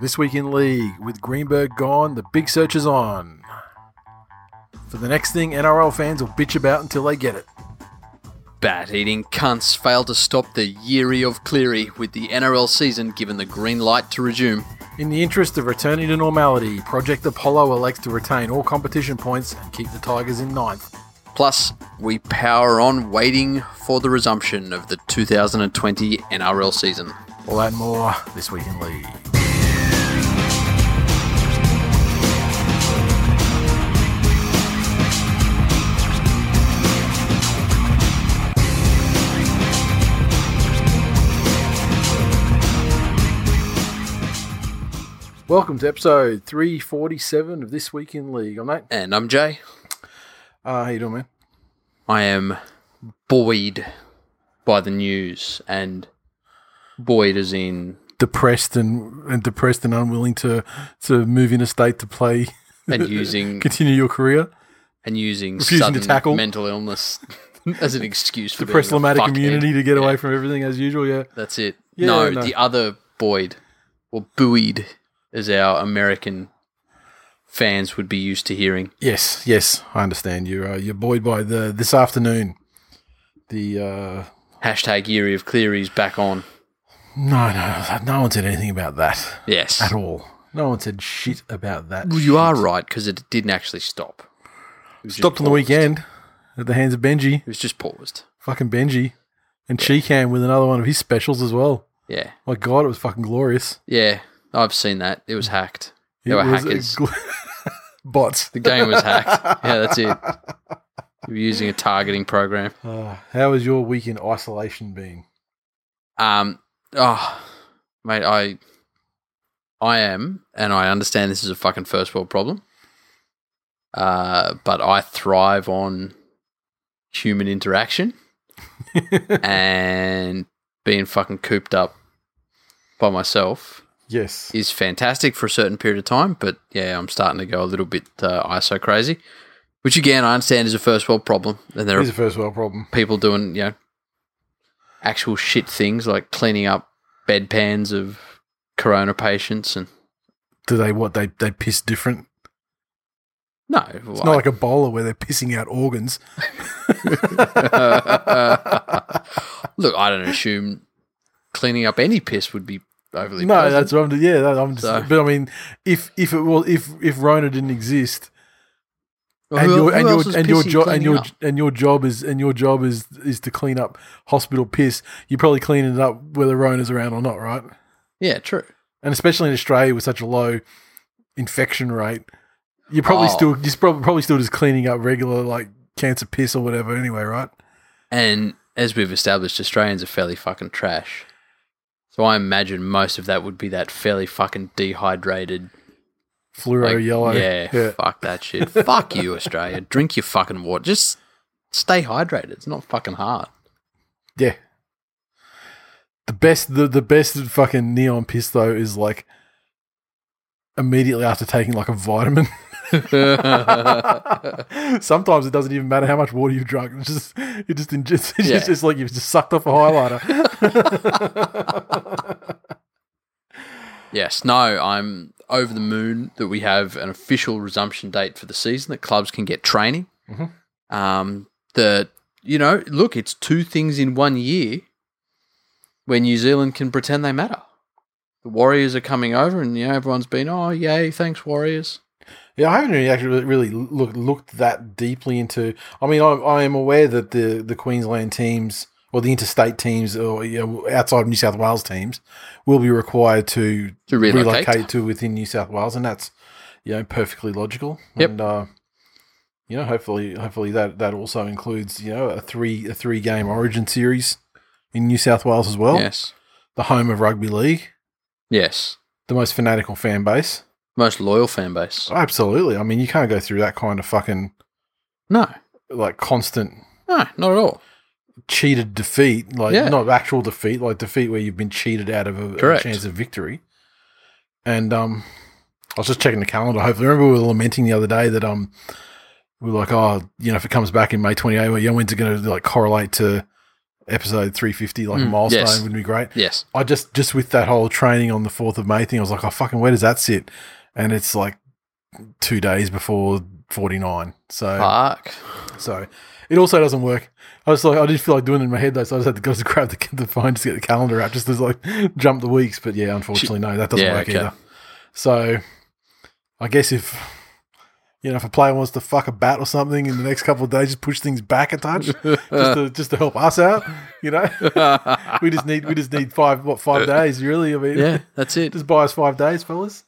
This week in league, with Greenberg gone, the big search is on. For the next thing NRL fans will bitch about until they get it. Bat eating cunts fail to stop the Yeary of Cleary with the NRL season given the green light to resume. In the interest of returning to normality, Project Apollo elects to retain all competition points and keep the Tigers in ninth. Plus, we power on waiting for the resumption of the 2020 NRL season. All that and more this week in league. Welcome to episode 347 of This Week in League. I'm Nate. And I'm Jay. Uh, how you doing, man? I am buoyed by the news, and buoyed as in Depressed and, and depressed and unwilling to, to move in a state to play, and using continue your career. and using Refusing to sudden tackle. mental illness as an excuse for The being a press-lematic fuckhead. immunity to get away from everything as usual, yeah. That's it. Yeah, no, no. the other Boyd or buoyed, as our American fans would be used to hearing. Yes, yes, I understand. You're uh, you're buoyed by the this afternoon. The uh, Hashtag Yeary of Cleary's back on. no, no, no one said anything about that Yes. at all. No one said shit about that. Well, you are right because it didn't actually stop. It was just stopped on the paused. weekend at the hands of Benji, It was just paused. fucking Benji, and she came with another one of his specials as well. Yeah. My God, it was fucking glorious. Yeah. I've seen that. It was hacked. it There were was a hackers. gl- bots. the game was hacked. Yeah, that's it. You were using a targeting program. Uh, how has your week in isolation been? Um, oh, mate, I, I am, and I understand this is a fucking first world problem. Uh, but I thrive on human interaction and being fucking cooped up by myself yes. is fantastic for a certain period of time. But yeah, I'm starting to go a little bit uh, ISO crazy, which again I understand is a first world problem, and there are It's a first world problem. people doing you know actual shit things like cleaning up bedpans of corona patients and Do they what they they piss different? no It's not like a bowler where they're pissing out organs. look I don't assume cleaning up any piss would be overly No, pleasant. that's what I'm. do- Yeah, that- I'm just. So- But I mean, if if it well, if if Rona didn't exist, Well, and who- your who and else is your and your pissing job and cleaning your up? and your job is and your job is is to clean up hospital piss. You're probably cleaning it up whether Rona's around or not, right? yeah true And especially in Australia with such a low infection rate, you're probably Oh. still just probably probably still just cleaning up regular like cancer piss or whatever. Anyway, right? and as we've established Australians are fairly fucking trash so I imagine most of that would be that fairly fucking dehydrated Fluoro Like, yellow. Yeah, fuck that shit. fuck you, Australia. Drink your fucking water. Just stay hydrated. It's not fucking hard. Yeah. The best the, the best fucking neon piss though is like immediately after taking like a vitamin. Sometimes it doesn't even matter how much water you've drunk. It's just it just inge- it's Yeah. just it's like you've just sucked off a highlighter. yes, no, I'm over the moon that we have an official resumption date for the season that clubs can get training. Mhm. Um, the you know, look, it's two things in one year where New Zealand can pretend they matter. The Warriors are coming over, and you know everyone's been, oh yay, thanks Warriors. yeah, I haven't really actually really looked looked that deeply into. I mean, I, I am aware that the the Queensland teams or the interstate teams or you know, outside of New South Wales teams will be required to To relocate. relocate. to within New South Wales, and that's you know perfectly logical. Yep. And uh, you know, hopefully, hopefully that that also includes you know a three a three game Origin series in New South Wales as well. Yes. the home of rugby league, Yes. the most fanatical fan base. Most loyal fan base. Absolutely. I mean, you can't go through that kind of fucking No. like constant No, not at all. cheated defeat, like Yeah. not actual defeat, like defeat where you've been cheated out of a, a Correct. chance of victory. And um, I was just checking the calendar. Hopefully, remember we were lamenting the other day that um, we were like, oh, you know, if it comes back in May twenty eight, well, yeah, when's it going to like correlate to episode three fifty, like a Mm, milestone? yes. Wouldn't be great. Yes. I just just with that whole training on the fourth of May thing, I was like, oh fucking, where does that sit? And it's like two days before forty nine. So Fuck. so it also doesn't work. I was like, I did feel like doing it in my head though, so I just had to go to grab the, the phone just to get the calendar out, just to like jump the weeks. But yeah, unfortunately, no, that doesn't Yeah, work okay. either. So I guess if you know if a player wants to fuck a bat or something in the next couple of days, just push things back a touch, just to just to help us out. You know, we just need we just need five what five days really. I mean, yeah, that's it. just buy us five days, fellas.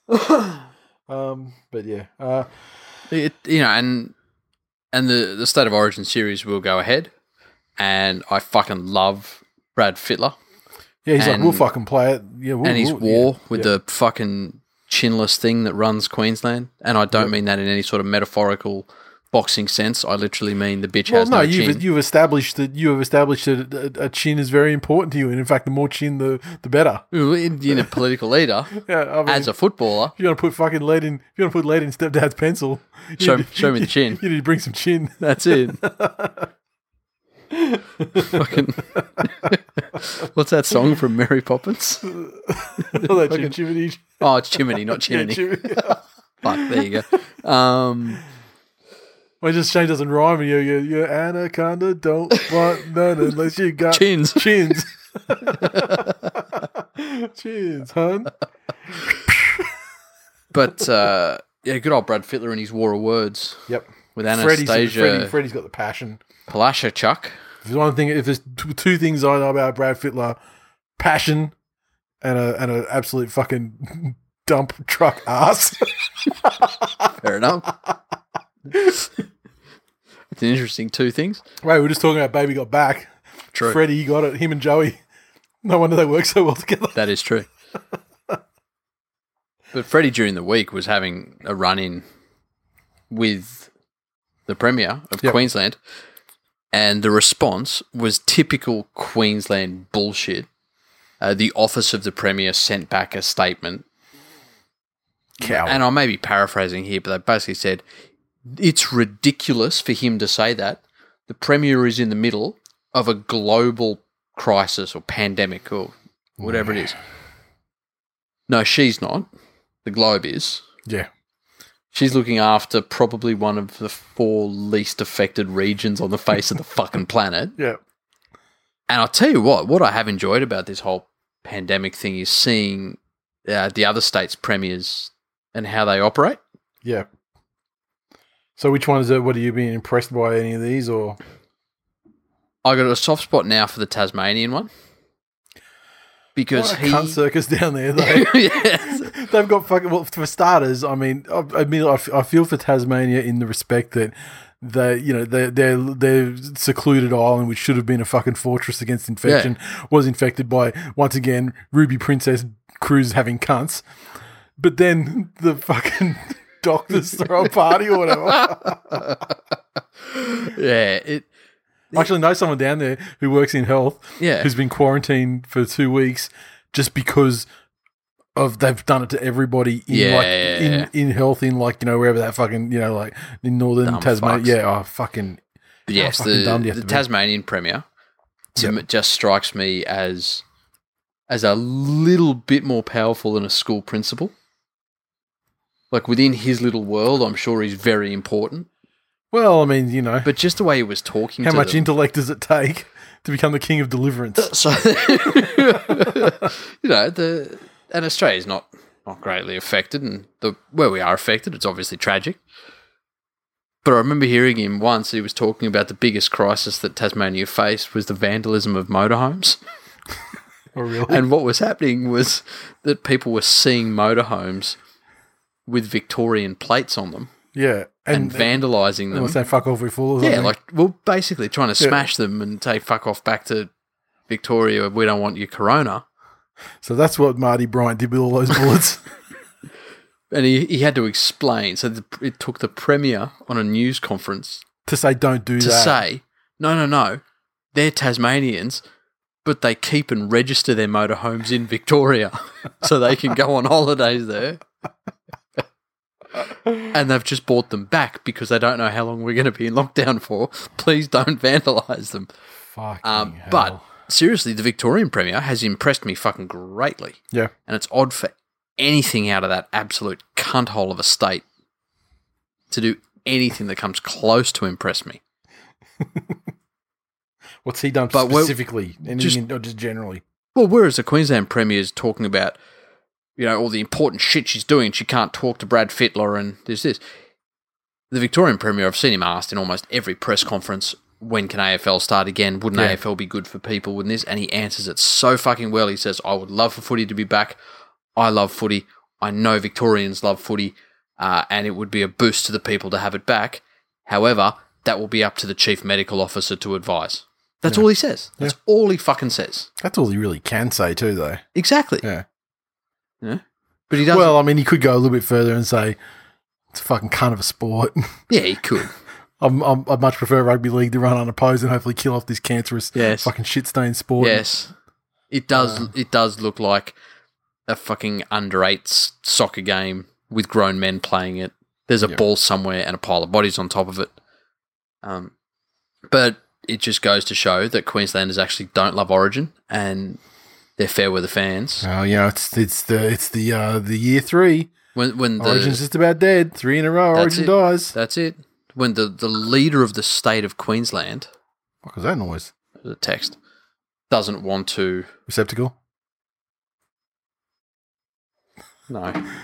um, but yeah, uh, it. You know, and and the the state of origin series will go ahead, and I fucking love Brad Fittler yeah, he's like, And- we'll fucking play it. Yeah, we'll, and his we'll- yeah. war with the fucking chinless thing that runs Queensland, and I don't mean that in any sort of metaphorical boxing sense. I literally mean the bitch Well, has no, no you've chin. you've established that you have established that a, a chin is very important to you, and in fact, the more chin, the the better. in a political leader, Yeah, I mean, as a footballer, if you want to put fucking lead in, if you want to put lead in stepdad's pencil, you Show- need- show me the chin. You need to bring some chin. That's it. Fucking. What's that song from Mary Poppins? All that chin, chimney, Oh, it's Chimney, not yeah, Chimney. chimney. Fuck, there you go. Um, Well, it just change doesn't rhyme. and You you you anaconda don't want none unless you got chins. chins. chins, hun. But uh, yeah, good old Brad Fittler and his War of Words Yep. with Freddie's, Anastasia Freddie, Freddie's got the passion. Palashachuk. If there's one thing, if there's t- two things I know about Brad Fittler, passion and a and an absolute fucking dump truck ass. Fair enough. it's an interesting two things. Wait, we were just talking about Baby Got Back. True. Freddie, he got it. Him and Joey. No wonder they work so well together. That is true. But Freddie during the week was having a run in with the Premier of Yep. Queensland, and the response was typical Queensland bullshit. Uh, the office of the Premier sent back a statement, Cow. and I may be paraphrasing here, but they basically said it's ridiculous for him to say that. The Premier is in the middle of a global crisis or pandemic or whatever it is. No, she's not. The globe is. yeah. She's looking after probably one of the four least affected regions on the face of the fucking planet. Yeah. And I'll tell you what, what I have enjoyed about this whole pandemic thing is seeing uh, the other states' premiers and how they operate. Yeah. So which one is it? What are you being impressed by any of these or I got a soft spot now for the Tasmanian one because What a he. cunt circus down there though? Yes. They've got fucking well for starters. I mean, I, I mean, I, f- I feel for Tasmania in the respect that they, you know, they their their secluded island, which should have been a fucking fortress against infection, was infected by once again Ruby Princess Cruise having cunts. But then the fucking doctors throw a party or whatever. yeah, it. I actually know someone down there who works in health Yeah. who's been quarantined for two weeks just because of they've done it to everybody in Yeah, like yeah, in, yeah. in health in like you know wherever that fucking you know like in northern Dumb fucks. Tasmania yeah oh fucking Yes, fucking the, dumb do you have the to be? Tasmanian Premier to m- just strikes me as as a little bit more powerful than a school principal. Like within his little world, I'm sure he's very important. well I mean you know But just the way he was talking, how to much them- intellect does it take to become the king of deliverance so you know the and Australia's not not greatly affected, and the where we are affected, it's obviously tragic. But I remember hearing him once. He was talking about the biggest crisis that Tasmania faced was the vandalism of motorhomes. oh really And what was happening was that people were seeing motorhomes with Victorian plates on them yeah and, and, and, vandalising and them. say fuck off we fool or yeah, something. like well, basically trying to smash them and say fuck off back to Victoria. We don't want your corona. So that's what Marty Bryant did with all those bullets. And he, he had to explain. So the, it took the premier on a news conference to say don't do to that. say, no, no, no, they're Tasmanians, but they keep and register their motorhomes in Victoria so they can go on holidays there. and they've just bought them back because they don't know how long we're going to be in lockdown for. Please don't vandalise them. Fucking Um, hell. but seriously, the Victorian Premier has impressed me fucking greatly. yeah, And it's odd for anything out of that absolute cunt hole of a state to do anything that comes close to impress me. what's he done But we're- specifically? Anything just- in- or just generally? Well, whereas the Queensland Premier is talking about, you know, all the important shit she's doing, she can't talk to Brad Fittler and this, this. The Victorian Premier, I've seen him asked in almost every press conference, when can AFL start again? Wouldn't Yeah. AFL be good for people? Wouldn't this? And he answers it so fucking well. He says, I would love for footy to be back. I love footy. I know Victorians love footy. Uh, and it would be a boost to the people to have it back. However, that will be up to the chief medical officer to advise. That's all he says. That's all he fucking says. That's all he really can say too, though. Exactly. Yeah. You know? But he doesn't. Well, I mean, he could go a little bit further and say it's a fucking cunt of a sport. yeah, he could. I'm, I'm, I much prefer rugby league to run unopposed and hopefully kill off this cancerous Yes. fucking shit stained sport. yes. It does. it does look like a fucking under eight soccer game with grown men playing it. There's a Yeah. ball somewhere and a pile of bodies on top of it. Um, but it just goes to show that Queenslanders actually don't love Origin and they're fair weather fans. Oh yeah, it's it's the it's the uh, the year three. When when the Origin's just about dead. Three in a row. That's Origin it. dies. that's it. When the the leader of the state of Queensland, What was that noise? the text, doesn't want to Receptacle. No.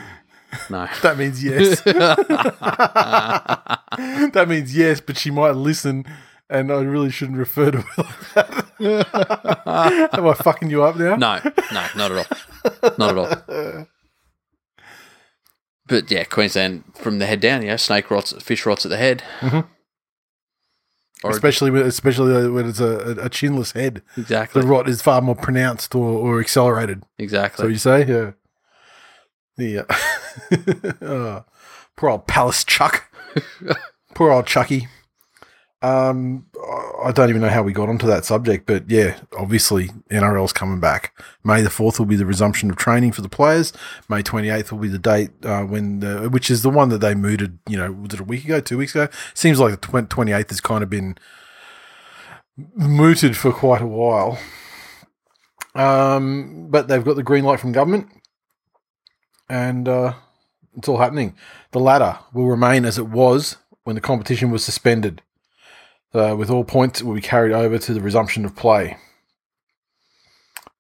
No. That means yes. that means yes, but she might listen, and I really shouldn't refer to her like that. Am I fucking you up now? Uh, no, no, not at all. Not at all. But yeah, Queensland from the head down, you know, snake rots, fish rots at the head. Or- Mm-hmm. Especially when, especially when it's a, a chinless head. The Exactly. rot is far more pronounced or, or accelerated. So Exactly. you say, yeah, yeah. oh, poor old Palace Chuck. poor old Chucky. Um, I- I don't even know how we got onto that subject, but yeah, obviously NRL's coming back. May the fourth will be the resumption of training for the players. May twenty eighth will be the date uh, when, the, which is the one that they mooted. You know, was it a week ago, two weeks ago? Seems like the twenty eighth has kind of been mooted for quite a while. Um, but they've got the green light from government, and uh, it's all happening. The ladder will remain as it was when the competition was suspended, uh, with all points will be carried over to the resumption of play.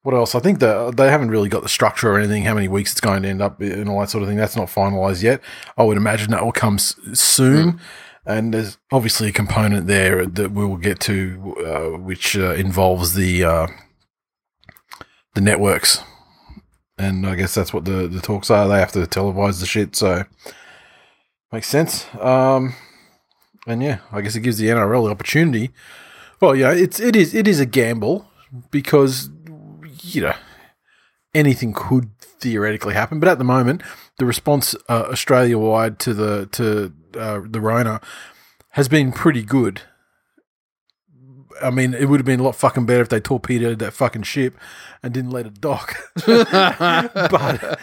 What else? I think the, they haven't really got the structure or anything, how many weeks it's going to end up and all that sort of thing. That's not finalised yet. I would imagine that will come s- soon. And there's obviously a component there that we will get to, uh, which uh, involves the uh, the networks. And I guess that's what the, the talks are. They have to televise the shit, so makes sense. Um, and yeah, I guess it gives the NRL the opportunity. Well, yeah, it's it is it is a gamble because you know anything could theoretically happen. But at the moment, the response uh, Australia wide to the to uh, the Rona has been pretty good. I mean, it would have been a lot fucking better if they torpedoed that fucking ship and didn't let it dock. but I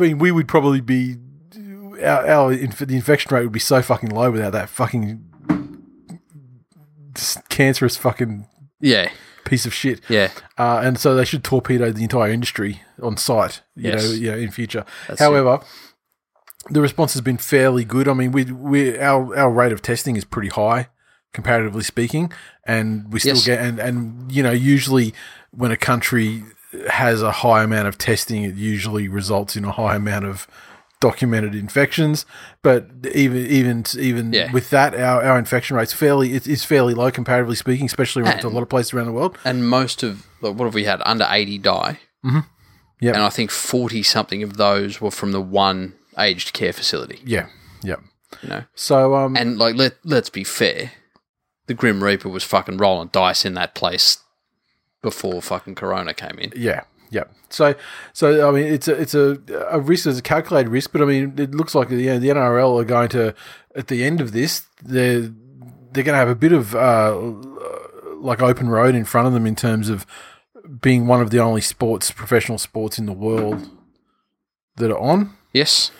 mean, we would probably be our, our inf- the infection rate would be so fucking low without that fucking s- cancerous fucking yeah, piece of shit. yeah. Uh, and so they should torpedo the entire industry on site, you Yes. know, you know, in future. That's However, the response has been fairly good. I mean, we we our our rate of testing is pretty high, comparatively speaking, and we still Yes. get and and you know usually when a country has a high amount of testing, it usually results in a high amount of documented infections. But even even even Yeah. with that, our, our infection rate's fairly it is fairly low comparatively speaking, especially around to a And- lot of places around the world. And most of like, what have we had? Under eighty die. Mm-hmm. Yep. And I think forty something of those were from the one aged care facility. Yeah, yeah. You know. So um, And like let let's be fair, the Grim Reaper was fucking rolling dice in that place before fucking Corona came in. Yeah, Yeah. So, so I mean, it's a it's a, a risk. It's a calculated risk, but I mean, it looks like the, the NRL are going to at the end of this, they're they're going to have a bit of uh, like open road in front of them in terms of being one of the only sports professional sports in the world that are on. Yes.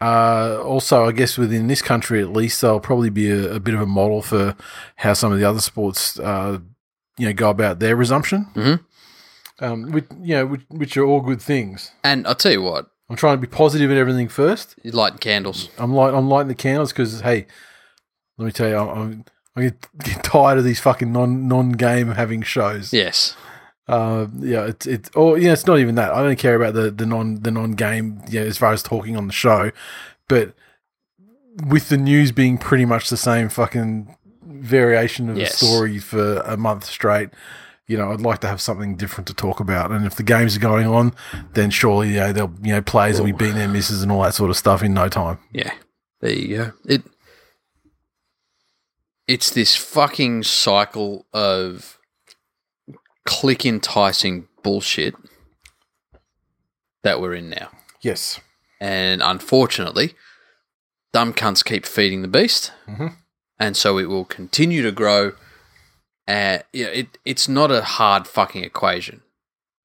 Uh, also, I guess within this country at least, they'll probably be a, a bit of a model for how some of the other sports, uh, you know, go about their resumption. Mhm. Um, which you know, which, which are all good things. And I'll tell you what, I'm trying to be positive at everything first. you light candles. I'm light, I'm lighting the candles because hey, let me tell you, I'm, I'm I get, get tired of these fucking non non game having shows. Yes. Uh, yeah, it's it's or yeah, it's not even that. I don't care about the the non the non game. Yeah, as far as talking on the show, but with the news being pretty much the same fucking variation of Yes. the story for a month straight. You know, I'd like to have something different to talk about, and if the games are going on, then surely you know, they'll you know players will be beating their misses and all that sort of stuff in no time. Yeah. There you go. It it's this fucking cycle of click enticing bullshit that we're in now. Yes, And unfortunately, dumb cunts keep feeding the beast. Mhm. And so it will continue to grow. And you know, it, it's not a hard fucking equation,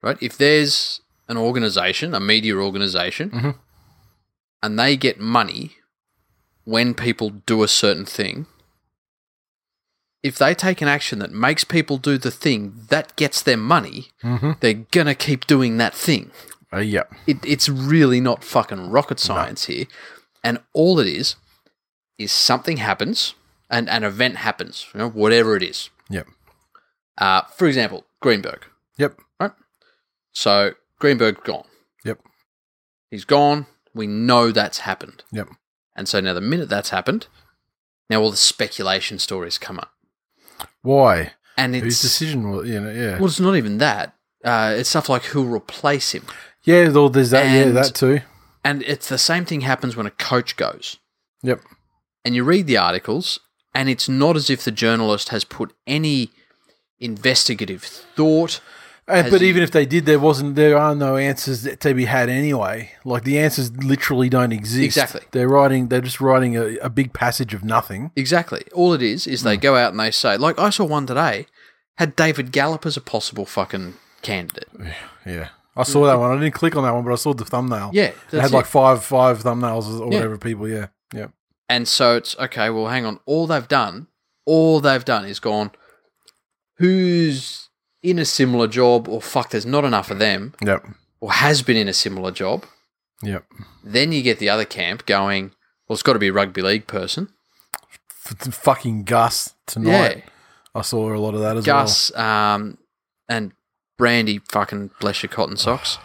right? If there's an organization, a media organization, Mhm. and they get money when people do a certain thing, if they take an action that makes people do the thing that gets them money, mm-hmm. they're going to keep doing that thing uh, yeah, it, it's really not fucking rocket science here. And all it is is something happens and an event happens, you know, whatever it is. yep, Uh, for example, Greenberg. yep, So Greenberg gone. yep, He's gone. We know that's happened. yep, And so now the minute that's happened, now all the speculation stories come up. why? And Whose it's decision was you know yeah well, it's not even that. Uh, it's stuff like who'll replace him. yeah though, there's that yeah And- that too And it's the same thing happens when a coach goes. yep and you read the articles, and it's not as if the journalist has put any investigative thought. And, As but you- even if they did, there wasn't there are no answers that to be had anyway. Like the answers literally don't exist. Exactly. They're writing. They're just writing a, a big passage of nothing. Exactly. All it is is Hmm. they go out and they say, like I saw one today, had David Gallup as a possible fucking candidate. Oh. Yeah, I saw that one. I didn't click on that one, but I saw the thumbnail. Yeah, it that's had like it. five five thumbnails or Yeah. whatever people. Yeah, yeah, And so it's okay. Well, hang on. All they've done, all they've done is gone. Who's in a similar job, or fuck, there's not enough of them, yep, or has been in a similar job. yep. Then you get the other camp going. Well, it's got to be a rugby league person. F- t- fucking Gus tonight. Yeah. I saw a lot of that as Gus um, and Brandy fucking bless your cotton socks. well.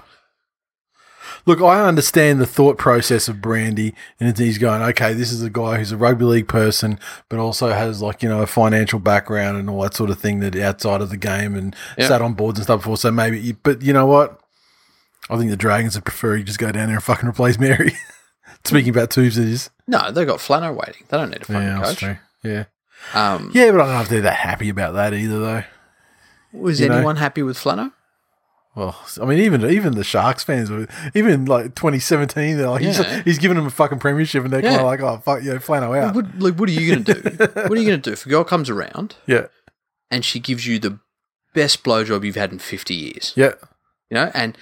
Look, I understand the thought process of Brandy, and it's- he's going, okay, this is a guy who's a rugby league person, but also has like you know a financial background and all that sort of thing that outside of the game and Yeah. sat on boards and stuff before. So maybe, you, but you know what? I think the Dragons would prefer you just go down there and fucking replace Mary. Speaking about twos, it is. No, they've got Flano waiting. They don't need a fucking Yeah, that's coach. true. Yeah, Um, yeah, but I don't know if they're that happy about that either, though. was you know. anyone happy with Flano? Well, I mean, even even the Sharks fans, were- even like 2017, they're like, Yeah. he's, he's giving them a fucking premiership, and they're kind Yeah. of like, oh fuck, yeah, Flano out. What, like, what are you going to do? what are you going to do if a girl comes around yeah, and she gives you the best blowjob you've had in 50 years? yeah, You know, and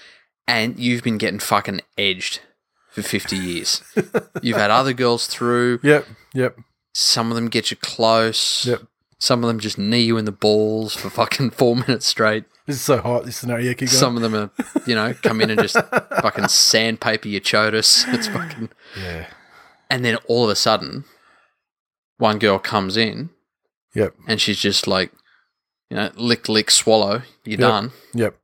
and you've been getting fucking edged for 50 years. you've had other girls through. yep, yep, Some of them get you close. yep. Some of them just knee you in the balls for fucking four minutes straight. This is so hot. This scenario, yeah, keep going. Some of them are, you know, come in and just fucking sandpaper your chotis. It's fucking, yeah, and then all of a sudden, one girl comes in yep, and she's just like, you know, lick, lick, swallow, you're Yeah. done. yep,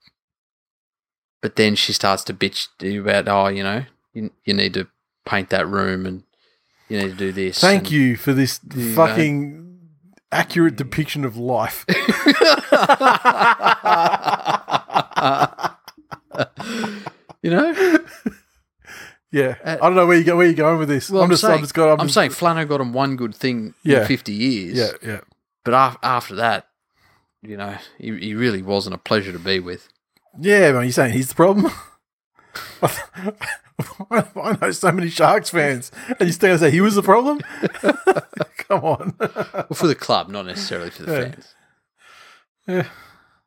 But then she starts to bitch to you about, oh, you know, you, you need to paint that room and you need to do this. Thank you for this You know. fucking accurate depiction of life. you know, yeah, Uh, I don't know where you go, where you going with this. well, I'm, just, saying, I'm just going. I'm, I'm just- saying Flano got him one good thing in Yeah. 50 years. yeah, yeah. but af- after that, you know, he, he really wasn't a pleasure to be with. Yeah, man, you're saying he's the problem? I, I know so many Sharks fans, and you stand and say he was the problem? Come on. Well, for the club, not necessarily for the Yeah.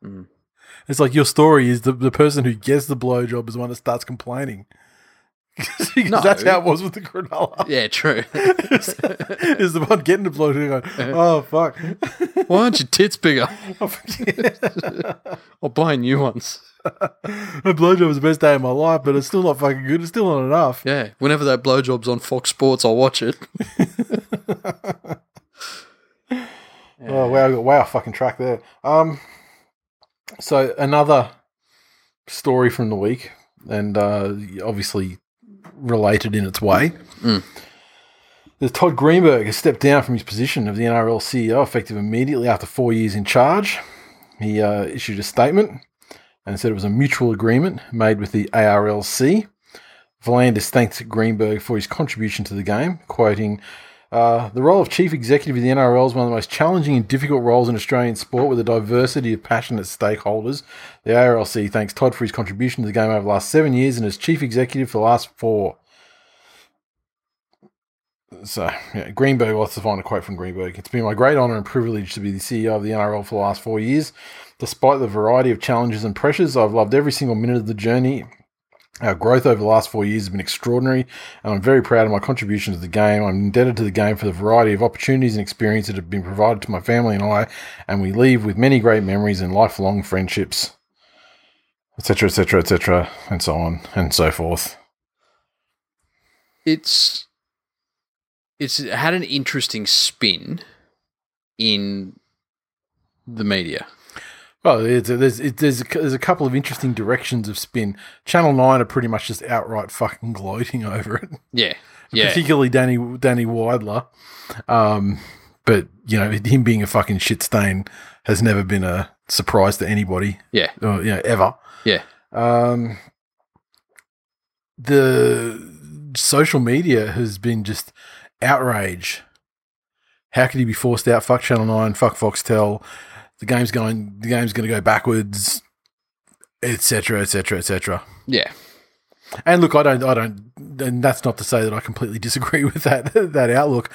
fans. It's like your story is the, the person who gets the blowjob is the one that starts complaining. because No. that's how it was with the Cronulla. Yeah, true. is the one getting the blowjob going, oh, fuck. Why aren't your tits bigger? My I'll buy new ones. blowjob was the best day of my life, but it's still not fucking good. It's still not enough. Yeah, whenever that blowjob's on Fox Sports, I'll watch it. Oh wow, we got way off fucking track there. Um, so another story from the week, and uh, obviously related in its way. Mm. There's Todd Greenberg has stepped down from his position of the NRL CEO E effective immediately after four years in charge. He uh, issued a statement and said it was a mutual agreement made with the ARLC. Volandis thanked Greenberg for his contribution to the game, quoting, uh, the role of chief executive of the NRL is one of the most challenging and difficult roles in Australian sport with a diversity of passionate stakeholders. The ARLC thanks Todd for his contribution to the game over the last seven years and as chief executive for the last four. So, yeah, Greenberg, let's find a quote from Greenberg. It's been my great honour and privilege to be the CEO of the NRL for the last four years. Despite the variety of challenges and pressures, I've loved every single minute of the journey our growth over the last four years has been extraordinary, and I'm very proud of my contribution to the game. I'm indebted to the game for the variety of opportunities and experiences that have been provided to my family and I, and we leave with many great memories and lifelong friendships, etc., etc., etc., and so on and so forth. It's it's it had an interesting spin in the media. Well, it's, there's, it, there's, a, there's a couple of interesting directions of spin. Channel 9 are pretty much just outright fucking gloating over it. Yeah, yeah, particularly Danny Danny Widler. Um, but you know, him being a fucking shit stain has never been a surprise to anybody, yeah, or, you know, ever. yeah. Um, the social media has been just outrage. How could he be forced out? Fuck Channel Nine. Fuck Foxtel. The game's going. The game's going to go backwards, etc., etc., etc. Yeah. And look, I don't, I don't, and that's not to say that I completely disagree with that that outlook.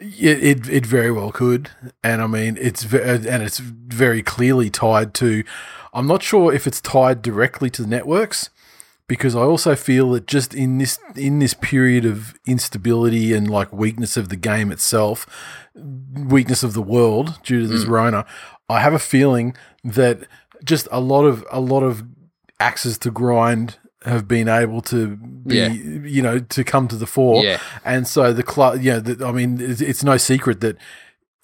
It, it it very well could, and I mean it's ve- and it's very clearly tied to. I'm not sure if it's tied directly to the networks, because I also feel that just in this in this period of instability and like weakness of the game itself, weakness of the world due to this Rona, I have a feeling that just a lot of a lot of axes to grind have been able to be Yeah. you know to come to the fore Yeah. and so the club you know the, i mean it's, it's no secret that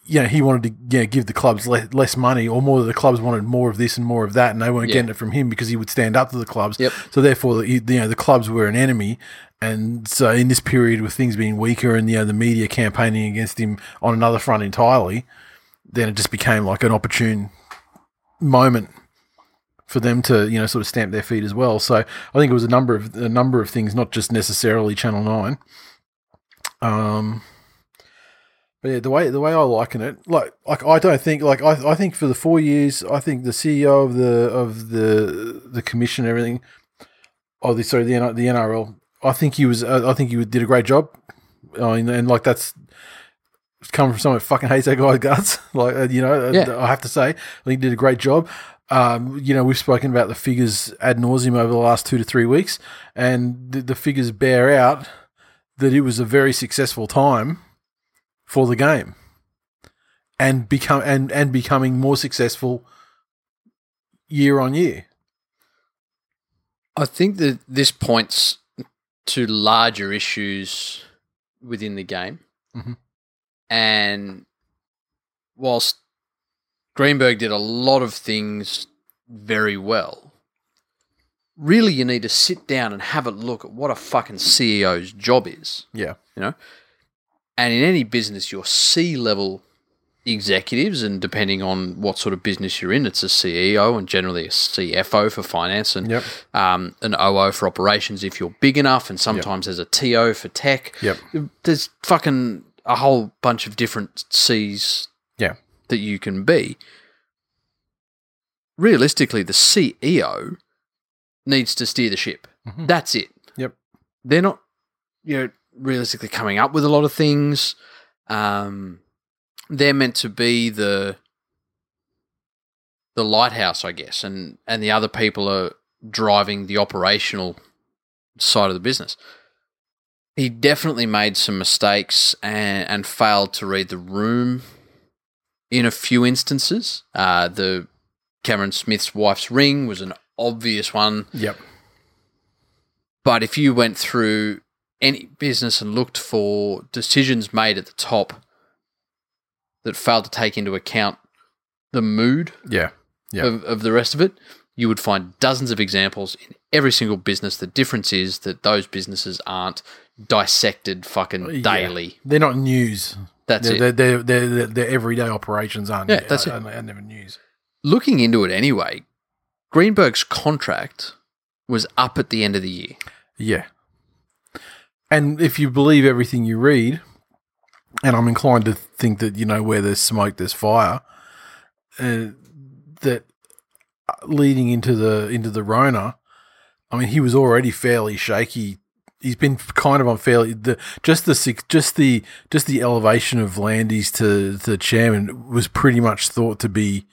you know he wanted to you know, give the clubs le- less money or more the clubs wanted more of this and more of that and they weren't Yeah. getting it from him because he would stand up to the clubs Yep. so therefore the, you know the clubs were an enemy and so in this period with things being weaker and you know the media campaigning against him on another front entirely then it just became like an opportune moment for them to you know sort of stamp their feet as well. So I think it was a number of a number of things, not just necessarily Channel Nine. Um, but yeah, the way the way I liken it, like like I don't think like I, I think for the four years, I think the CEO of the of the the commission and everything, oh the sorry the N- the NRL, I think he was uh, I think he did a great job, I mean, and like that's it's come from someone who fucking hates that guy's guts. like uh, you know, uh, Yeah. I have to say, I think he did a great job. Um, you know, we've spoken about the figures ad nauseum over the last two to three weeks, and the, the figures bear out that it was a very successful time for the game and become and and becoming more successful year on year. I think that this points to larger issues within the game. Mhm. And whilst Greenberg did a lot of things very well, really you need to sit down and have a look at what a fucking CEO's job is. Yeah. And in any business, your C level executives, and depending on what sort of business you're in, it's a CEO and generally a CFO for finance and Yep. um, an OO for operations if you're big enough, and sometimes there's a TO for tech. Yep. There's fucking a whole bunch of different C's Yeah. that you can be. Realistically, the CEO E needs to steer the ship. Mhm. That's it. Yep. They're not, you know, realistically coming up with a lot of things. Um, they're meant to be the the lighthouse, I guess, and and the other people are driving the operational side of the business. He definitely made some mistakes and, and failed to read the room in a few instances. Uh, the Cameron Smith's wife's ring was an obvious one Yep. but if you went through any business and looked for decisions made at the top that failed to take into account the mood Yeah. Yeah. of, of the rest of it, you would find dozens of examples in every single business. The difference is that those businesses aren't dissected fucking Yeah. daily. They're not news. That's they're, it. They're, they're, they're, they're, they're everyday operations, aren't Yeah, they? that's it. are are never news. Looking into it anyway, Greenberg's contract was up at the end of the year. Yeah. And if you believe everything you read, and I'm inclined to think that, you know, where there's smoke, there's fire, uh, that uh, leading into the into the Rona, I mean, he was already fairly shaky. He's been kind of unfairly the just the six- just the just the elevation of Landis to to chairman was pretty much thought to be,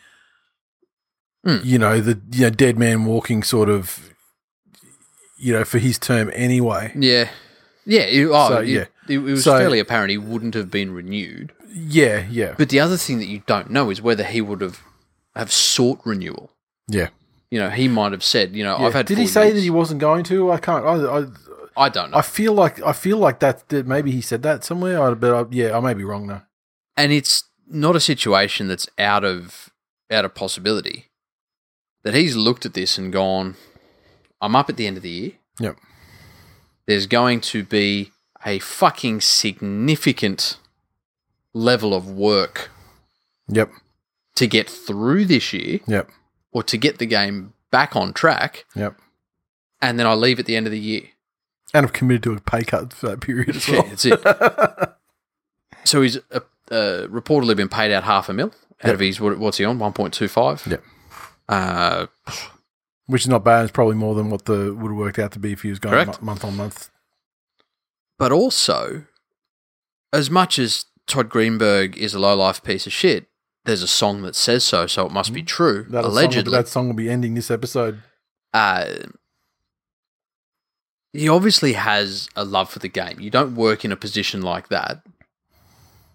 Hmm. you know, the you know dead man walking sort of, you know, for his term anyway. Yeah. Yeah. It, oh, So, it- yeah. it, it was So- fairly apparent he wouldn't have been renewed. Yeah, yeah, But the other thing that you don't know is whether he would have have sought renewal. yeah. You know, he might have said, you know, Yeah. I've had. Did he four say years. that he wasn't going to? I can't. I, I, I don't know. I feel like I feel like that, that maybe he said that somewhere. I, but I, yeah, I may be wrong though. and it's not a situation that's out of out of possibility. That he's looked at this and gone, I'm up at the end of the year. Yep. There's going to be a fucking significant level of work Yep. to get through this year Yep. or to get the game back on track. Yep. And then I leave at the end of the year. And I've committed to a pay cut for that period as Yeah, well. that's it. So he's uh, uh, reportedly been paid out half a mil out Yep. of his what, what's he on one point two five. Yep. Uh, Which is not bad. It's probably more than what the would have worked out to be if he was going Correct. mo- month on month. but also, as much as Todd Greenberg is a low life piece of shit, there's a song that says so, so it must be true. That song, allegedly, that song will be ending this episode. uh, he obviously has a love for the game. You don't work in a position like that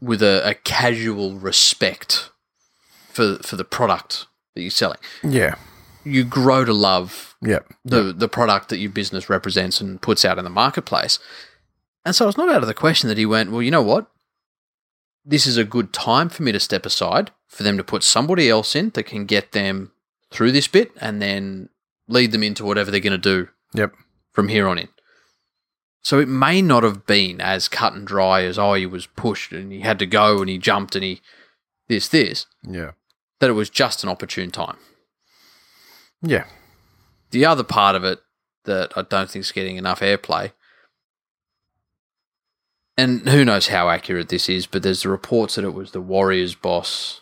with a, a casual respect for for the product that you're selling. Yeah. You grow to love Yep. the the product that your business represents and puts out in the marketplace. And so it's not out of the question that he went, well, you know what? This is a good time for me to step aside for them to put somebody else in that can get them through this bit and then lead them into whatever they're going to do Yep. from here on in. So it may not have been as cut and dry as oh he was pushed and he had to go and he jumped and he this this Yeah. that it was just an opportune time. Yeah. the other part of it that I don't think is getting enough airplay, and who knows how accurate this is, but there's the reports that it was the Warriors boss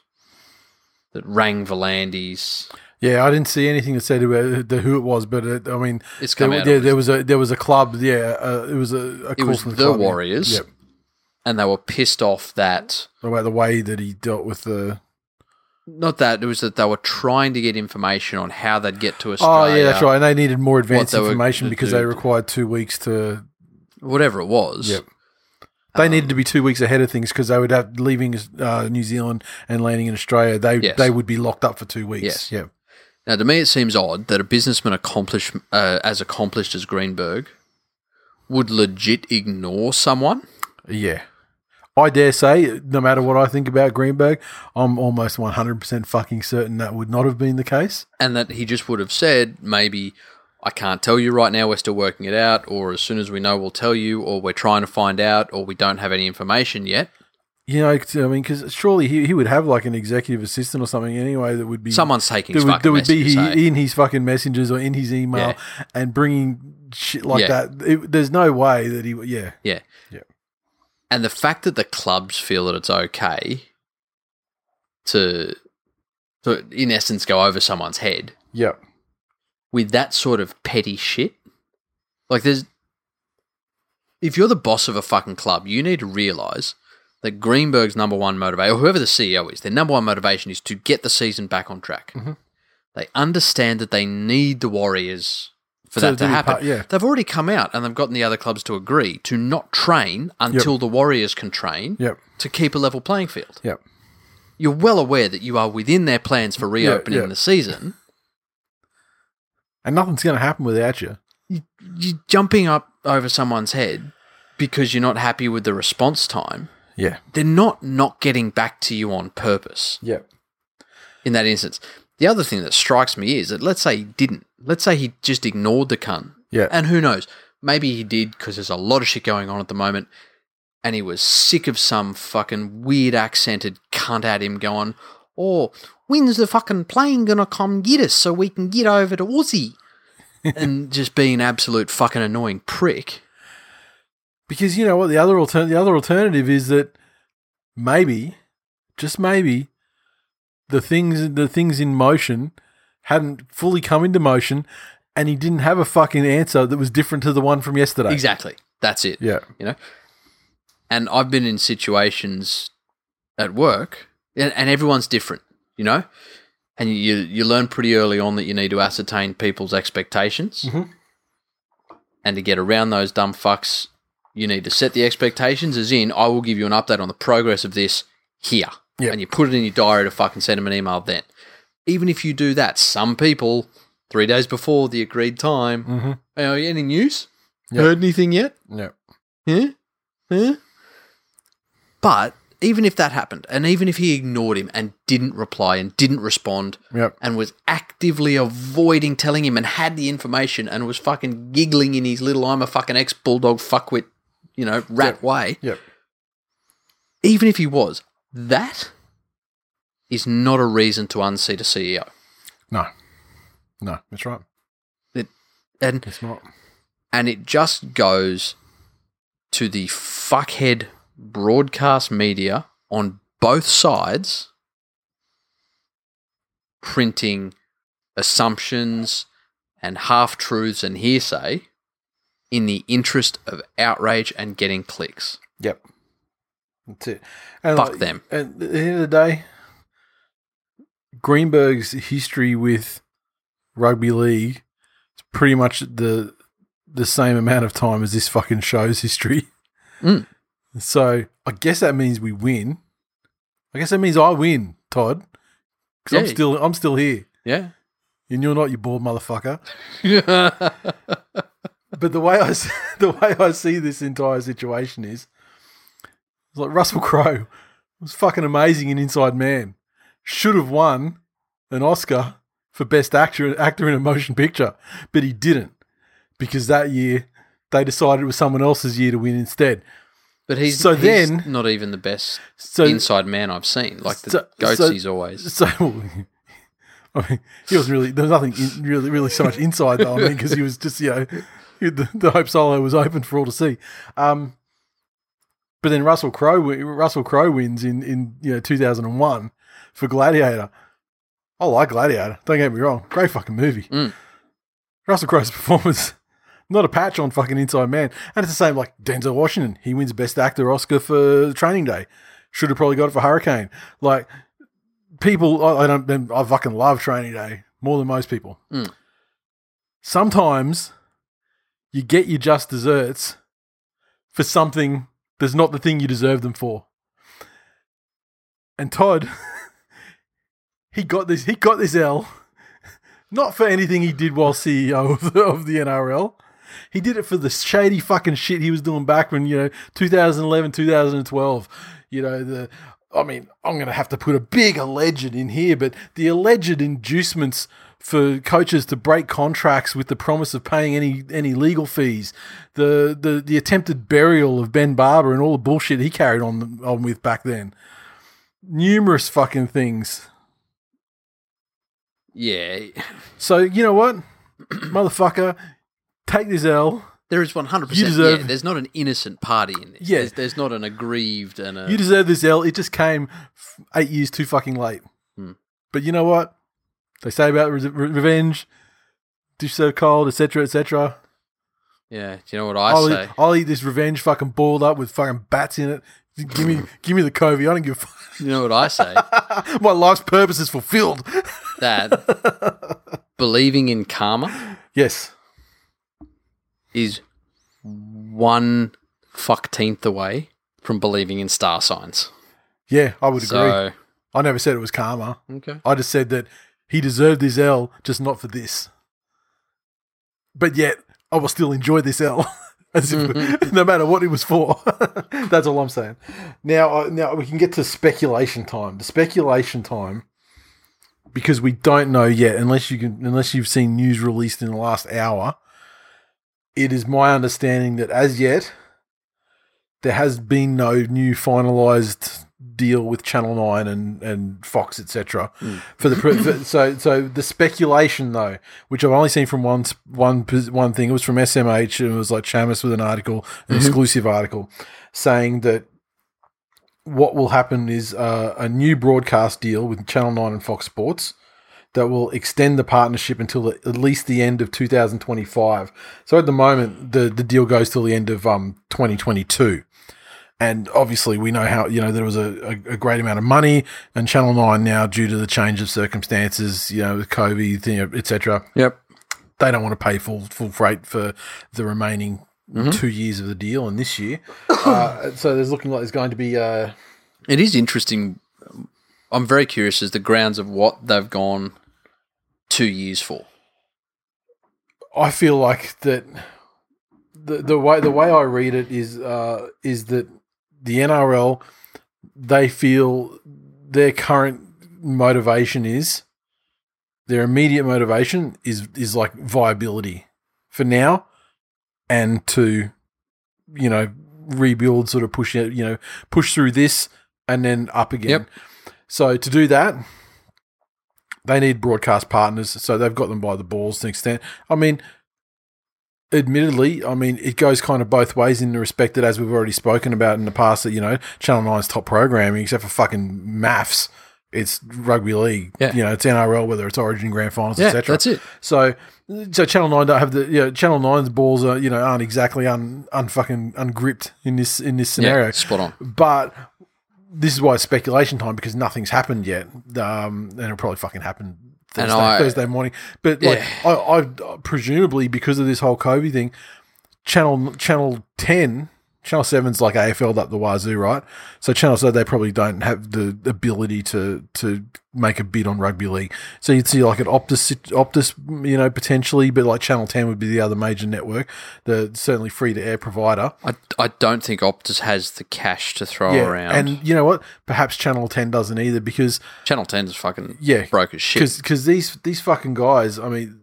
that rang Volandis. Yeah. I didn't see anything that said about the, who it was, but it, I mean, It's there, come out, there, obviously. there was a there was a club. Yeah. Uh, it was a, a it call was from the club, yeah. Warriors, Yep. and they were pissed off that About the way that he dealt with the. not that it was that they were trying to get information on how they'd get to Oh Australia. yeah, that's right. And they needed more advanced they were information gonna because do. they required two weeks to Whatever it was, Yep. They um, needed to be two weeks ahead of things because they would have leaving uh, New Zealand and landing in Australia. They Yes. they would be locked up for two weeks. Yes. Yeah. Now, to me, it seems odd that a businessman accomplished, uh, as accomplished as Greenberg would legit ignore someone. Yeah. I dare say, no matter what I think about Greenberg, I'm almost 100% fucking certain that would not have been the case. and that he just would have said maybe I can't tell you right now we're still working it out or as soon as we know we'll tell you or we're trying to find out or we don't have any information yet You know, 'cause, I mean, because surely he, he would have like an executive assistant or something anyway that would be. someone's taking That his would, fucking eh? that would be messages, he, hey? in his fucking messengers or in his email and bringing shit like Yeah. that. It, there's no way that he. would- Yeah. yeah Yeah. and the fact that the clubs feel that it's okay to to in essence go over someone's head Yeah. with that sort of petty shit. Like, there's. If you're the boss of a fucking club, you need to realize that Greenberg's number one motivation, or whoever the CEO is, their number one motivation is to get the season back on track. Mhm. They understand that they need the Warriors for So that to do we happen. part- yeah. They've already come out and they've gotten the other clubs to agree to not train until the Warriors can train Yep. to keep a level playing field. Yep. You're well aware that you are within their plans for reopening yeah. the season. And nothing's going to happen without you. You're jumping up over someone's head because you're not happy with the response time. Yeah. They're not not getting back to you on purpose. Yep. in that instance. The other thing that strikes me is that let's say he didn't. Let's say he just ignored the cunt. Yeah. And who knows? Maybe he did because there's a lot of shit going on at the moment and he was sick of some fucking weird accented cunt at him going, Oh, when's the fucking plane going to come get us so we can get over to Aussie? and just being an absolute fucking annoying prick. Because you know what the other altern the other alternative is that maybe, just maybe, the things the things in motion hadn't fully come into motion, and he didn't have a fucking answer that was different to the one from yesterday. Exactly. That's it. Yeah. you know. And I've been in situations at work, and, and everyone's different, you know. And you you learn pretty early on that you need to ascertain people's expectations, Mhm. and to get around those dumb fucks, you need to set the expectations. As in, I will give you an update on the progress of this here, Yeah. and you put it in your diary to fucking send them an email. Then, even if you do that, some people three days before the agreed time, Mm-hmm. oh, any news? Yeah. Heard anything yet? Yeah. Yeah. Yeah. But even if that happened, and even if he ignored him and didn't reply and didn't respond Yep. and was actively avoiding telling him and had the information and was fucking giggling in his little I'm a fucking ex bulldog fuckwit, you know, rat way, Yep. even if he was, that is not a reason to unseat a CEO. No. No. That's right. And It's not. and it just goes to the fuckhead broadcast media on both sides printing assumptions and half truths and hearsay in the interest of outrage and getting clicks. Yep. That's it. And Fuck them. And at the end of the day, Greenberg's history with rugby league is pretty much the the same amount of time as this fucking show's history. Mm. So I guess that means we win. I guess that means I win, Todd. 'Cause I'm Yeah. still I'm still here, Yeah. and you're not, you bored motherfucker yeah. but the way I s- the way I see this entire situation is, it's like Russell Crowe was fucking amazing in Inside Man. Should have won an Oscar for best actor actor in a motion picture, but he didn't because that year they decided it was someone else's year to win instead. But he's, So he's then- not even the best So inside man I've seen. Like the So- goats so- he's always. So, I mean, he wasn't really. There was nothing in, really, really so much inside though. I mean, because he was just you know, he- the, the Hope Solo was open for all to see. Um, but then Russell Crowe, wi- Russell Crowe wins in in you know 2001 for Gladiator. I like Gladiator. Don't get me wrong, great fucking movie. Mm. Russell Crowe's performance. Not a patch on fucking Inside Man. And it's the same like Denzel Washington. He wins Best Actor Oscar for Training Day. Should have probably got it for Hurricane. Like, people I, I don't then I fucking love training day more than most people. Mm. Sometimes you get your just desserts for something that's not the thing you deserve them for. And Todd he got this he got this L not for anything he did while CEO of the, of the NRL. He did it for the shady fucking shit he was doing back when, you know, 2011, 2012. You know, the, I mean, I'm going to have to put a big alleged in here, but the alleged inducements for coaches to break contracts with the promise of paying any any legal fees, the the, the attempted burial of Ben Barber and all the bullshit he carried on on with back then. Numerous fucking things. Yeah. So you know what, motherfucker, take this L. There is one hundred You percent. deserve- Yeah, there's not an innocent party in this. Yeah. There's, there's not an aggrieved and a. You deserve this L. It just came f- eight years too fucking late. Hmm. But you know what? They say about re- re- revenge. dish so cold, etc., etc. Yeah. Do you know what I I'll, say? eat- I'll eat this revenge fucking balled up with fucking bats in it. Give me, give me the Covey. I don't give a fuck. You know what I say? My life's purpose is fulfilled. that believing in karma Yes. is one fuckteenth away from believing in star signs. Yeah, I would agree. So I never said it was karma. okay. I just said that he deserved his L, just not for this. But yet, I will still enjoy this L, as if, no matter what it was for. That's all I'm saying. Now, uh, now we can get to speculation time. The speculation time, because we don't know yet, unless you can, unless you've seen news released in the last hour. It is my understanding that as yet, there has been no new finalized deal with Channel Nine and and Fox etc. For the pre- for, so so the speculation though, which I've only seen from one s- one pos- one thing, it was from SMH and it was like Chamis with an article, an exclusive article, saying that what will happen is uh, a new broadcast deal with Channel Nine and Fox Sports. That will extend the partnership until the, at least the end of 2025. So at the moment, the, the deal goes till the end of um, 2022 and obviously we know how you know there was a, a, a great amount of money and channel 9 now due to the change of circumstances you know with covid you know, etc Yep. they don't want to pay full full freight for the remaining two years of the deal and this year uh, so there's looking like there's going to be uh, It is interesting. I'm very curious as the grounds of what they've gone two years for. I feel like that the the way the way I read it is uh, is that the NRL they feel their current motivation is their immediate motivation is is like viability for now and to you know rebuild sort of push it you know push through this and then up again Yep. so to do that they need broadcast partners so they've got them by the balls to an extent i mean admittedly, I mean, it goes kind of both ways in the respect that, as we've already spoken about in the past, that, you know, Channel 9's top programming, except for fucking maths, it's rugby league. Yeah. You know, it's NRL, whether it's Origin, Grand Finals, Yeah, etc. that's it. So, so Channel Nine don't have the you know, Channel 9's balls are you know aren't exactly un unfucking ungripped in this in this scenario. Yeah, spot on. But this is why it's speculation time because nothing's happened yet, um, and it'll probably fucking happen And Thursday, I- Thursday morning. But like, I, I presumably because of this whole COVID thing, channel channel ten, channel seven's like AFL up the wazoo, right? So channel so they probably don't have the ability to to make a bid on rugby league. So you'd see like an Optus sit- Optus, you know, potentially, but like channel ten would be the other major network, the certainly free to air provider. I, I don't think Optus has the cash to throw around. and you know what? Perhaps channel ten doesn't either because Channel 10's fucking Yeah, broke as shit. because these these fucking guys, I mean,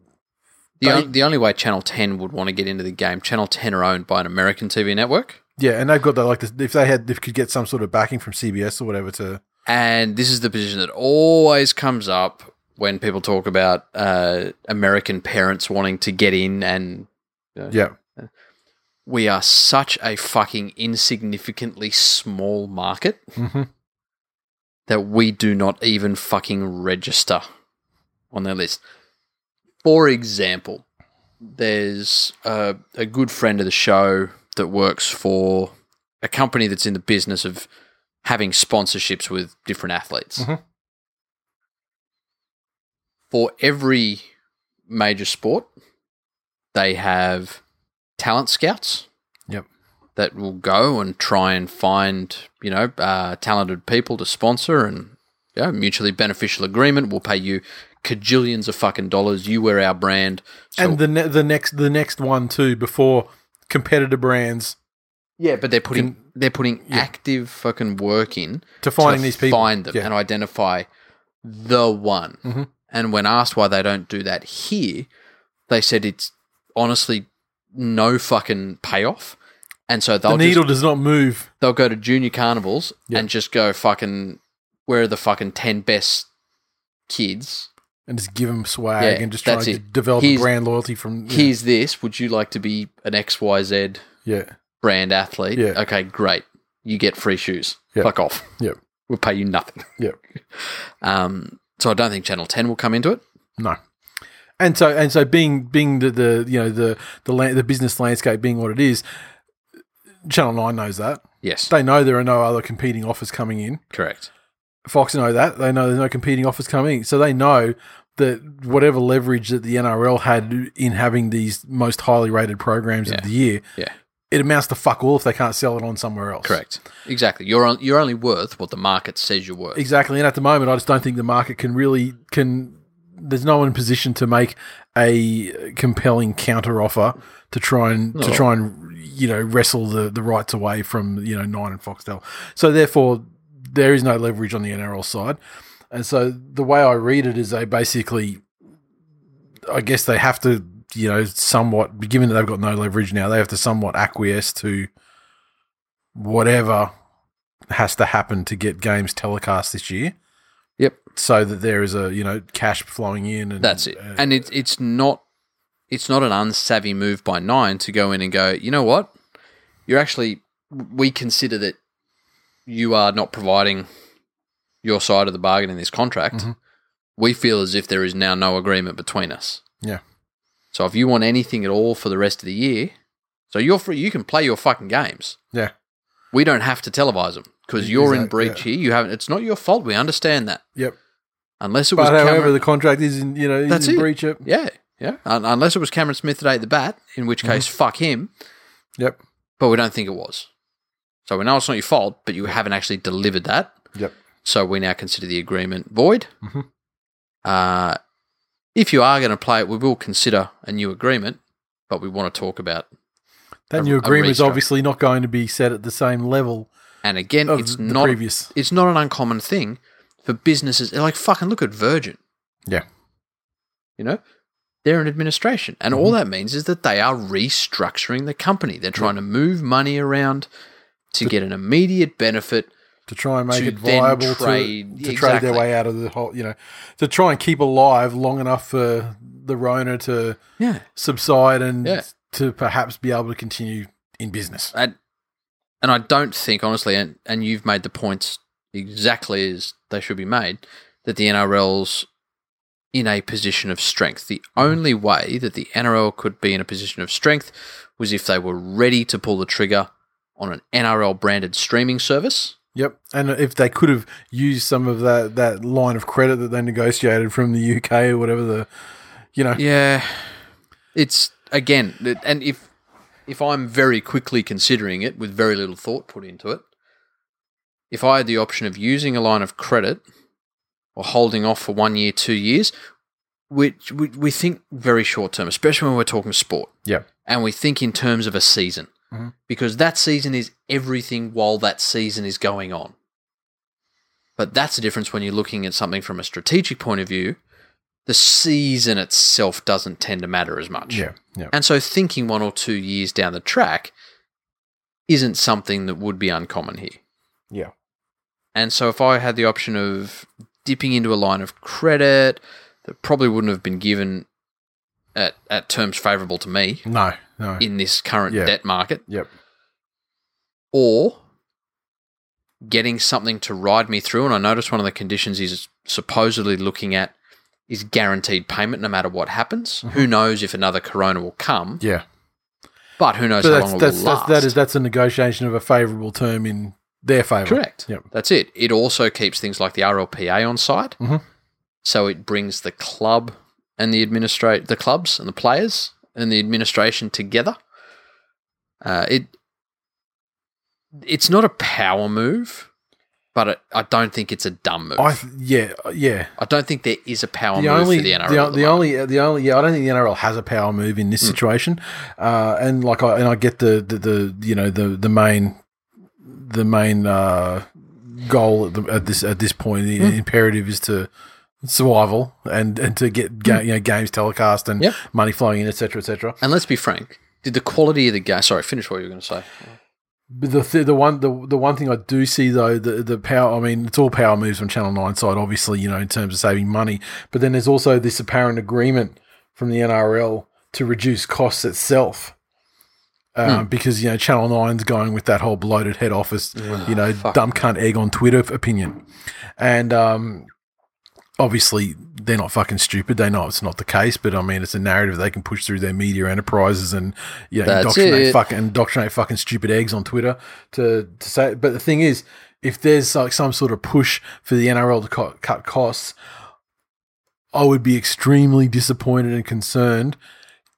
The, on- the only way Channel 10 would want to get into the game, Channel 10 are owned by an American TV network. yeah, and they've got that like this, if they had if could get some sort of backing from CBS or whatever to And this is the position that always comes up when people talk about uh, American parents wanting to get in. And yeah we are such a fucking insignificantly small market Mhm. that we do not even fucking register on their list. For example, there's a, a good friend of the show that works for a company that's in the business of having sponsorships with different athletes. Mhm. For every major sport, they have talent scouts Yep. that will go and try and find you know uh, talented people to sponsor and yeah, mutually beneficial agreement. We'll pay you cajillions of fucking dollars. You wear our brand, so- and the ne- the next the next one too before competitor brands yeah, but they're putting they're putting Yeah. active fucking work in to finding to these people find them, Yeah. and identify the one. Mhm. And when asked why they don't do that here, they said it's honestly no fucking payoff. And so they'll the just- needle does not move. they'll go to junior carnivals Yeah. and just go fucking where are the fucking 10 best kids And just give them swag Yeah, and just try that's to it. develop Here's- brand loyalty from yeah. here's this would you like to be an xyz yeah. brand athlete Yeah. okay great you get free shoes Yeah. fuck off Yeah. we'll pay you nothing Yeah. um so i don't think channel 10 will come into it No. And so and so being being the, the you know the the land, the business landscape being what it is, Channel Nine knows that. Yes, They know there are no other competing offers coming in. correct. Fox know that. They know there's no competing offers coming. So they know that whatever leverage that the NRL had in having these most highly rated programs Yeah. of the year, Yeah. it amounts to fuck all if they can't sell it on somewhere else. Correct. Exactly. You're on, you're only worth what the market says you're worth. Exactly. And at the moment, I just don't think the market can really can. There's no one in position to make a compelling counter offer to try and to No. try and you know wrestle the the rights away from you know Nine and Foxtel. So therefore, there is no leverage on the NRL side. And so the way I read it is they basically, I guess they have to you know somewhat given that they've got no leverage now, they have to somewhat acquiesce to whatever has to happen to get games telecast this year. Yep. So that there is a you know cash flowing in, and That's it. uh, And it's it's not it's not an unsavvy move by nine to go in and go. You know what? You're actually we consider that you are not providing your side of the bargain in this contract. Mhm. We feel as if there is now no agreement between us. Yeah. So if you want anything at all for the rest of the year, so you're free. You can play your fucking games. yeah, E, We don't have to televise them because you're in Exact- breach here. You haven't. It's not your fault. We understand that. yep. Unless it was. But however, Cameron- the contract is in you know is That's in it. breach. Yep. yeah, yeah. Un- unless it was Cameron Smith that ate the bat, in which case, fuck him. Mm-hmm. Yep. But we don't think it was. So we know it's not your fault, but you haven't actually delivered that. Yep. So we now consider the agreement void. Mhm. Uh, if you are going to play it, we will consider a new agreement, but we want to talk about. That A- new a agreement is restructure. obviously not going to be set at the same level And again, of it's the not previous. it's not an uncommon thing for businesses. Like fucking look at Virgin. Yeah. You know, they're in administration, and all that means is that they are restructuring the company. They're trying to move money around to get an immediate benefit. to try and make to it then viable trade- to, to trade exactly. their way out of the whole, you know, to try and keep alive long enough for the Rona to Yeah. subside and Yeah. to perhaps be able to continue in business. And and I don't think honestly, and and you've made the points exactly as they should be made that the NRL's in a position of strength. The only way that the NRL could be in a position of strength was if they were ready to pull the trigger on an NRL branded streaming service. Yep. And if they could have used some of that, that line of credit that they negotiated from the UK or whatever the, you know, Yeah. It's again, it- and if if I'm very quickly considering it with very little thought put into it, if I had the option of using a line of credit or holding off for one year, two years, which we, we think very short term, especially when we're talking sport, yep. and we think in terms of a season Mhm. because that season is everything while that season is going on. But that's the difference when you're looking at something from a strategic point of view. The season itself doesn't tend to matter as much. Yeah. Yeah. And so thinking one or two years down the track isn't something that would be uncommon here. Yeah. And so if I had the option of dipping into a line of credit that probably wouldn't have been given at, at terms favorable to me No, no. in this current Yeah. debt market, Yep. or getting something to ride me through. And I noticed one of the conditions he's supposedly looking at is guaranteed payment no matter what happens. Mm-hmm. Who knows if another corona will come, Yeah. but who knows So how that's, long it that's, will last. that's, that is, that's a negotiation of a favourable term in their favour. Correct. Yep. That's it. It also keeps things like the RLPA on side. Mhm. So it brings the club and the administrate the clubs and the players and the administration together. Uh, it it's not a power move, but it, I don't think it's a dumb move. I, I, th- yeah. Yeah. don't think there is a power the move only, for the NRL. The, at the the moment. Hmm. only, the only, yeah, I don't think the NRL has a power move in this situation. Uh, and like I, and I get the, the, the you know, the, the main, the main uh, goal at, the, at this at this point, the Hmm. imperative is to survival and and to get ga- you know games telecast and Hmm. Yep. money flowing in, etc., etc. and let's be frank, did the quality of the game? Sorry, finish what you were going to say. But the th- the one the, the one thing I do see though the the power I mean it's all power moves on Channel Nine side obviously you know in terms of saving money but then there's also this apparent agreement from the NRL to reduce costs itself Hmm. um, because you know Channel 9's going with that whole bloated head office you know dumb cunt egg on Twitter opinion and um obviously they're not fucking stupid. They know it's not the case, but I mean, it's a narrative they can push through their media enterprises and you know, That's indoctrinate it. fucking indoctrinate fucking stupid eggs on Twitter to to say. But the thing is, if there's like some sort of push for the NRL to co- cut costs, I would be extremely disappointed and concerned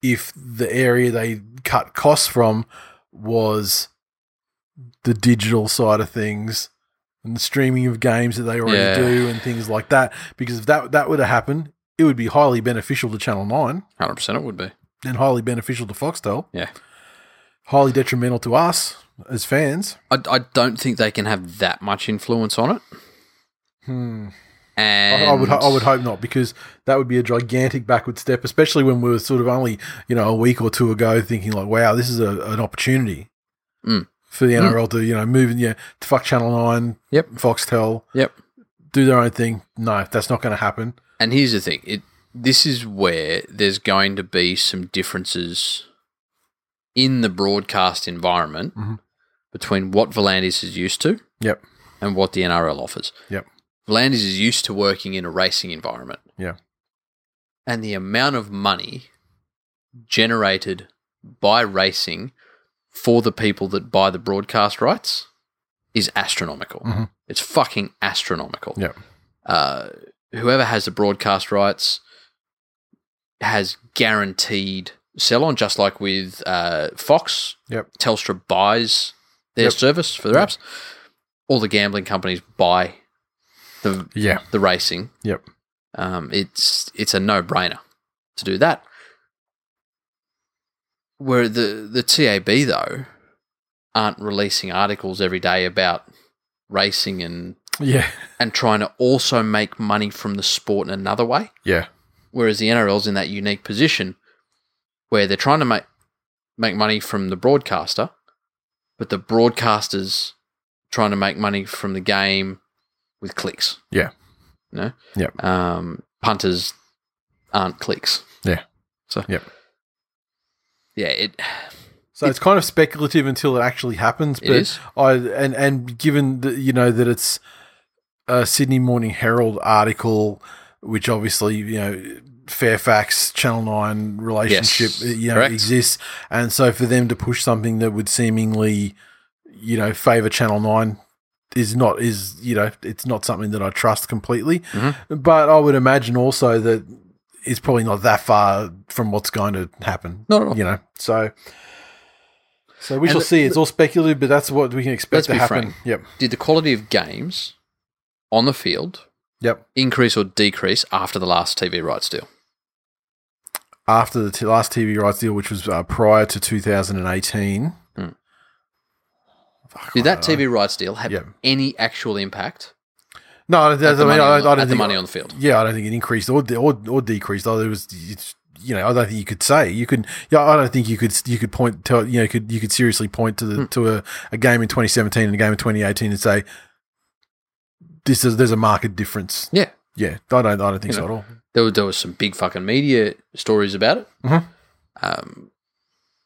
if the area they cut costs from was the digital side of things and the streaming of games that they already Yeah. do and things like that. Because if that that were to happen, it would be highly beneficial to Channel Nine Hundred percent, it would be. and highly beneficial to Foxtel. Yeah. highly detrimental to us as fans. I, I don't think they can have that much influence on it. Hmm. And I, I would ho- I would hope not because that would be a gigantic backward step, especially when we were sort of only you know a week or two ago thinking like, wow, this is a, an opportunity Mm. for the Mm. NRL to you know move and yeah, to fuck Channel Nine, Yep. Foxtel, Yep. do their own thing. No, that's not going to happen. And here's the thing: it this is where there's going to be some differences in the broadcast environment Mhm. between what Volandis is used to, Yep. and what the NRL offers. Yep. Volandis is used to working in a racing environment. Yeah. and the amount of money generated by racing for the people that buy the broadcast rights is astronomical. Mhm. It's fucking astronomical. Yeah. Uh, whoever has the broadcast rights has guaranteed sell on, just like with uh, Fox. Yep. Telstra buys their Yep. service for their Yep. apps. All the gambling companies buy the Yeah. the racing. Yep. Um, it's it's a no brainer to do that. Where the the TAB though aren't releasing articles every day about racing and Yeah. and trying to also make money from the sport in another way. Yeah. Whereas the NRL's in that unique position where they're trying to make make money from the broadcaster, but the broadcaster's trying to make money from the game with clicks. Yeah. No? Yep. Um, punters aren't clicks. Yeah. So Yep. Yeah, it So it's kind of speculative until it actually happens. It But is. I and and given that you know that it's a Sydney Morning Herald article, which obviously you know Fairfax Channel Nine relationship uh, Yes, you know correct. exists, and so for them to push something that would seemingly you know favour Channel Nine is not is you know it's not something that I trust completely. Mhm. But I would imagine also that it's probably not that far from what's going to happen not at all. you know. So, so we And shall the- see. It's all speculative, but that's what we can Let's expect to be happen. frank. Yep, Did the quality of games on the field yep. increase or decrease after the last TV rights deal? After the t- last TV rights deal, which was uh, prior to 2018, Hmm. Fuck, Did I that don't know. TV rights deal have Yeah. any actual impact No, I, don't- I at the mean, money I, I on the- don't at the think. money on the field? yeah, I don't think it increased or de- or, or decreased. Though it was, it's, you know, I don't think you could say you could. Yeah, I don't think you could. You could point to you know could you could seriously point to the Hmm. to a, a game in 2017 and a game in 2018 and say this is there's a market difference. Yeah. Yeah, I don't. I don't think You so know. at all. There was, there was some big fucking media stories about it. Mhm. Um,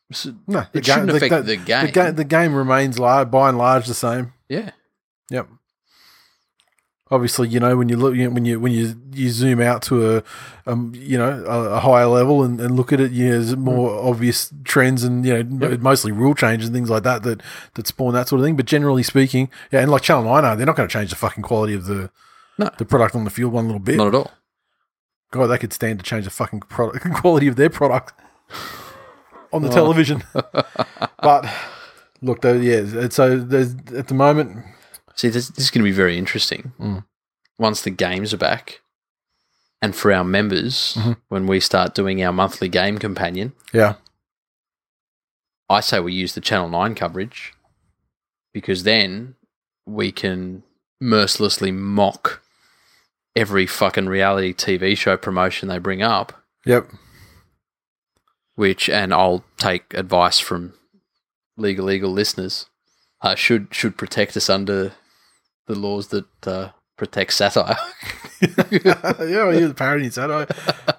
so No, it shouldn't affect the, The, game. ga- the game remains large, by and large the same. yeah. Yep. Obviously, you know when you look you know, when you when you you zoom out to a um, you know a, a higher level and, and look at it, you know, there's more obvious trends and you know Mm. Yep. mostly rule changes and things like that that that spawn that sort of thing. But generally speaking, yeah, and like Channel Nine, are, they're not going to change the fucking quality of the No. the product on the field one little bit. Not at all. God, they could stand to change the fucking product quality of their product on the Oh. television. but look, though, yeah. and So there's at the moment, See, this, this is going to be very interesting. Mm. Once the games are back, and for our members, Mhm. when we start doing our monthly game companion, yeah, I say we use the Channel 9 coverage because then we can mercilessly mock every fucking reality TV show promotion they bring up, yep, which, and I'll take advice from legal eagle listeners, uh, should should protect us under the laws that uh, protect satire. yeah. You're parodying that. I,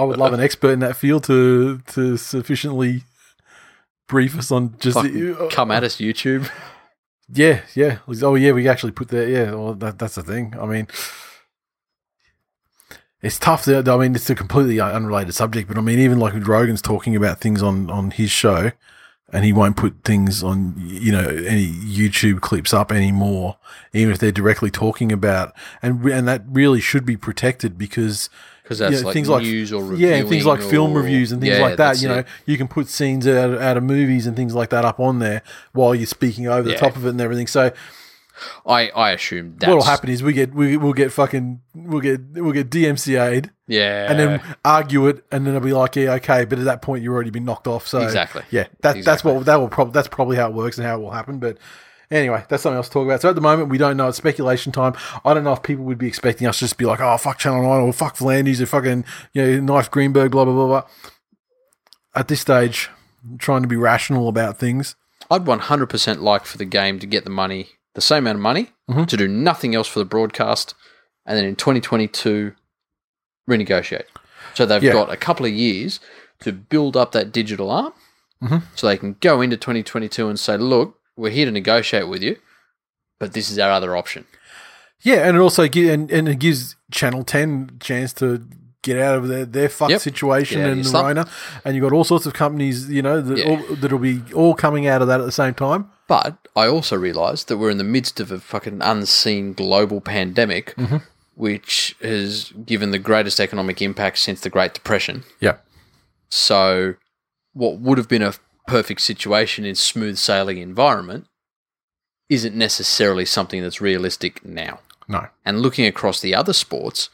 I would love an expert in that field to to sufficiently brief us on just uh, Fucking come at us, YouTube. Yeah, yeah. Oh, yeah. We actually put that. Yeah, well, that, that's the thing. I mean, It's tough. To, I mean, it's a completely unrelated subject, but I mean, even like with Rogan's talking about things on on his show, and he won't put things on you know any YouTube clips up anymore, even if they're directly talking about and and that really should be protected because because that's yeah, like things like- news or reviewing yeah, and things like film or- reviews and things Yeah, like that. that's You know, it. you can put scenes out, out of movies and things like that up on there while you're speaking over Yeah. the top of it and everything. So I I assume that's what'll happen is we get we, we'll get fucking we'll get we'll get DMCA'd Yeah, and then argue it and then it'll be like yeah okay, but at that point you've already been knocked off. So Exactly. yeah, that that's Exactly. what that will probably that's probably how it works and how it will happen, but. Anyway, that's something else to talk about. So at the moment, we don't know. It's speculation time. I don't know if people would be expecting us to just be like, "Oh, fuck Channel Nine or fuck Flanders or fucking you know knife Greenberg," blah blah blah blah. At this stage, trying to be rational about things. I'd 100% like for the game to get the money, the same amount of money, Mhm. to do nothing else for the broadcast, and then in 2022, renegotiate. So they've Yeah. got a couple of years to build up that digital arm Mhm. so they can go into 2022 and say, look, we're here to negotiate with you, but this is our other option. Yeah, and it also gi- and, and it gives Channel Ten chance to get out of their their fuck Yep. situation Get out of and your the slump. Rona, and you have got all sorts of companies, you know, that Yeah. all, that'll be all coming out of that at the same time. But I also realised that we're in the midst of a fucking unseen global pandemic, which has given the greatest economic impact since the Great Depression. Yeah, So, what would have been a perfect situation in smooth sailing environment isn't necessarily something that's realistic now. no, And looking across the other sports,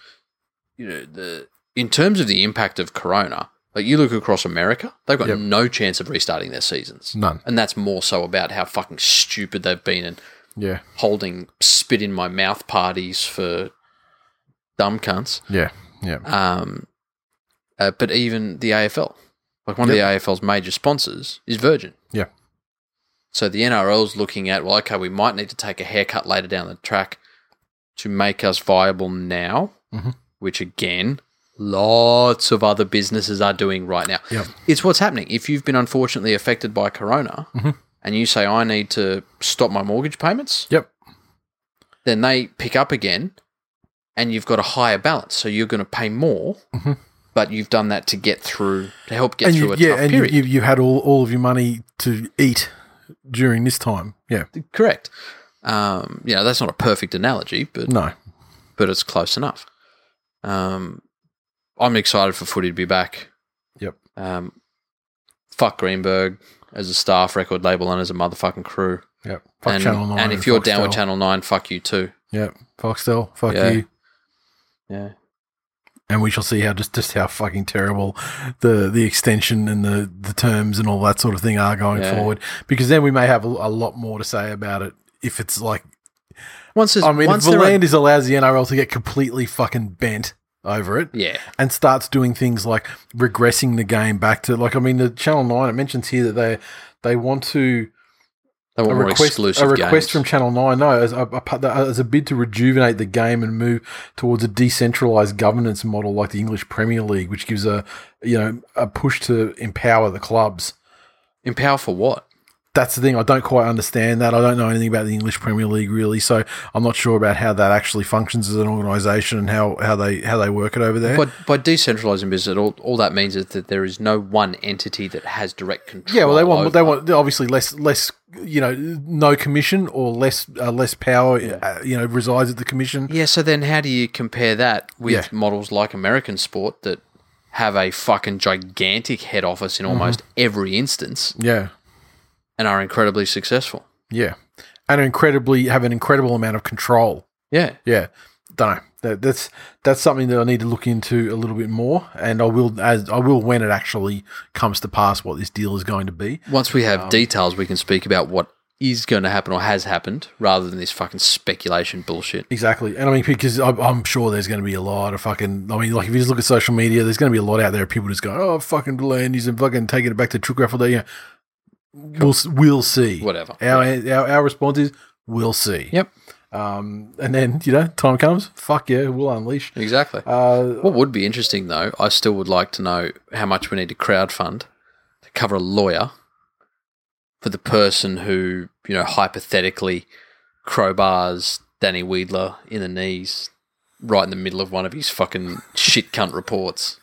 you know, the in terms of the impact of Corona, like you look across America, they've got Yep. no chance of restarting their seasons. none. And that's more so about how fucking stupid they've been and Yeah, holding spit in my mouth parties for dumb cunts. yeah, yeah. Um, uh, but even the AFL, like one of the AFL's major sponsors is Virgin. Yeah. So the NRL's looking at, well, okay, we might need to take a haircut later down the track to make us viable now, Mhm. which again, lots of other businesses are doing right now. Yeah. It's what's happening. If you've been unfortunately affected by Corona Mhm. and you say, I need to stop my mortgage payments, Yep. then they pick up again and you've got a higher balance. So you're going to pay more, Mhm. but you've done that to get through, to help get and through you, a yeah, tough and you, period. you you had all, all of your money to eat during this time. Yeah, Correct. Um, you know, that's not a perfect analogy, but, no, but it's close enough. Um, I'm excited for footy to be back. Yep. Um, fuck Greenberg as a staff, record label, and as a motherfucking crew. yeah. Fuck and, Channel Nine, and if you're down with Foxtel. Channel 9, fuck you too. yeah, Foxtel, fuck Yeah. you. Yeah. and we shall see how just, just how fucking terrible the the extension and the the terms and all that sort of thing are going Yeah. forward because then we may have a, a lot more to say about it if it's like Once there's, I mean if once there are- Volandis allows the NRL to get completely fucking bent over it yeah. and starts doing things like regressing the game back to like I mean the Channel Nine it mentions here that they they want to They want a more request, exclusive a request games. from Channel Nine. No, as a, a- as a bid to rejuvenate the game and move towards a decentralized governance model like the English Premier League, which gives a you know a push to empower the clubs. Empower for what? That's the thing. I don't quite understand that. I don't know anything about the English Premier League really, so I'm not sure about how that actually functions as an organisation and how, how they how they work it over there. By, by decentralizing business, all, all that means is that there is no one entity that has direct control. Yeah, well, they over- want they want obviously less less you know no commission or less uh, less power uh, you know resides at the commission. Yeah, so then how do you compare that with Yeah. models like American sport that have a fucking gigantic head office in Mm-hmm. almost every instance Yeah, and are incredibly successful? Yeah, and incredibly have an incredible amount of control. Yeah. Yeah, don't know. That, that's that's something that I need to look into a little bit more, and I will as I will when it actually comes to pass what this deal is going to be. Once we have Um, details, we can speak about what is going to happen or has happened rather than this fucking speculation bullshit. Exactly, and I mean because I'm, I'm sure there's going to be a lot of fucking. I mean, like if you just look at social media, there's going to be a lot out there of people just going, "Oh, fucking Delaney's and fucking taking it back to Truckraffle Day." Yeah, we'll s- we'll see. Whatever. Our, our our response is, "We'll see." Yep. Um, and then you know, time comes. Fuck yeah, we'll unleash. Exactly. Uh, What would be interesting, though, I still would like to know how much we need to crowdfund to cover a lawyer for the person who, you know, hypothetically crowbars Danny Weedler in the knees right in the middle of one of his fucking shit cunt reports.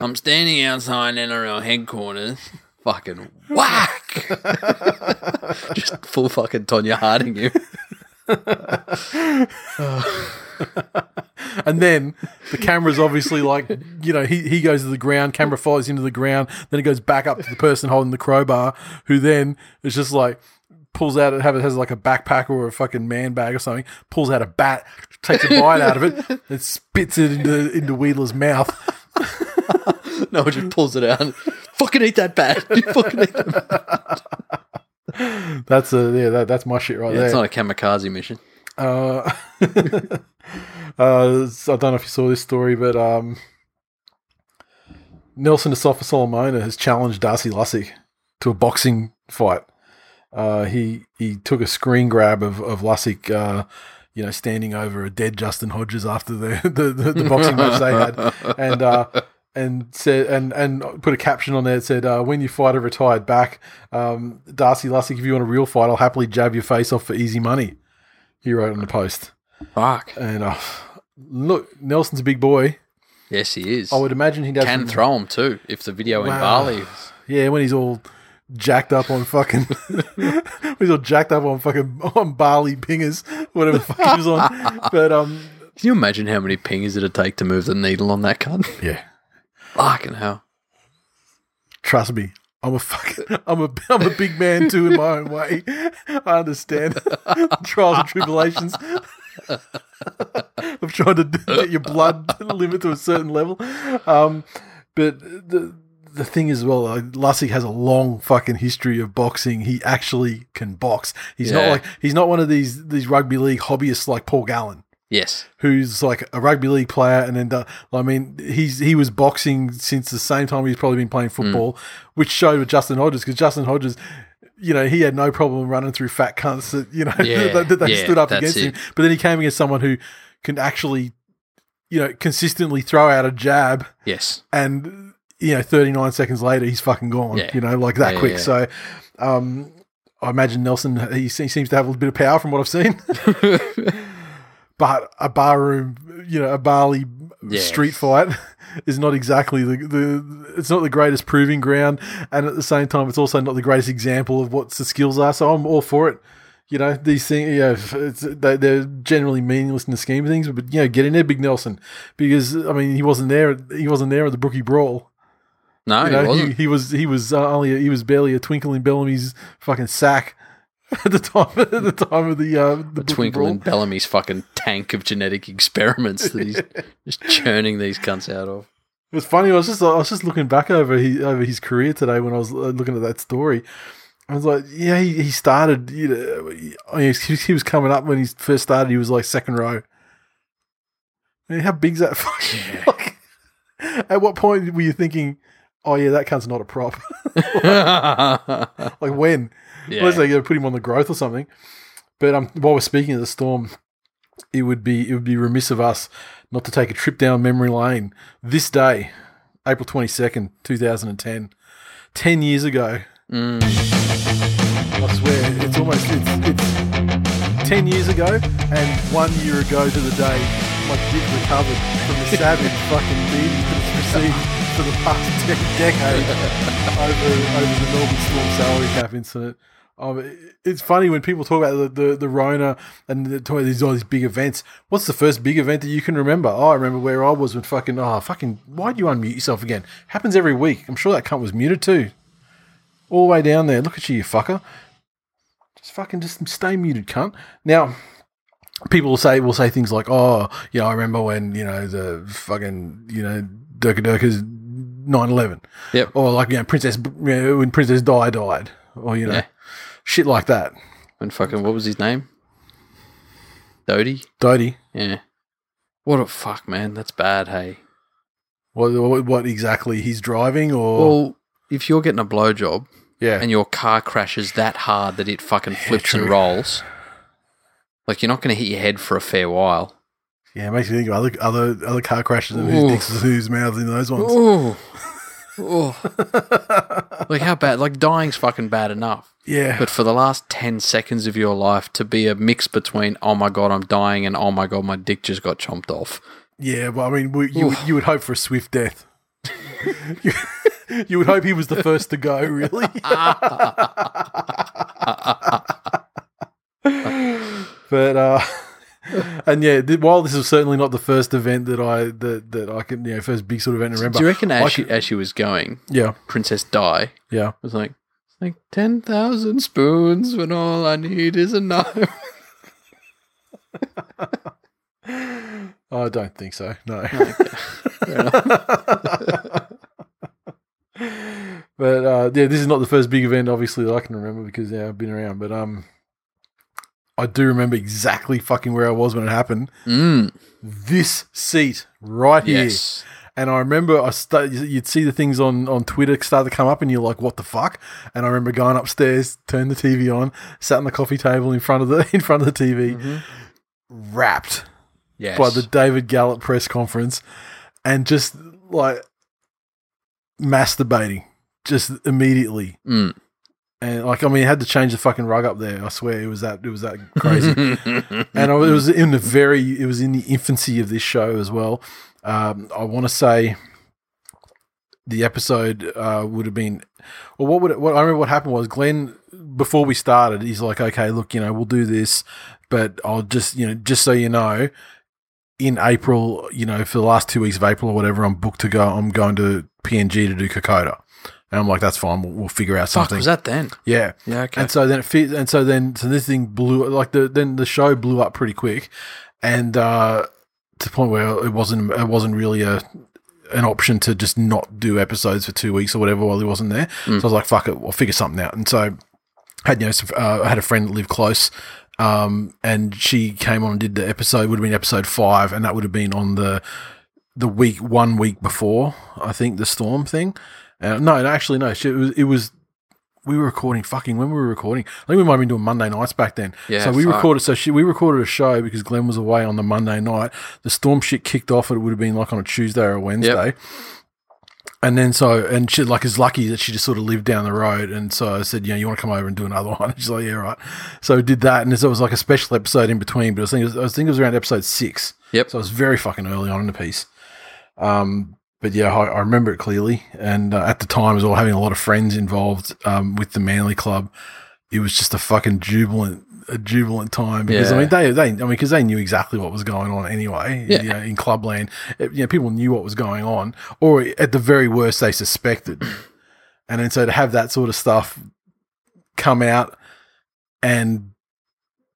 I'm standing outside NRL headquarters. Fucking whack! Just full fucking Tonya Harding you. And then the camera's obviously like, you know, he, he goes to the ground, camera follows him to the ground, then it goes back up to the person holding the crowbar, who then is just like, pulls out, have, has like a backpack or a fucking man bag or something, pulls out a bat, takes a bite out of it, and spits it into, into Wheeler's mouth. No one just pulls it out. fucking eat that bat. You fucking eat that bat. That's a, yeah, that, that's my shit right there. It's not a kamikaze mission. Uh, uh, so I don't know if you saw this story, but um, Nelson Asafa Solomona has challenged Darcy Lussick to a boxing fight. Uh, he he took a screen grab of of Lussick, uh, you know, standing over a dead Justin Hodges after the the, the, the boxing match they had, and. Uh, and said and and put a caption on there that said, uh, "When you fight a retired back, um, Darcy Lussick, if you want a real fight, I'll happily jab your face off for easy money." He wrote on the post. Fuck. And uh, look, Nelson's a big boy. Yes, he is. I would imagine Oh, he does. Can throw him too if the video in Wow. Bali. Yeah, when he's all jacked up on fucking, when he's all jacked up on fucking on barley pingers, whatever the fuck he was on. But um, Can you imagine how many pingers it'd take to move the needle on that cunt? yeah, Fucking hell. trust me, I'm a fucking, I'm a, I'm a big man too in my own way. I understand the trials and tribulations. of trying to get your blood limit to a certain level. Um, but the the thing is, well, uh, Lussick has a long fucking history of boxing. He actually can box. He's Yeah. not like he's not one of these these rugby league hobbyists like Paul Gallen Yes. who's like a rugby league player, and then the, I mean, he's he was boxing since the same time he's probably been Mm. playing football, which showed with Justin Hodges because Justin Hodges. You know, he had no problem running through fat cunts that, you know, Yeah, that, that they yeah, stood up that's against it. him. But then he came against someone who can actually, you know, consistently throw out a jab Yes. and, you know, 39 seconds later, he's fucking gone, Yeah. you know, like that Yeah, quick. yeah. So, um, I imagine Nelson, he se- seems to have a little bit of power from what I've seen but a bar room, you know, a barley Yeah. street fight is not exactly the, the it's not the greatest proving ground, and at the same time, it's also not the greatest example of what the skills are. So I'm all for it. You know, these things, you know, f- it's, they, they're generally meaningless in the scheme of things, but you know, get in there, Big Nelson, because I mean, he wasn't there. He wasn't there at the Brookie Brawl. You No, he know, he, wasn't. he was he was uh, only he was barely a twinkle in Bellamy's fucking sack at the time at the time of the uh, the Brookie Twinkle Brawl. and Bellamy's fucking tank of genetic experiments that he's just churning these cunts out of. It was funny. I was just I was just looking back over his, over his career today when I was uh, looking at that story. I was like, yeah, he, he started. You know, he, he was- he was coming up when he first started. He was like second row. I mean, how big's that? Fucking, like, at what point were you thinking? Oh yeah, that cunt's not a prop. yeah. like when? Unless they put him on the growth or something. But um, while we're speaking of the storm, it would be it would be remiss of us not to take a trip down memory lane this day, April twenty second, two thousand and ten. Ten years ago, Mm. I swear it's almost it's, it's ten years ago and one year ago to the day my dick recovered from the savage fucking beating that it's received for the past de- decade over over the Melbourne Storm salary cap incident. Um, it- it's funny when people talk about the, the, the Rona and the, talk about these all these big events. What's the first big event that you can remember? Oh, I remember where I was when fucking oh fucking why do you unmute yourself again? Happens every week. I'm sure that cunt was muted too. All the way down there. Look at you, you fucker. Just fucking just stay muted, cunt. Now, people will say will say things like, "Oh, you know, I remember when you know the fucking you know Durka Durka's 9/11." Yep. Or like you know Princess you know, when Princess Di died, or you know Yeah. shit like that. And fucking, what was his name? Dodie? Dodie, Yeah. What a fuck, man. That's bad, hey. what, what what exactly he's driving or Well, if you're getting a blowjob yeah and your car crashes that hard that it fucking flips and true. rolls, like you're not going to hit your head for a fair while. yeah it makes me think of other other other car crashes and whose Ooh. dicks is whose mouths in those ones. Ooh. Oh, like how bad? Like dying's fucking bad enough. yeah. But for the last 10 seconds of your life to be a mix between, oh my God, I'm dying, and oh my God, my dick just got chomped off. Yeah, well, I mean, we, you would- you would hope for a swift death. you, you would hope he was the first to go. Really, Ah. but uh, and yeah, th- while this is certainly not the first event that I that that I can you know first big sort of event to remember. Do you reckon I as, she, could- as she was going, yeah, Princess Di yeah. was like, "It's like 10,000 spoons when all I need is a knife? I don't think so. No. but uh, yeah, this is not the first big event, obviously, that I can remember because yeah, I've been around. But um, I do remember exactly fucking where I was when it happened. Mm, This seat right here. yes. And I remember I sta you'd see the things on, on Twitter start to come up, and you're like, "What the fuck?" And I remember going upstairs, turned the TV on, sat on the coffee table in front of the in front of the TV, Mm-hmm. wrapped Mm. Yes. by the David Gallup press conference and just like masturbating just immediately. Mm. And like, I mean, I had to change the fucking rug up there. I swear it was that, it was that crazy. and I, it was in the very, it was in the infancy of this show as well. Um, I want to say the episode uh, would have been, well, what would it, what I remember what happened was Glenn, before we started, he's like, okay, look, you know, we'll do this, but I'll just, you know, just so you know, in April, you know, for the last two weeks of April or whatever, I'm booked to go. I'm going to PNG to do Kokoda, and I'm like, that's fine. We'll, we'll figure out Fuck, something. was that then? yeah. Yeah, okay. And so then it fit, and so then so this thing blew like the then the show blew up pretty quick, and uh, to the point where it wasn't it wasn't really a an option to just not do episodes for two weeks or whatever while he wasn't there. So I was like, fuck it, we'll figure something out. And so had you know some, uh, I had a friend that lived close, um, and she came on and did the episode. Would have been episode five, and that would have been on the the week one week before I think the storm thing. Uh, no, no, actually no. She, it was it was we were recording fucking when we were recording. I think we might have been doing Monday nights back then. Yeah, So we fuck. recorded. So she, we recorded a show because Glenn was away on the Monday night. The storm shit kicked off. It would have been like on a Tuesday or a Wednesday. And then so, and she like is lucky that she just sort of lived down the road. And so I said, you know, you want to come over and do another one? she's like, yeah, right. So we did that, and so it was like a special episode in between. But I was thinking, I was thinking it was around episode six. Yep. So it was very fucking early on in the piece. Um, but yeah, I, I remember it clearly. And uh, at the time, as well, having a lot of friends involved um, with the Manly Club, it was just a fucking jubilant, a jubilant time because I Yeah. mean they they I mean because they knew exactly what was going on anyway. Yeah. You know, in Clubland, It- you know, people knew what was going on, or at the very worst, they suspected. and then so to have that sort of stuff come out and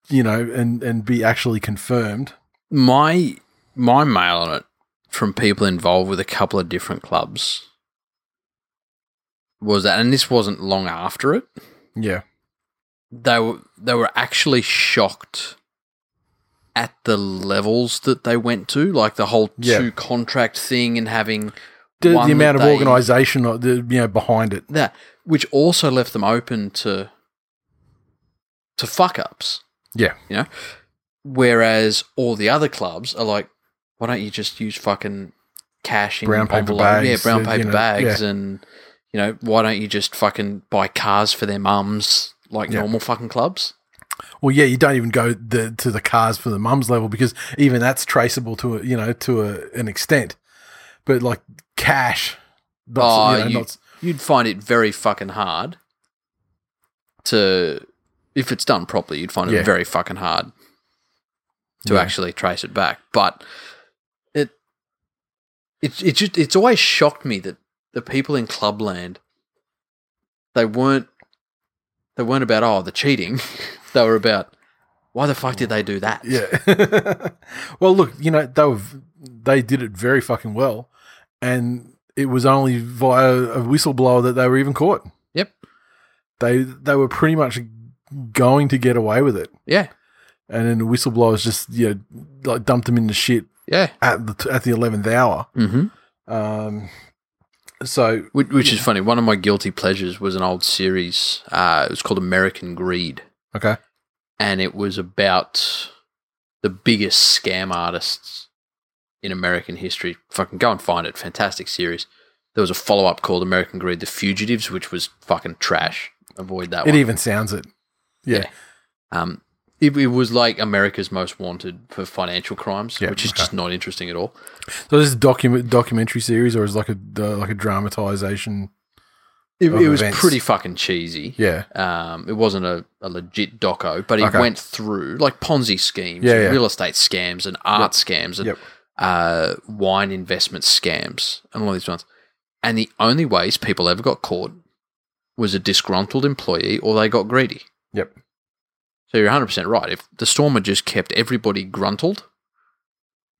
you know and and be actually confirmed my my mail on it from people involved with a couple of different clubs was that and this wasn't long after it yeah they were they were actually shocked at the levels that they went to like the whole Yeah. two contract thing and having the, one the amount of that they- organisation, or the you know behind it. that which also left them open to to fuck ups Yeah, you know. Whereas all the other clubs are like, why don't you just use fucking cash in Brown paper envelope- bags, yeah, brown uh, paper you know, bags, and you know, why don't you just fucking buy cars for their mums like Yeah. normal fucking clubs? Well, yeah, you don't even go the, to the cars for the mums level because even that's traceable to a, you know to a, an extent. But like cash, Oh, not, you know, you- not- You'd find it very fucking hard to, if it's done properly, you'd find Yeah. it very fucking hard to Yeah. actually trace it back. But it, it, it just, it's always shocked me that the people in Clubland, they weren't, they weren't about oh the cheating, they were about why the fuck did they do that? yeah. well, look, you know they were v- they did it very fucking well, and it was only via a whistleblower that they were even caught. Yep. They they were pretty much going to get away with it, Yeah. and then the whistleblowers just you know like dumped them into shit Yeah. at the at the eleventh hour. Mm-hmm. Um, so Which, which is funny. One of my guilty pleasures was an old series. Uh, it was called American Greed. okay, and it was about the biggest scam artists in American history. Fucking go and find it. Fantastic series. There was a follow up called American Greed: The Fugitives, which was fucking trash. Avoid that It one. even sounds it. Yeah. Yeah. um, it, it was like America's Most Wanted for financial crimes, Yeah, which is okay. just not interesting at all. So this is document documentary series, or is it like a uh, like a dramatization? It, Of it was events. pretty fucking cheesy. Yeah. Um, it wasn't a, a legit doco, but it Okay. went through like Ponzi schemes, Yeah, and yeah. real estate scams, and art scams, and Yep. uh, wine investment scams, and all these ones. And the only ways people ever got caught was a disgruntled employee or they got greedy. Yep. So you're 100% right. If the storm had just kept everybody gruntled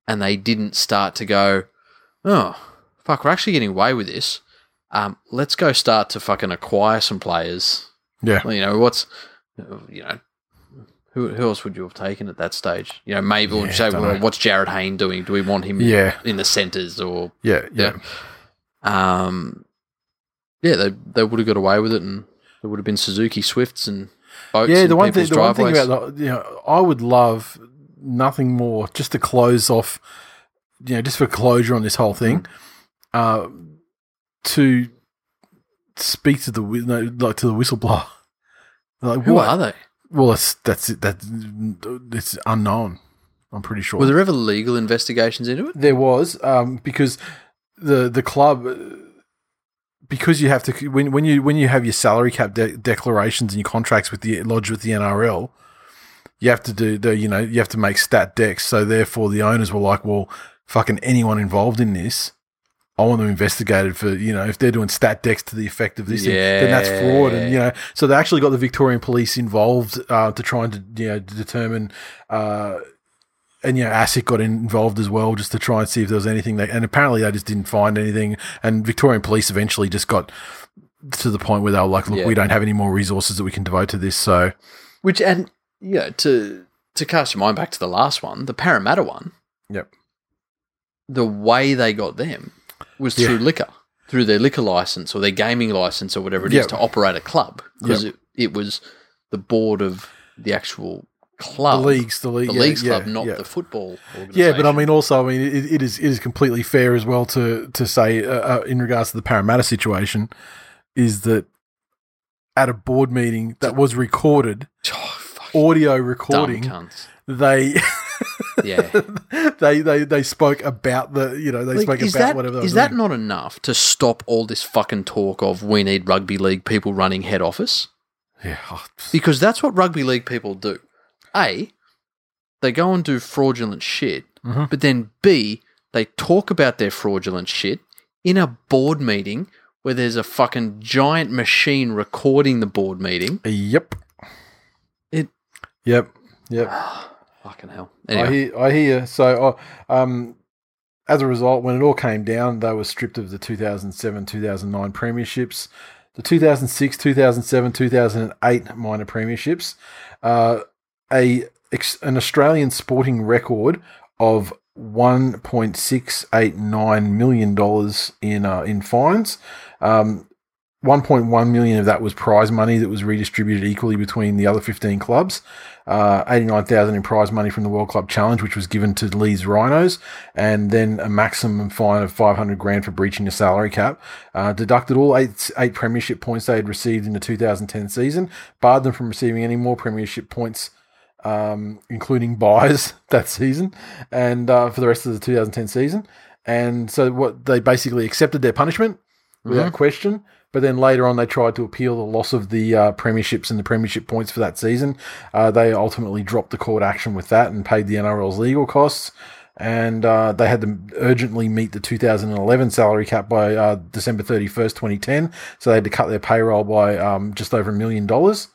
and they didn't start to go, oh, fuck, we're actually getting away with this. Um, let's go start to fucking acquire some players Yeah. well, you know what's you know who, who else would you have taken at that stage you know maybe we'll Yeah, say dunno. well, what's jared hayne doing do we want him Yeah. in the centres or Yeah. Yeah. um yeah they, they would have got away with it and there would have been suzuki swifts and boats Yeah, in the one thing people's the one driveways thing about the, you know, I would love nothing more just to close off, you know, just for closure on this whole thing, Mm-hmm. uh, to speak to the whi- no, like to the whistleblower. Like who what? are they Well, that's that's it. That's it's unknown. I'm pretty sure were there ever legal investigations into it there was um, because the the club uh, because you have to when when you when you have your salary cap de- declarations and your contracts with the lodge with the NRL, you have to do the you know you have to make stat decks. So therefore, the owners were like, well, fucking anyone involved in this. I want them investigated for you know if they're doing stat decks to the effect of this, thing, then that's fraud, and you know so they actually got the Victorian police involved uh, to try and de- you know to determine uh, and you know, ASIC got involved as well just to try and see if there was anything. They, and apparently they just didn't find anything. And Victorian police eventually just got to the point where they were like, look, Yeah. we don't have any more resources that we can devote to this. So, which and you know to to cast your mind back to the last one the parramatta one Yep. the way they got them was Yeah. through liquor, through their liquor license or their gaming license or whatever it is Yep. to operate a club because it, it was the board of the actual club, the leagues, the Oh, the league, yeah, leagues yeah, club, not yeah. the football. Yeah, but I organisation. mean, also, I mean, it, it is it is completely fair as well to to say uh, uh, in regards to the Parramatta situation, is that at a board meeting that was recorded, oh, fuck, audio dumb recording, cunts. they Yeah, they they they spoke about the you know they Like, spoke is about that whatever. they is were that doing. not enough to stop all this fucking talk of we need rugby league people running head office? Yeah, oh, pfft. Because that's what rugby league people do. A, they go and do fraudulent shit, Mhm. but then B, they talk about their fraudulent shit in a board meeting where there's a fucking giant machine recording the board meeting. Yep. It- Yep. Yep. Fucking hell. Anyway, I hear. I hear. So, uh, um, as a result, when it all came down, they were stripped of the 2007, 2009 premierships, the 2006, 2007, 2008 minor premierships, uh, a ex- an Australian sporting record of. One point six eight nine million dollars in uh, in fines, um, 1.1 million of that was prize money that was redistributed equally between the other 15 clubs. Uh, 89,000 in prize money from the World Club Challenge, which was given to Leeds Rhinos, and then a maximum fine of 500 grand for breaching the salary cap. Uh, deducted all eight eight premiership points they had received in the 2010 season, barred them from receiving any more premiership points um, including buys that season, and uh, for the rest of the 2010 season. And so, what they basically accepted their punishment without question. But then later on, they tried to appeal the loss of the uh, premierships and the premiership points for that season. Uh, they ultimately dropped the court action with that and paid the NRL's legal costs. And uh, they had to urgently meet the 2011 salary cap by uh, December 31st, 2010. So they had to cut their payroll by um, just over a million dollars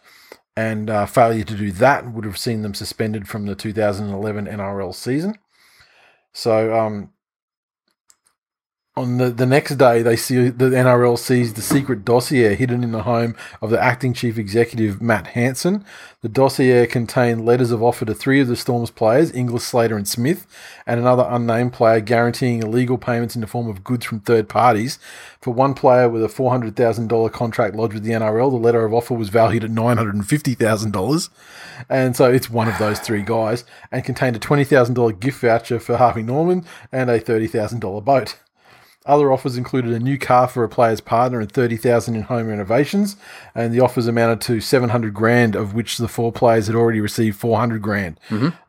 and uh, failure to do that would have seen them suspended from the 2011 NRL season. So um, on the, the next day, they see the NRL sees the secret dossier hidden in the home of the acting chief executive Matt Hanson. The dossier contained letters of offer to three of the Storm's players, Inglis, Slater, and Smith, and another unnamed player guaranteeing illegal payments in the form of goods from third parties. For one player with a four hundred thousand dollar contract lodged with the NRL, the letter of offer was valued at nine hundred and fifty thousand dollars, and so it's one of those three guys, and contained a twenty thousand dollar gift voucher for Harvey Norman and a thirty thousand dollar boat. Other offers included a new car for a player's partner and 30,000 in home renovations, and the offers amounted to 700 grand, of which the four players had already received 400 grand.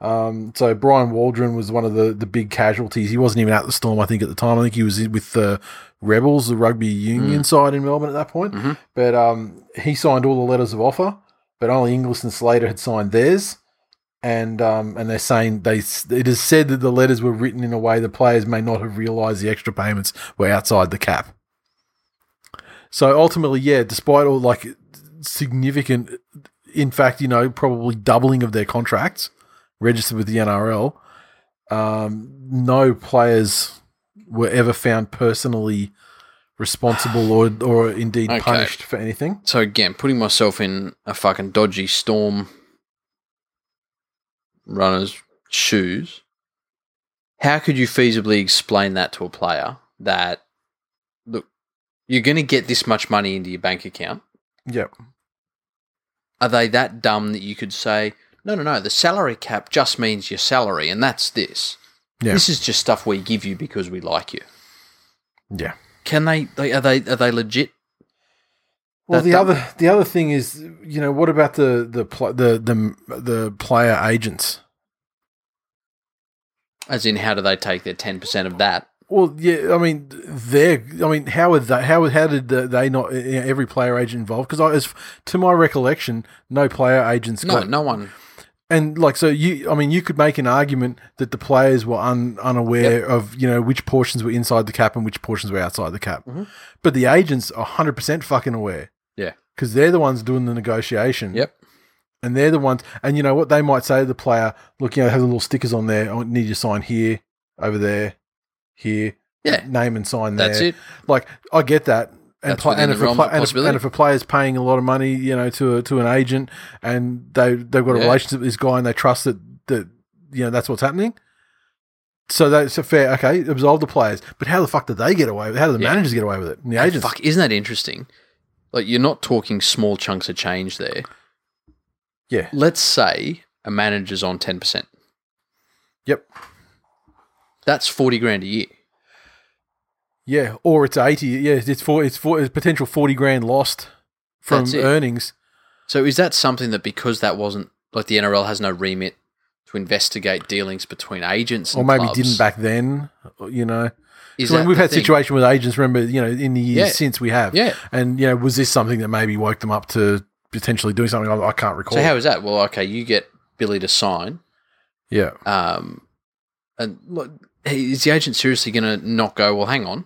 Um, so Brian Waldron was one of the, the big casualties. He wasn't even at the Storm, I think, at the time. I think he was with the Rebels, the rugby union side in Melbourne at that point. Mhm. But um, he signed all the letters of offer, but only Inglis and Slater had signed theirs. And um, and they're saying they s- it is said that the letters were written in a way the players may not have realised the extra payments were outside the cap. So ultimately, yeah, despite all like significant, in fact, you know, probably doubling of their contracts registered with the NRL, um, no players were ever found personally responsible or, or indeed Okay. punished for anything. So again, putting myself in a fucking dodgy storm runner's shoes. How could you feasibly explain that to a player that look, you're going to get this much money into your bank account? Yep. Are they that dumb that you could say, "No, no, no, the salary cap just means your salary and that's this." Yeah. This is just stuff we give you because we like you. Yeah. Can they, they are they are they legit? Well, That- the that- other the other thing is, you know, what about the the pl- the the the player agents? As in how do they take their 10% of that? Well, yeah, I mean, they're. I mean, how are they? How how did the- they not? You know, every player agent involved? Because as to my recollection, no player agents. No, got- no one And like, so you. I mean, you could make an argument that the players were un, unaware of you know which portions were inside the cap and which portions were outside the cap, Mhm. but the agents are hundred percent fucking aware. Yeah. because they're the ones doing the negotiation. Yep. And they're the ones, and you know what they might say to the player. Look, you know, it has little stickers on there. I need you to sign here, over there, here. Yeah. name and sign there. That's it. Like I get that, and, That's pla- within and the if a realm pla- of and, if, possibility. and if a player's paying a lot of money, you know, to a, to an agent, and they they've got a Yeah. relationship with this guy, and they trust that that you know that's what's happening. So that's a fair. Okay, absolve the players, but how the fuck did they get away? with How did the Yeah. managers get away with it? And the And agents, Fuck, isn't that interesting? Like you're not talking small chunks of change there. yeah, Let's say a manager's on ten percent. yep, That's forty grand a year. yeah, or it's eighty. Yeah, it's for it's for it's potential forty grand lost from That's it. earnings. So is that something that because that wasn't like the NRL has no remit to investigate dealings between agents and or maybe clubs, didn't back then. You know, Is So when that we've the had thing? situation with agents, remember, you know, in the years Yeah. since we have, Yeah. And you know, was this something that maybe woke them up to potentially doing something? I, I can't recall. So how is that? Well, okay, you get Billy to sign. yeah, Um, and look, is the agent seriously going to not go? Well, hang on.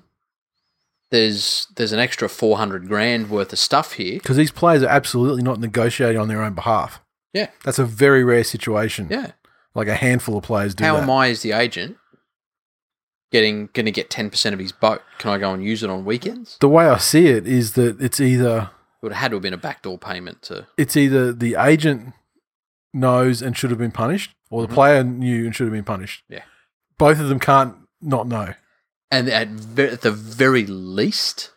There's there's an extra four hundred grand worth of stuff here. because these players are absolutely not negotiating on their own behalf. Yeah. That's a very rare situation. Yeah. like a handful of players do. How that. am I as the agent getting going to get ten percent of his boat? Can I go and use it on weekends? The way I see it is that it's either It would have had to have been a backdoor payment to it's either the agent knows and should have been punished, or the player knew and should have been punished. Mm-hmm. Yeah. both of them can't not know. and at, ve- at the very least,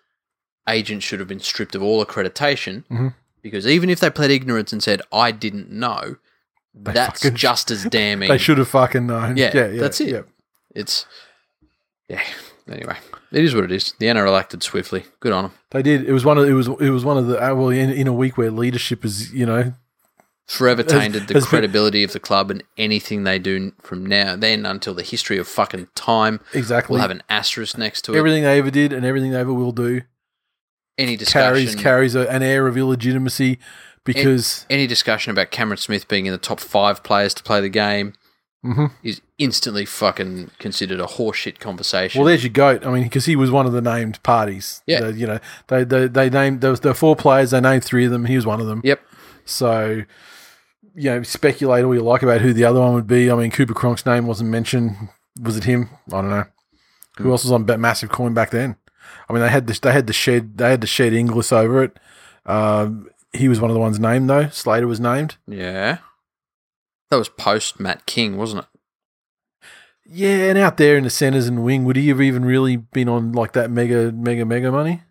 agents should have been stripped of all accreditation Mhm. because even if they pled ignorance and said I didn't know, that's fucking- just as damning. They should have fucking known. Yeah, that's it. yeah. It's yeah. Anyway, it is what it is. The NRL acted swiftly. Good on them. They did. It was one of it was it was one of the uh, well in, in a week where leadership is you know Forever tainted the has been- credibility of the club and anything they do from now then until the history of fucking time. exactly We'll have an asterisk next to it. everything they ever did and everything they ever will do any discussion, carries carries a, an air of illegitimacy because any discussion about Cameron Smith being in the top five players to play the game Mhm. is instantly fucking considered a horseshit conversation. well there's your goat. I mean because he was one of the named parties. Yeah. The- you know they they, they named there was there were four players. They named three of them. He was one of them. yep. So. You know, speculate all you like about who the other one would be. I mean, Cooper Cronk's name wasn't mentioned. Was it him? I don't know. Hmm. Who else was on ba- massive coin back then? I mean, they had the, they had the shed they had the shed Inglis over it. Um, he was one of the ones named though. Slater was named. Yeah. That was post Matt King, wasn't it? Yeah, and out there in the centres and wing, would he have even really been on like that mega mega mega money?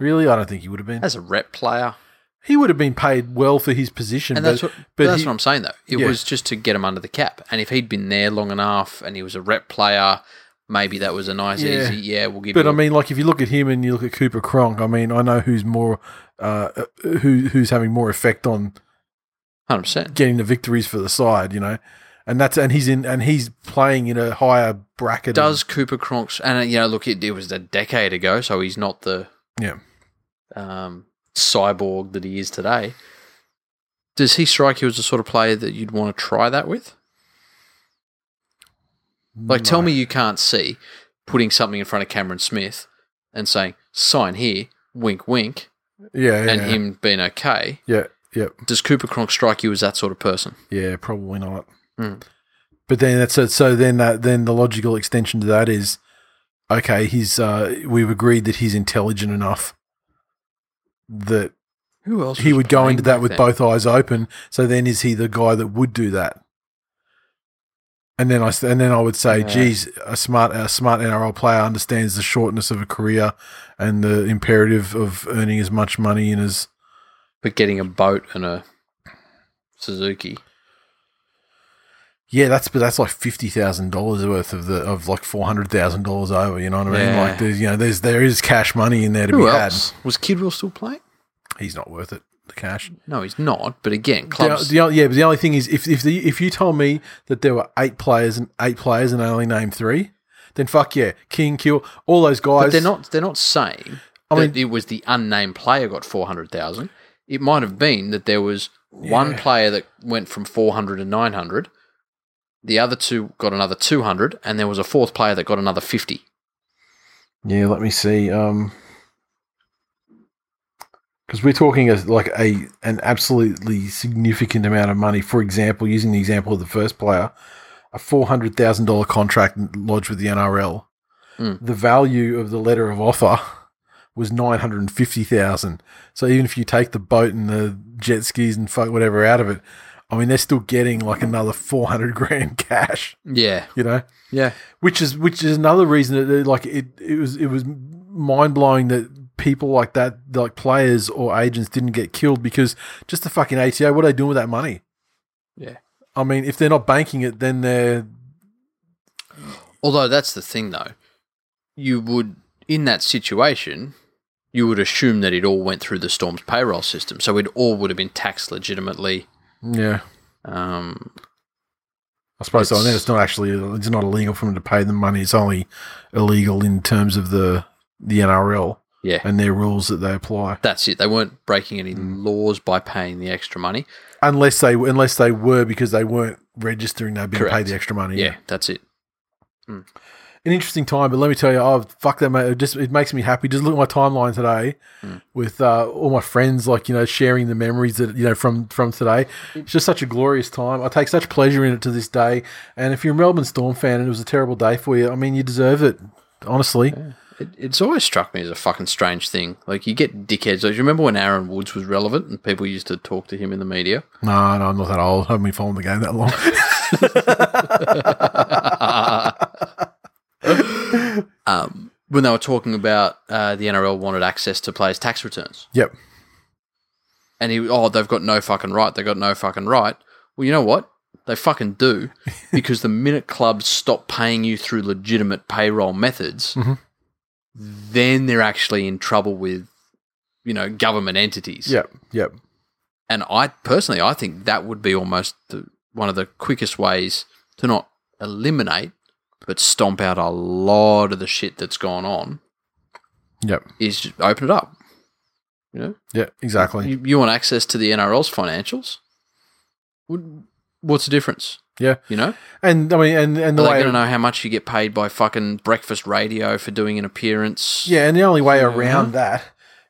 Really, I don't think he would have been. As a rep player. He would have been paid well for his position, And but, that's what but that's he- what I'm saying though. It Yeah. was just to get him under the cap. And if he'd been there long enough and he was a rep player maybe that was a nice, Yeah. easy, yeah, we'll give But you. I mean, like if you look at him and you look at Cooper Cronk, I mean, I know who's more, uh, who who's having more effect on 100%. getting the victories for the side, you know, and that's and he's in and he's playing in a higher bracket. Does Cooper Cronks, and uh, you know, look, it, it was a decade ago, so he's not the Yeah. um, cyborg that he is today. Does he strike you as the sort of player that you'd want to try that with? Like, tell No. me you can't see putting something in front of Cameron Smith and saying, sign here, wink, wink, yeah, yeah, and yeah. him being okay. yeah, yeah, Does Cooper Cronk strike you as that sort of person? yeah, probably not. Mm. But then that's it. So then that then the logical extension to that is, okay, he's uh, we've agreed that he's intelligent enough that Who else? he was would go playing into that back with then? both eyes open. So then, is he the guy that would do that? And then I s- and then I would say, Yeah. geez, a smart a smart NRL player understands the shortness of a career and the imperative of earning as much money and as But getting a boat and a Suzuki. yeah, that's but that's like fifty thousand dollars worth of the of like four hundred thousand dollars over. You know what I mean? Yeah. Like there's you know there's there is cash money in there to Who be else? Was Kidwell still playing? had. He's not worth it. The cash. No, he's not. But again, The- clubs. the- yeah, but the only thing is, if if the, if you told me that there were eight players and eight players and I only named three, then fuck yeah, King, Kill, all those guys. but they're not. They're not saying I that mean- it was the unnamed player got four hundred thousand. It might have been that there was one player that went from four hundred to nine hundred. The other two got another two hundred, and there was a fourth player that got another fifty. Yeah, let me see. Um, because we're talking as like a an absolutely significant amount of money. For example, using the example of the first player, a four hundred thousand dollar contract lodged with the NRL. Mm. The value of the letter of offer was nine hundred and fifty thousand. So even if you take the boat and the jet skis and fuck whatever out of it, I mean they're still getting like another four hundred grand cash. Yeah, You know yeah, which is which is another reason that they- like it it was it was mind blowing that people like that like players or agents didn't get killed because just the fucking ATO what are they doing with that money? yeah. I mean, if they're not banking it, then they're Although that's the thing, though, you would in that situation, you would assume that it all went through the Storm's payroll system, so it all would have been taxed legitimately. yeah. Um, I suppose so. And then It's- it's not actually it's not illegal for them to pay them money. It's only illegal in terms of the the NRL yeah, and their rules that they apply. that's it. They weren't breaking any laws by paying the extra money. Unless they unless they were because they weren't registering, they'd been paid Correct. the extra money. Yeah, that's it. an interesting time, but let me tell you, oh fuck that, mate. It just it makes me happy. Just look at my timeline today with uh, all my friends, like you know, sharing the memories that you know from from today. It's just such a glorious time. I take such pleasure in it to this day. And if you're a Melbourne Storm fan and it was a terrible day for you, I mean, you deserve it. Honestly, It, it's always struck me as a fucking strange thing. Like you get dickheads. Like, you remember when Aaron Woods was relevant and people used to talk to him in the media? no, no, I'm not that old. I haven't been following the game that long. Um, when they were talking about uh, the NRL wanted access to players' tax returns. yep. and he oh they've got no fucking right they've got no fucking right well you know what they fucking do because the minute clubs stop paying you through legitimate payroll methods Mhm. then they're actually in trouble with you know government entities Yep. Yep. and i personally i think that would be almost the, one of the quickest ways to not eliminate but stomp out a lot of the shit that's gone on Yep. is just open it up you know Yep. Exactly. you, you want access to the NRL's financials? Would- What's the difference? Yeah. You know, And I mean, and and the are they way going to know how much you get paid by fucking breakfast radio for doing an appearance? Yeah, and the only way Yeah. around that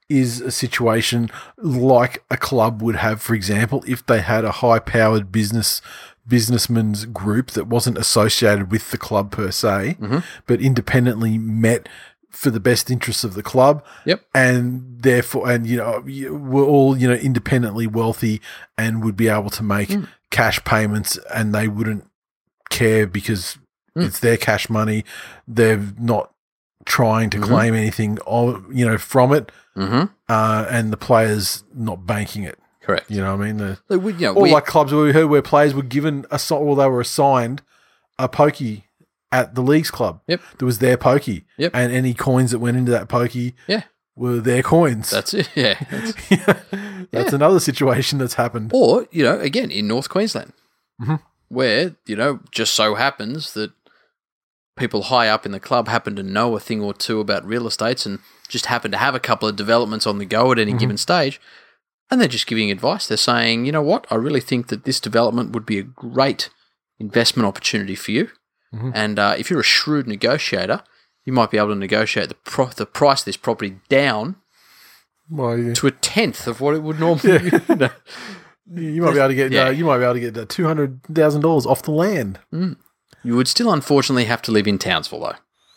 is a situation like a club would have, for example, if they had a high-powered business businessman's group that wasn't associated with the club per se, Mhm. but independently met for the best interests of the club. Yep. And therefore, and you know, you- we're all you know independently wealthy and would be able to make Mm. cash payments, and they wouldn't care because Mm. it's their cash money. They're not trying to Mhm. claim anything, of, you know, from it, Mm-hmm. uh, and the players not banking it. Correct. You know what I mean? The, Like, Uh, we, you know, or we, like clubs where we heard where players were given a well, they were assigned a pokey at the leagues club. Yep. There was their pokey. Yep. And any coins that went into that pokey Yeah. were their coins. That's it. Yeah. That's- That's another situation that's happened. or, you know, again, in North Queensland, Mhm. where, you know, just so happens that people high up in the club happen to know a thing or two about real estates and just happen to have a couple of developments on the go at any given stage. And they're just giving advice. They're saying, you know what, I really think that this development would be a great investment opportunity for you. Mhm. And uh, if you're a shrewd negotiator, you might be able to negotiate the, pro- the price of this property down Well, you, to a tenth of what it would normally be. You know? you might be able to get Yeah. Mm. uh, you might be able to get uh, two hundred thousand dollars off the land. You would still unfortunately have to live in Townsville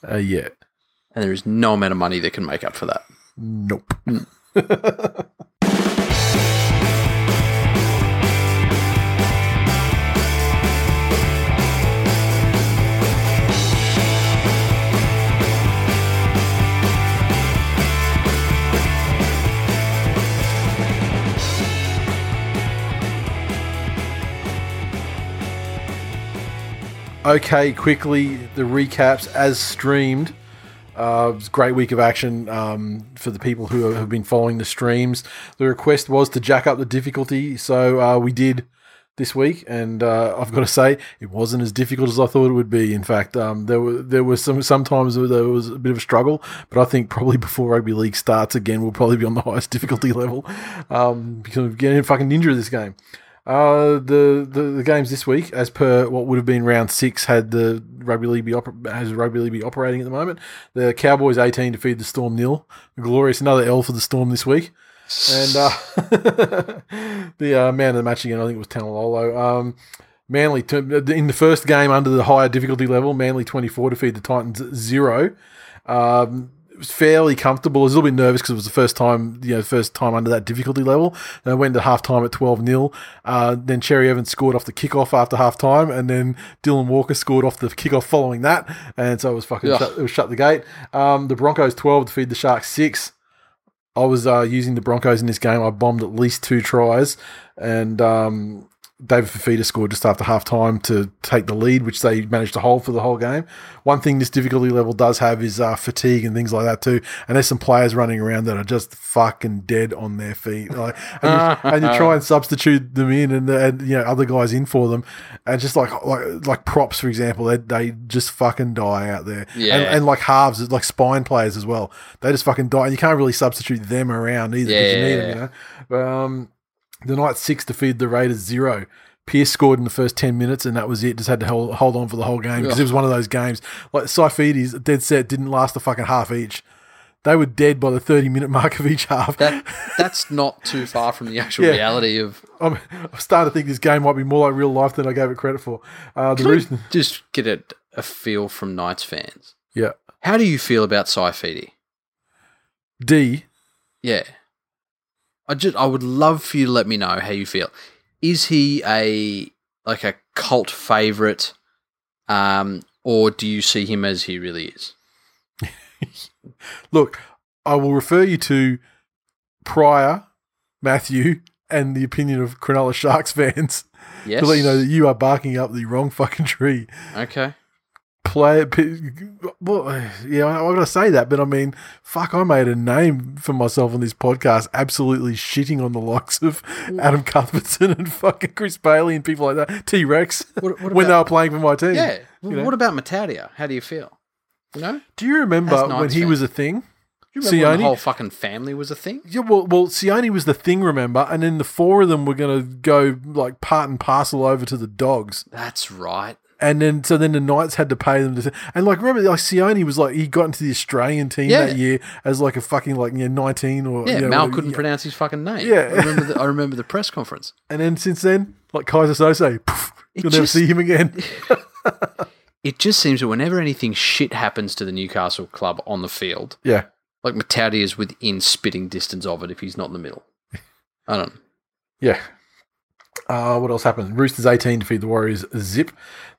though. Uh, yeah. And there is no amount of money that can make up for that. Nope. Okay, quickly the recaps as streamed. Uh, it was a great week of action um, for the people who have been following the streams. The request was to jack up the difficulty, so uh, we did this week, and uh, I've got to say it wasn't as difficult as I thought it would be. In fact, um, there were there was some sometimes there was a bit of a struggle, but I think probably before rugby league starts again, we'll probably be on the highest difficulty level um, because we're getting fucking ninja at this game. Uh, the, the the games this week, as per what would have been round six, had the rugby league be oper- has rugby league be operating at the moment. The Cowboys eighteen defeated the Storm nil. Glorious, another L for the Storm this week. And uh, the uh, man of the match again, I think it was Tamalolo. Um, Manly t- in the first game under the higher difficulty level, Manly twenty four defeated the Titans zero. Um, it was fairly comfortable. I was a little bit nervous because it was the first time, you know, first time under that difficulty level. And I went to half time at 12 0. Uh, then Cherry Evans scored off the kickoff after half time. And then Dylan Walker scored off the kickoff following that. And so it was fucking Ugh. shut, it was shut the gate. Um, the Broncos 12 to feed the Sharks 6. I was uh, using the Broncos in this game. I bombed at least two tries. And um, David Fafita scored just after half time to take the lead, which they managed to hold for the whole game. One thing this difficulty level does have is uh, fatigue and things like that too. And there's some players running around that are just fucking dead on their feet. Like, and, you, and you try and substitute them in, and, and you know other guys in for them, and just like like like props for example, they, they just fucking die out there. Yeah. And, and like halves, like spine players as well, they just fucking die. And you can't really substitute them around either because you need them, you know. But, um, the Knights six defeated the Raiders zero. Pierce scored in the first ten minutes, and that was it. Just had to hold, hold on for the whole game because it was one of those games. Like Saifides, dead set didn't last a fucking half each. They were dead by the thirty minute mark of each half. That that's not too far from the actual Yeah. reality of I'm, I'm starting to think this game might be more like real life than I gave it credit for. Uh, the reason, just get a, a feel from Knights fans. yeah, How do you feel about Saifidi? D. Yeah. I just I would love for you to let me know how you feel. Is he a like a cult favorite um or do you see him as he really is? Look, I will refer you to Pryor, Matthew, and the opinion of Cronulla Sharks fans Yes. to let you know that you are barking up the wrong fucking tree. Okay. play. p- Well, yeah, I- I'm gonna say that, but I mean, fuck, I made a name for myself on this podcast, absolutely shitting on the likes of Adam Cuthbertson and fucking Chris Bailey and people like that, T Rex, What- what when they about- were playing for my team. Yeah. Well, know? What about Matadia? How do you feel? You know? Do you remember That's when Knights he fan. was a thing? Do you remember when Sione? the whole fucking family was a thing? Yeah, well, well, Sione was the thing, remember? And then the four of them were gonna go like part and parcel over to the dogs. That's right. And then, so then the Knights had to pay them to. And like, remember, like Sione was like, he got into the Australian team Yeah. that year as like a fucking like, you know, 19 or. Yeah, you know, Mal whatever. couldn't pronounce his fucking name. Yeah. I remember the, I remember the press conference. And then since then, like Kaiser Sose, poof, It you'll never just- see him again. It just seems that whenever anything shit happens to the Newcastle club on the field, yeah. like Matadi is within spitting distance of it if he's not in the middle. I don't know. Yeah. Uh, what else happened? Roosters 18 defeat the Warriors zip.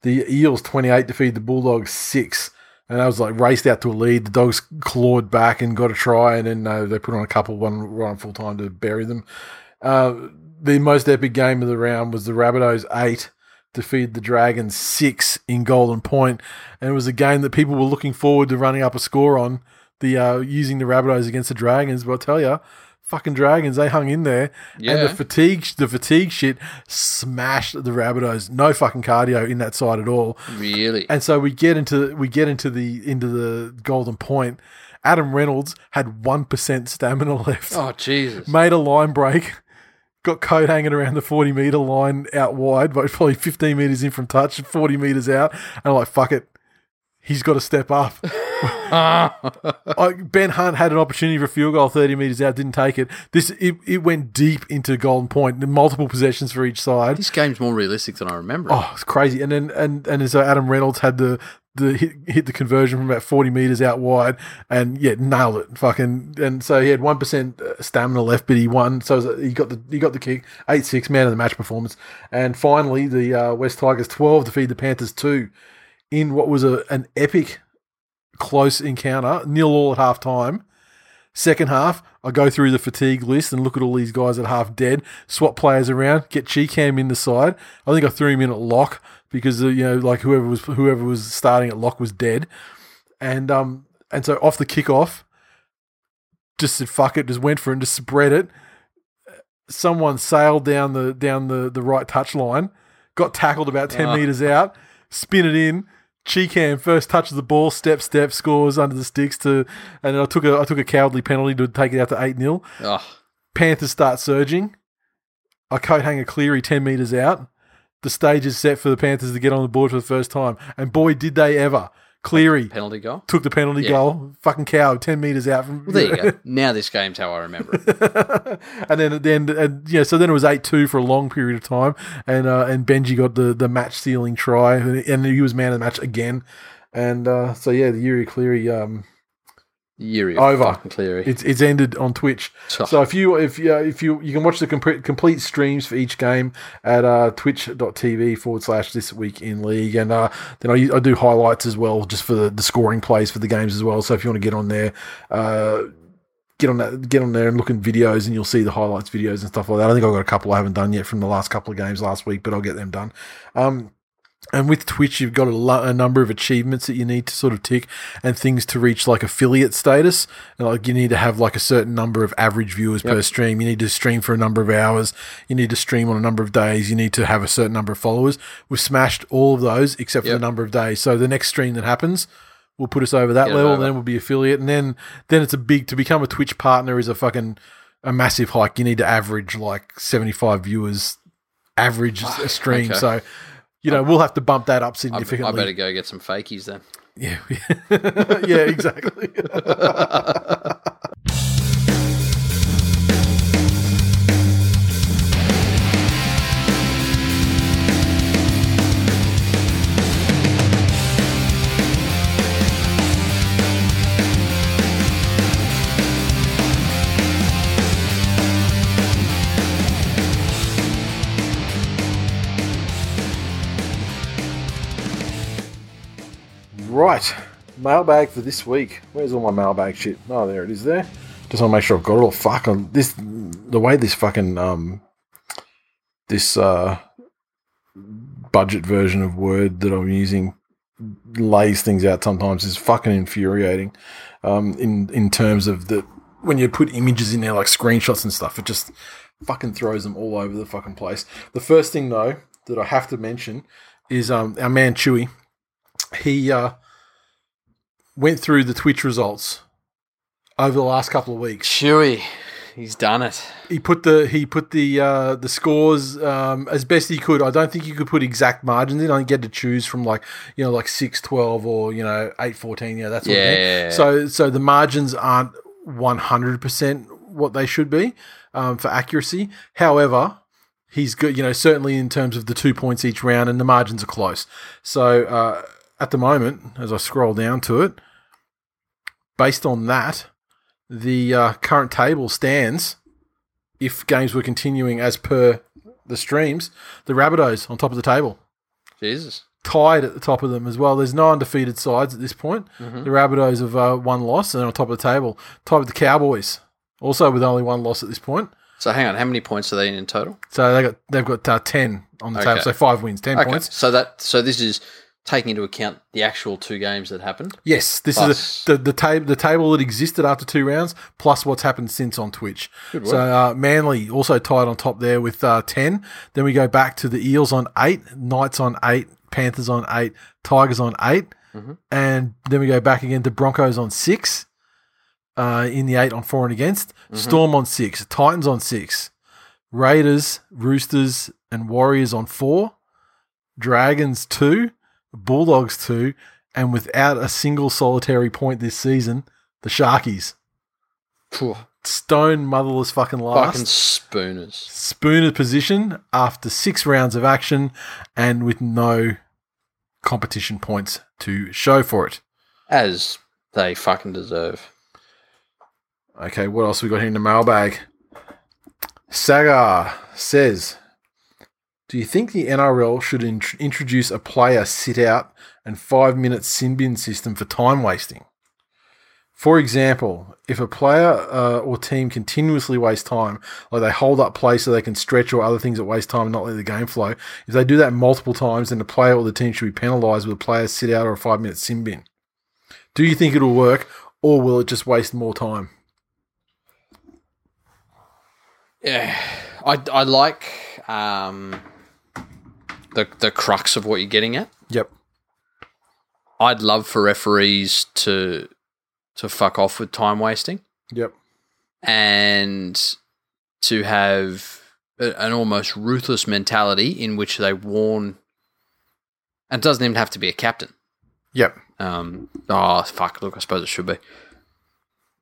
The Eels 28 defeat the Bulldogs six. And that was like raced out to a lead. The Dogs clawed back and got a try. And then uh, they put on a couple, one right on full time to bury them. Uh, the most epic game of the round was the Rabbitohs eight defeated the Dragons six in Golden Point, and it was a game that people were looking forward to running up a score on. The uh, using the Rabbitohs against the Dragons, but I tell you, fucking Dragons, they hung in there, and the Yeah. fatigue, the fatigue shit smashed the Rabbitohs. No fucking cardio in that side at all. Really? And so we get into we get into the into the golden point. Adam Reynolds had one percent stamina left. Oh, Jesus. Made a line break. Got code hanging around the forty meter line out wide, but probably fifteen meters in from touch, forty meters out, and I'm like, "Fuck it, he's got to step up." I, ben Hunt had an opportunity for a field goal thirty meters out, didn't take it. This it, it went deep into golden point, multiple possessions for each side. this game's more realistic than I remember. Oh, it's crazy. And then and and so Adam Reynolds had the the hit, hit the conversion from about forty meters out wide, and yeah, nailed it. Fucking and so he had one percent uh, stamina left, but he won. So it was- he got the he got the kick eight six man of the match performance. And finally, the uh, West Tigers twelve defeated the Panthers two in what was a an epic close encounter, nil all at half time. Second half, I go through the fatigue list and look at all these guys at half dead. Swap players around, get Cheekham in the side. I think I threw him in at lock because uh, you know, like whoever was whoever was starting at lock was dead, and um, and so off the kickoff, just said fuck it, just went for it, and just spread it. Someone sailed down the down the the right touch line, got tackled about ten Ah. meters out, spin it in. Cheekham first touches the ball, step step scores under the sticks to, and I took a I took a cowardly penalty to take it out to eight 0 Oh, Panthers start surging. I coat hanger Cleary 10 metres out. The stage is set for the Panthers to get on the board for the first time. And boy, did they ever. Cleary penalty goal? took the penalty Yeah. goal. Fucking cow, 10 metres out from. Well, there you go. Now this game's how I remember it. and then, then and, yeah, so then it was 8 2 for a long period of time. And uh, and Benji got the, the match sealing try. And, and he was man of the match again. And uh, so, yeah, the Yuri Cleary, um, Yuri. Over. fucking Cleary. it's, it's ended on Twitch. So if you if you if you you can watch the compre- complete streams for each game at uh, twitch.tv forward slash this week in league, and uh, then I, u- I do highlights as well just for the, the scoring plays for the games as well. So if you want to get on there, uh, get on that get on there and look in videos, and you'll see the highlights videos and stuff like that. I think I've got a couple I haven't done yet from the last couple of games last week, but I'll get them done. Um, and with Twitch, you've got a, lo- a number of achievements that you need to sort of tick and things to reach like affiliate status. And, like you need to have like a certain number of average viewers per stream. You need to stream for a number of hours. You need to stream on a number of days. You need to have a certain number of followers. We've smashed all of those except for Yep. the number of days. So the next stream that happens will put us over that Get it level. over. Then we'll be affiliate. And then, then it's a big, to become a Twitch partner is a fucking, a massive hike. You need to average like 75 viewers average a stream. Ah, okay. Um, So, you know, we'll have to bump that up I, significantly. I better go get some fakies then. Yeah, yeah, exactly. right, mailbag for this week. Where's all my mailbag shit? Oh, there it is. There. Just want to make sure I've got it all. Fuck on this. The way this fucking um, this uh, budget version of Word that I'm using lays things out sometimes is fucking infuriating. Um, in in terms of the when you put images in there like screenshots and stuff, it just fucking throws them all over the fucking place. The first thing though that I have to mention is um our man Chewy. He uh went through the Twitch results over the last couple of weeks Chewy. He's done it. he put the he put the uh, the scores um, as best he could. I don't think you could put exact margins in. I think you had to choose from like you know like 6, 12 or you know eight fourteen. You know that sort Yeah, of thing. yeah, yeah. So so the margins aren't one hundred percent what they should be um, for accuracy. However, he's good. You know certainly in terms of the two points each round and the margins are close. So uh, at the moment, as I scroll down to it, based on that, the uh, current table stands if games were continuing as per the streams, the Rabbitohs on top of the table, Jesus. tied at the top of them as well. There's no undefeated sides at this point. Mm-hmm. The Rabbitohs have uh, one loss and on top of the table, tied with the Cowboys, also with only one loss at this point. So hang on, how many points are they in in total? So they got they've got uh, ten on the Okay. table. So five wins, ten Okay, points. so that so this is taking into account the actual two games that happened. Yes, this Plus- is the the, the table the table that existed after two rounds plus what's happened since on Twitch. Good So uh, Manly also tied on top there with uh, ten. Then we go back to the Eels on eight, Knights on eight, Panthers on eight, Tigers on 8 Mhm. and then we go back again to Broncos on six. Uh, in the eight on four and against, Mhm. Storm on six, Titans on six, Raiders, Roosters, and Warriors on four, Dragons two, Bulldogs two, and without a single solitary point this season, the Sharkies. Phew, Stone motherless fucking last. Fucking spooners. Spooner position after six rounds of action and with no competition points to show for it. As they fucking deserve. Okay, what else we got here in the mailbag? Sagar says, "Do you think the NRL should in- introduce a player sit out and five minute sin bin system for time wasting? For example, if a player uh, or team continuously waste time, like they hold up play so they can stretch or other things that waste time and not let the game flow, if they do that multiple times, then the player or the team should be penalised with a player sit out or a five minute sin bin. Do you think it'll work, or will it just waste more time?" Yeah, I, I like um, the the crux of what you're getting at. Yep. I'd love for referees to to fuck off with time wasting Yep. and to have a- an almost ruthless mentality in which they warn. And it doesn't even have to be a captain. Yep. um, oh fuck, look, I suppose it should be.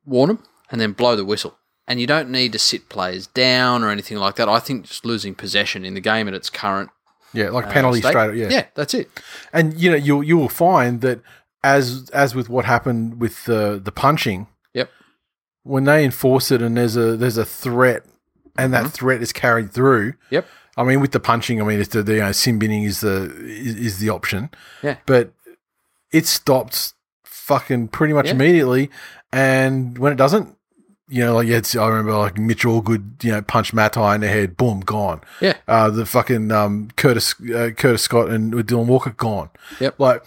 Warn them and then blow the whistle. And you don't need to sit players down or anything like that. I think just losing possession in the game at its current Yeah, like uh, penalty state- straight. Yeah. yeah, that's it. And you know, you you will find that as as with what happened with the the punching. Yep. When they enforce it and there's a there's a threat, and that threat is carried through. Mm-hmm. Yep. I mean, with the punching, I mean, it's the, the you know, sin binning is the is, is the option. Yeah. But it stops fucking pretty much Yeah. immediately, and when it doesn't, you know, like yeah, it's, I remember like Mitch Allgood, you know, punched Matai in the head, boom, gone. Yeah. Uh, the fucking um, Curtis uh, Curtis Scott and Dylan Walker gone. Yep. Like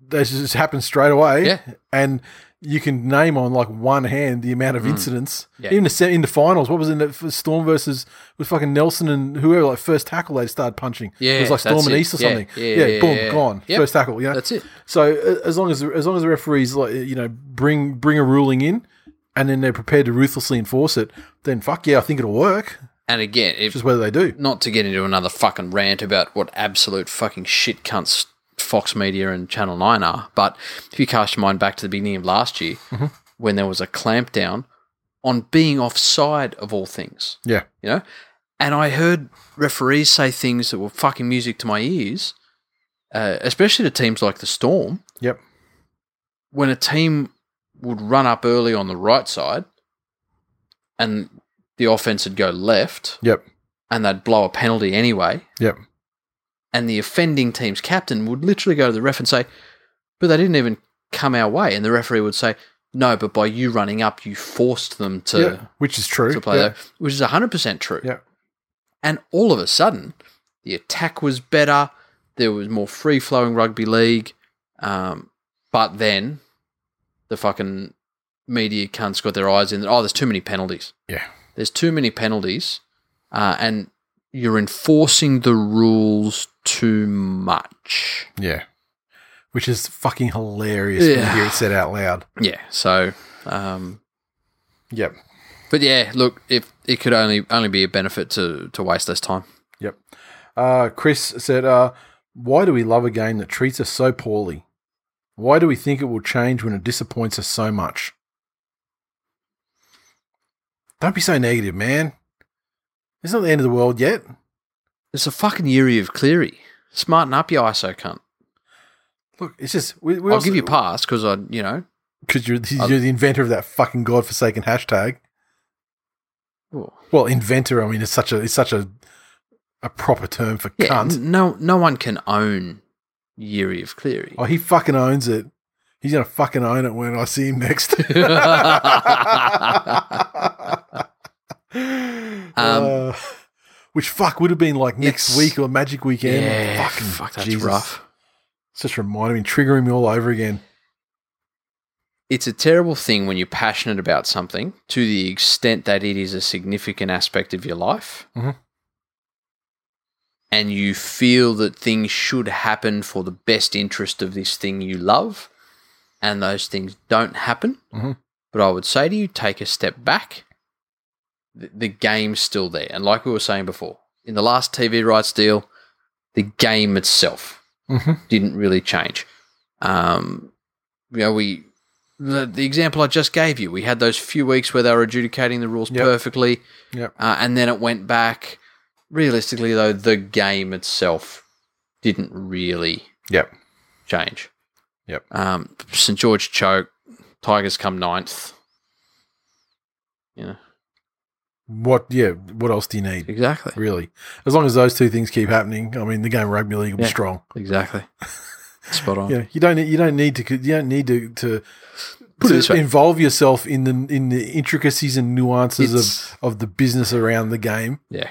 this just happens straight away. Yeah. And you can name on like one hand the amount of incidents. Mm. Yeah. Even the se- in the finals, what was in it for Storm versus with fucking Nelson and whoever like first tackle they started punching. Yeah, It was like Storm that's and it. East or Yeah, something. yeah, Yeah. yeah, boom, yeah, yeah. gone. Yep. First tackle. Yeah. That's it. So a- as long as as long as the referees like you know bring bring a ruling in, and then they're prepared to ruthlessly enforce it, then fuck yeah, I think it'll work. And again, if, Just whether they do. not to get into another fucking rant about what absolute fucking shit cunts Fox Media and Channel 9 are, but if you cast your mind back to the beginning of last year when there was a clampdown on being offside of all things. Yeah. you know. And I heard referees say things that were fucking music to my ears, uh, especially to teams like the Storm. Yep. When a team would run up early on the right side, and the offense would go left, Yep. and they'd blow a penalty anyway, Yep. and the offending team's captain would literally go to the ref and say, "But they didn't even come our way," and the referee would say. No, but by you running up, you forced them to yeah. Which is true. to play yeah. that, which is 100% true. Yeah. And all of a sudden, the attack was better. There was more free flowing rugby league. Um, but then the fucking media cunts got their eyes in that, oh, there's too many penalties. Yeah. There's too many penalties. Uh, and you're enforcing the rules too much. Yeah. Which is fucking hilarious when Yeah. you hear it said out loud. Yeah. So, um, Yep. but yeah, look, if it could only only be a benefit to, to waste less time. Yep. Uh, Chris said, uh, Why do we love a game that treats us so poorly? Why do we think it will change when it disappoints us so much? Don't be so negative, man. It's not the end of the world yet. It's a fucking Yuri of Cleary. Smarten up, you ISO cunt. Look, it's just. We, we I'll also- give you a pass because I, you know, Because you're, the- you're the inventor of that fucking godforsaken hashtag. well, Well, inventor, I mean, it's such a it's such a a proper term for yeah, cunt. n- no, no one can own Yuri of Cleary. Oh, he fucking owns it. He's gonna fucking own it when I see him next. Uh, which fuck would have been like next Um, It's- week or Magic Weekend. yeah, Fucking fuck, that's Jesus. rough. It's just reminding me, triggering me all over again. It's a terrible thing when you're passionate about something to the extent that it is a significant aspect of your life. Mhm. And you feel that things should happen for the best interest of this thing you love, and those things don't happen. Mhm. But I would say to you, take a step back. The, the game's still there. And like we were saying before, in the last TV rights deal, the game itself Mm-hmm. didn't really change. Um, you know, we the, the example I just gave you, we had those few weeks where they were adjudicating the rules Yep. perfectly, Yep. uh, and then it went back. Realistically, though, the game itself didn't really Yep. change. Yep. Um, St George choke, Tigers come ninth. You know What? Yeah. What else do you need? exactly, Really, as long as those two things keep happening, I mean, the game of rugby league will be Yeah. strong. exactly, spot on. Yeah, you don't need- you don't need to you don't need to to, Put it to this way. involve yourself in the in the intricacies and nuances It's- of of the business around the game. Yeah.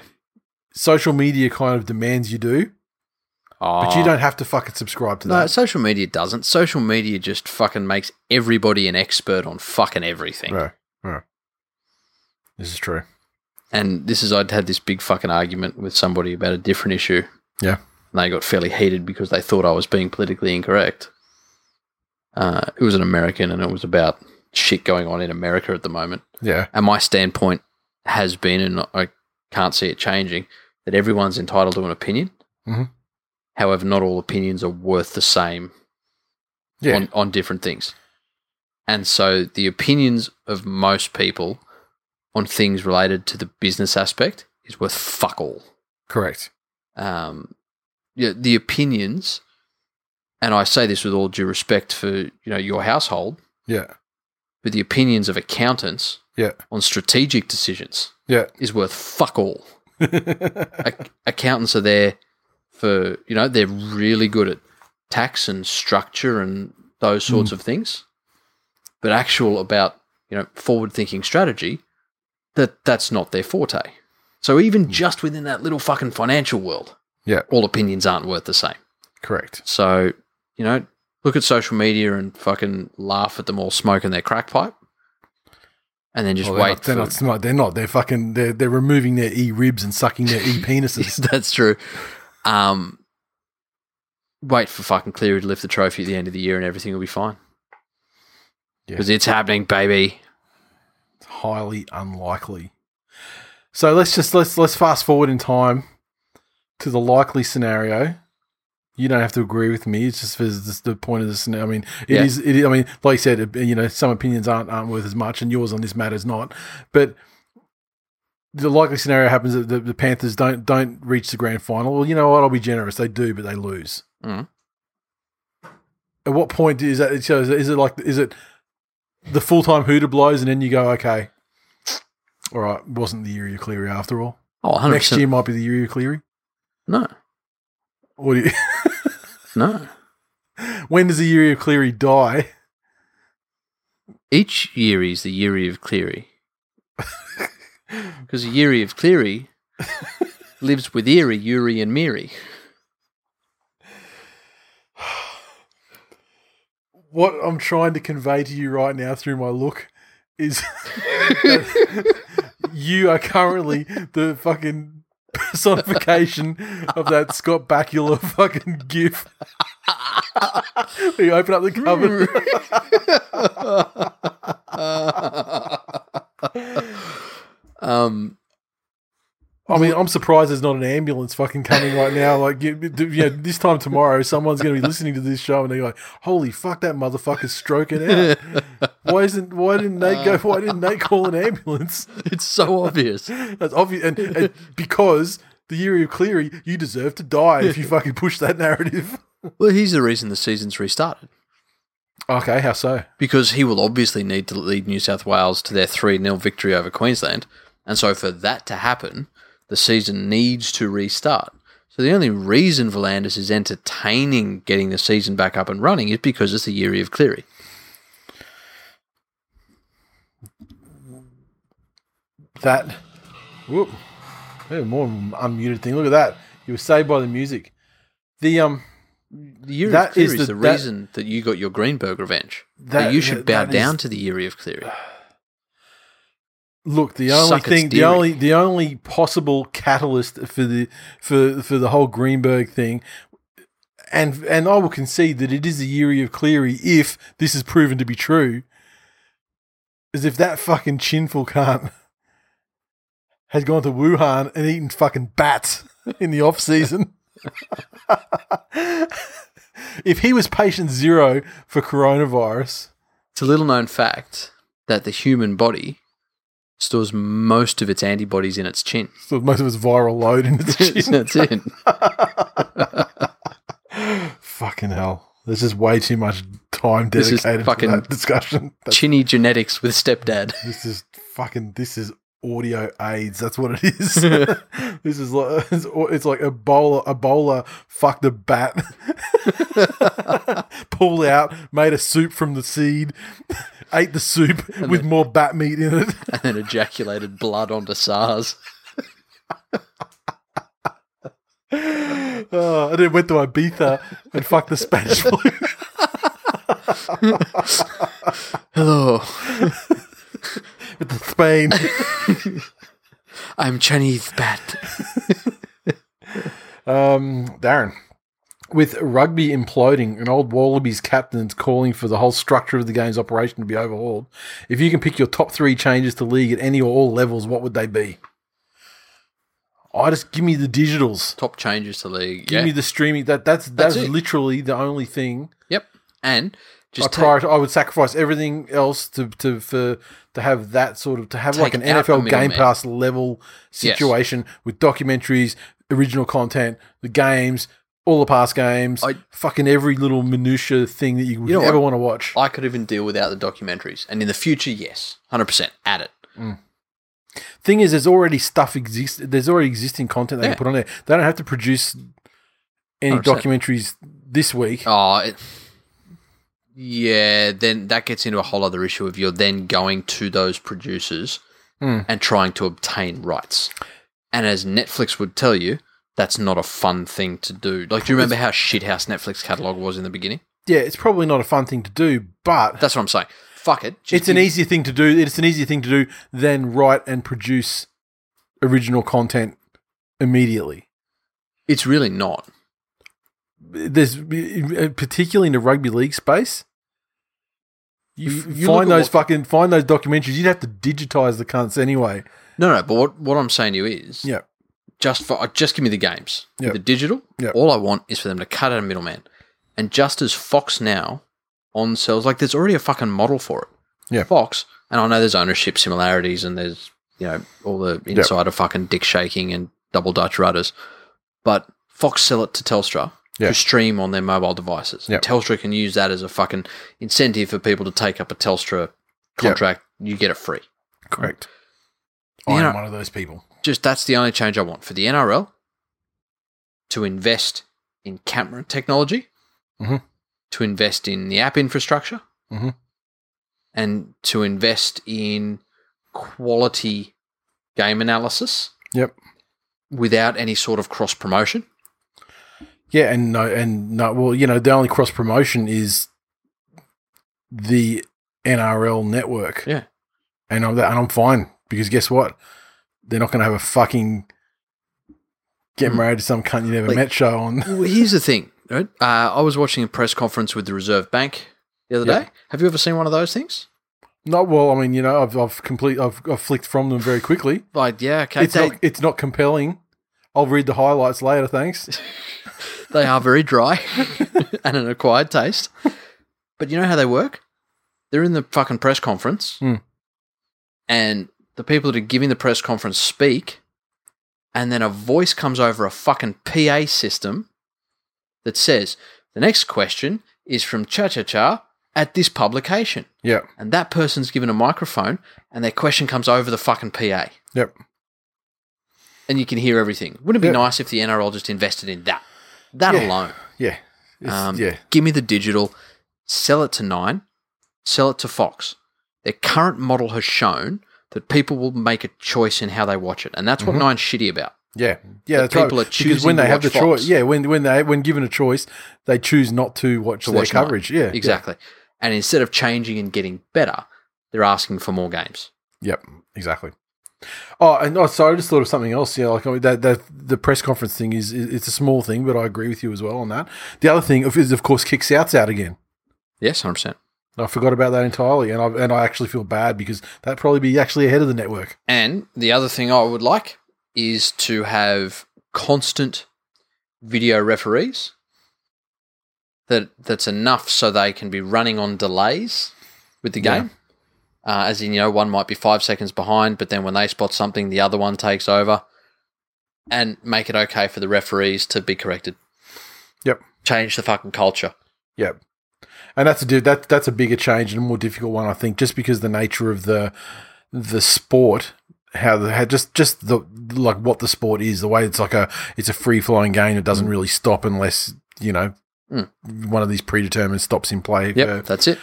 Social media kind of demands you do, but Ah. you don't have to fucking subscribe to No, that. social media doesn't. Social media just fucking makes everybody an expert on fucking everything. Right. Right. This is true. And this is, I'd had this big fucking argument with somebody about a different issue. Yeah. And they got fairly heated because they thought I was being politically incorrect. Uh, it was an American and it was about shit going on in America at the moment. Yeah. And my standpoint has been, and I can't see it changing, that everyone's entitled to an opinion. Mhm. However, not all opinions are worth the same Yeah. on, on different things. And so the opinions of most people on things related to the business aspect is worth fuck all. correct. Um, yeah, the opinions, and I say this with all due respect for you know your household, Yeah. but the opinions of accountants Yeah. on strategic decisions Yeah. is worth fuck all. Ac- accountants are there for you know they're really good at tax and structure and those Hmm. sorts of things but actual about you know forward thinking strategy that that's not their forte so even just within that little fucking financial world Hmm. Yeah. all opinions aren't worth the same correct. so you know look at social media and fucking laugh at them all smoking their crack pipe and then just Well, they're, wait not, they're, for- not, smart. they're not. They're fucking. They're, they're removing their e ribs and sucking their e penises. That's true. Um, wait for fucking Cleary to lift the trophy at the end of the year, and everything will be fine. Yeah. Because it's happening, baby. It's highly unlikely. So let's just let's let's fast forward in time to the likely scenario. You don't have to agree with me. It's just for this, the point of this. I mean, it Yeah. is. It is I mean, like you said, it, you know, some opinions aren't aren't worth as much, and yours on this matter is not. But the likely scenario happens that the, the Panthers don't don't reach the grand final. Well, you know what? I'll be generous. They do, but they lose. Mhm. At what point is that? So is it, is it like is it the full time hooter blows, and then you go, okay, all right, wasn't the year you Cleary after all. Oh, 100%. Next year might be the year you Cleary. No, Or do you, no. when does the year you Cleary die? Each Yeary is the Yeary of Cleary. Because the Yeary of Cleary lives with Eerie, Yuri, and Miri. What I'm trying to convey to you right now through my look is that you are currently the fucking personification of that Scott Bakula fucking gif. you open up the cupboard. um, I mean, I'm surprised there's not an ambulance fucking coming right now. Like, you, you know, this time tomorrow, someone's going to be listening to this show and they're like, "Holy fuck, that motherfucker's stroking out." Why isn't? Why didn't Nate go? Why didn't Nate call an ambulance? it's so obvious. That's obvious, and, and because the year of Cleary, you deserve to die if you fucking push that narrative. Well, he's the reason the season's restarted Okay, how so? because he will obviously need to lead New South Wales to their 3 0 victory over Queensland. And so, for that to happen, the season needs to restart. So, the only reason Volandis is entertaining getting the season back up and running is because it's the year of Cleary. That Whoop. Hey, more unmuted thing. Look at that. You were saved by the music. The um The Eerie That of Cleary is is, the- the that- reason that you got your Greenberg revenge. That, That- you should bow that is- down to the Eerie of Cleary. look, the only Suck its thing the dearie. only the only possible catalyst for the for for the whole Greenberg thing and and I will concede that it is the Yuri of Cleary if this is proven to be true. Is if that fucking chinful cunt had gone to Wuhan and eaten fucking bats in the off season. if he was patient zero for coronavirus, It's a little known fact that the human body stores most of its antibodies in its chin. so most of his viral load in its chin. That's it. Fucking hell. There's just way too much time This is dedicated fucking- to that discussion. That's, Chinny genetics with stepdad. this is fucking this is audio aids. That's what it is. this is like it's, au- it's like Ebola Ebola fucked a bat. Pull out, made a soup from the seed, ate the soup with more bat meat in it. and then ejaculated blood onto SARS. Oh, and then went to Ibiza and fucked the Spanish flu. Hello, with Spain. I'm Chinese bat. Um, Darren. With rugby imploding and old Wallabies captains calling for the whole structure of the game's operation to be overhauled, if you can pick your top three changes to league at any or all levels, what would they be? I just give me the digitals. Top changes to league. Give yeah. me the streaming. That that's that's, That's it. literally the only thing. yep. And I, just take, prior, I would sacrifice everything else to to for to have that sort of to have like an Take out the NFL Game middleman. Pass level Yes. situation with documentaries, original content, the games, all the past games, I- fucking every little minutia thing that you would You know ever what? want to watch. I could even deal without the documentaries. And in the future, yes, hundred percent, add it. Thing is, there's already stuff exist. There's already existing content they Yeah. can put on there. They don't have to produce any 100%. documentaries this week. Oh, it, yeah. Then that gets into a whole other issue of you're then going to those producers Hmm. and trying to obtain rights. And as Netflix would tell you, that's not a fun thing to do. Like, do you remember how shithouse Netflix catalog was in the beginning? Yeah, it's probably not a fun thing to do, but That's what I'm saying. Fuck it. Just it's an give- easier thing to do. It's an easier thing to do than write and produce original content immediately. It's really not. There's particularly in the rugby league space. You, f You- you find look at those what- fucking find those documentaries. You'd have to digitize the cunts anyway. No, no. But what, what I'm saying to you is, Yeah. just for uh, just give me the games, Yep. the digital. Yep. All I want is for them to cut out a middleman, and just as Fox now on sells, like there's already a fucking model for it. Yeah. Fox, and I know there's ownership similarities, and there's you know all the inside of fucking dick shaking and double Dutch rudders, but Fox sell it to Telstra. Yeah. To stream on their mobile devices. Yep. Telstra can use that as a fucking incentive for people to take up a Telstra contract. You get it free. Correct. You I am know- one of those people. just that's the only change I want for the NRL to invest in camera technology, Mhm. to invest in the app infrastructure, Mhm. and to invest in quality game analysis Yep. without any sort of cross promotion. Yeah, and no, and no. Well, you know, the only cross promotion is the NRL network. Yeah. and I'm and I'm fine because guess what? They're not going to have a fucking get Hmm. married to some cunt you never Like- met show on. Well, here's the thing, right? Uh, I was watching a press conference with the Reserve Bank the other Yeah. day. Have you ever seen one of those things? Not well. I mean, you know, I've I've complete I've, I've flicked from them very quickly. Like, yeah, okay, it's they, not it's not compelling. I'll read the highlights later. Thanks. they are very dry and an acquired taste. But you know how they work? They're in the fucking press conference, Hmm. and the people that are giving the press conference speak, and then a voice comes over a fucking PA system that says, The next question is from Cha Cha Cha at this publication. Yeah. And that person's given a microphone, and their question comes over the fucking PA, Yep. and you can hear everything. Wouldn't it be Yeah. nice if the NRL just invested in that? That Yeah. alone. Yeah. It's- Um, yeah. Give me the digital, sell it to Nine, sell it to Fox. Their current model has shown that people will make a choice in how they watch it, and that's Mm-hmm. what Nine's shitty about. Yeah, yeah, That that's right. people are because when choosing they to have the watch Fox. choice, yeah, when when they when given a choice, they choose not to watch To their watch Nine. coverage. Yeah, yeah. Exactly. And instead of changing and getting better, they're asking for more games. Yep, exactly. Oh, and oh, so I just thought of something else. Yeah, like I mean, that, that the press conference thing is is- it's a small thing, but I agree with you as well on that. The other thing of- is, of course, kicks out's out again. Yes, hundred percent. I forgot about that entirely, and I and I actually feel bad because that'd probably be actually ahead of the network. And the other thing I would like is to have constant video referees. That that's enough so they can be running on delays with the Yeah. game. Uh, as in, you know, one might be five seconds behind, but then when they spot something, the other one takes over, and make it okay for the referees to be corrected. Yep. Change the fucking culture. Yep. And that's a dude that that's a bigger change and a more difficult one, I think, just because the nature of the the sport, how the how just just the like what the sport is, the way it's like a it's a free flowing game that doesn't really stop unless you know Mm. one of these predetermined stops in play. Yep, Uh, that's it.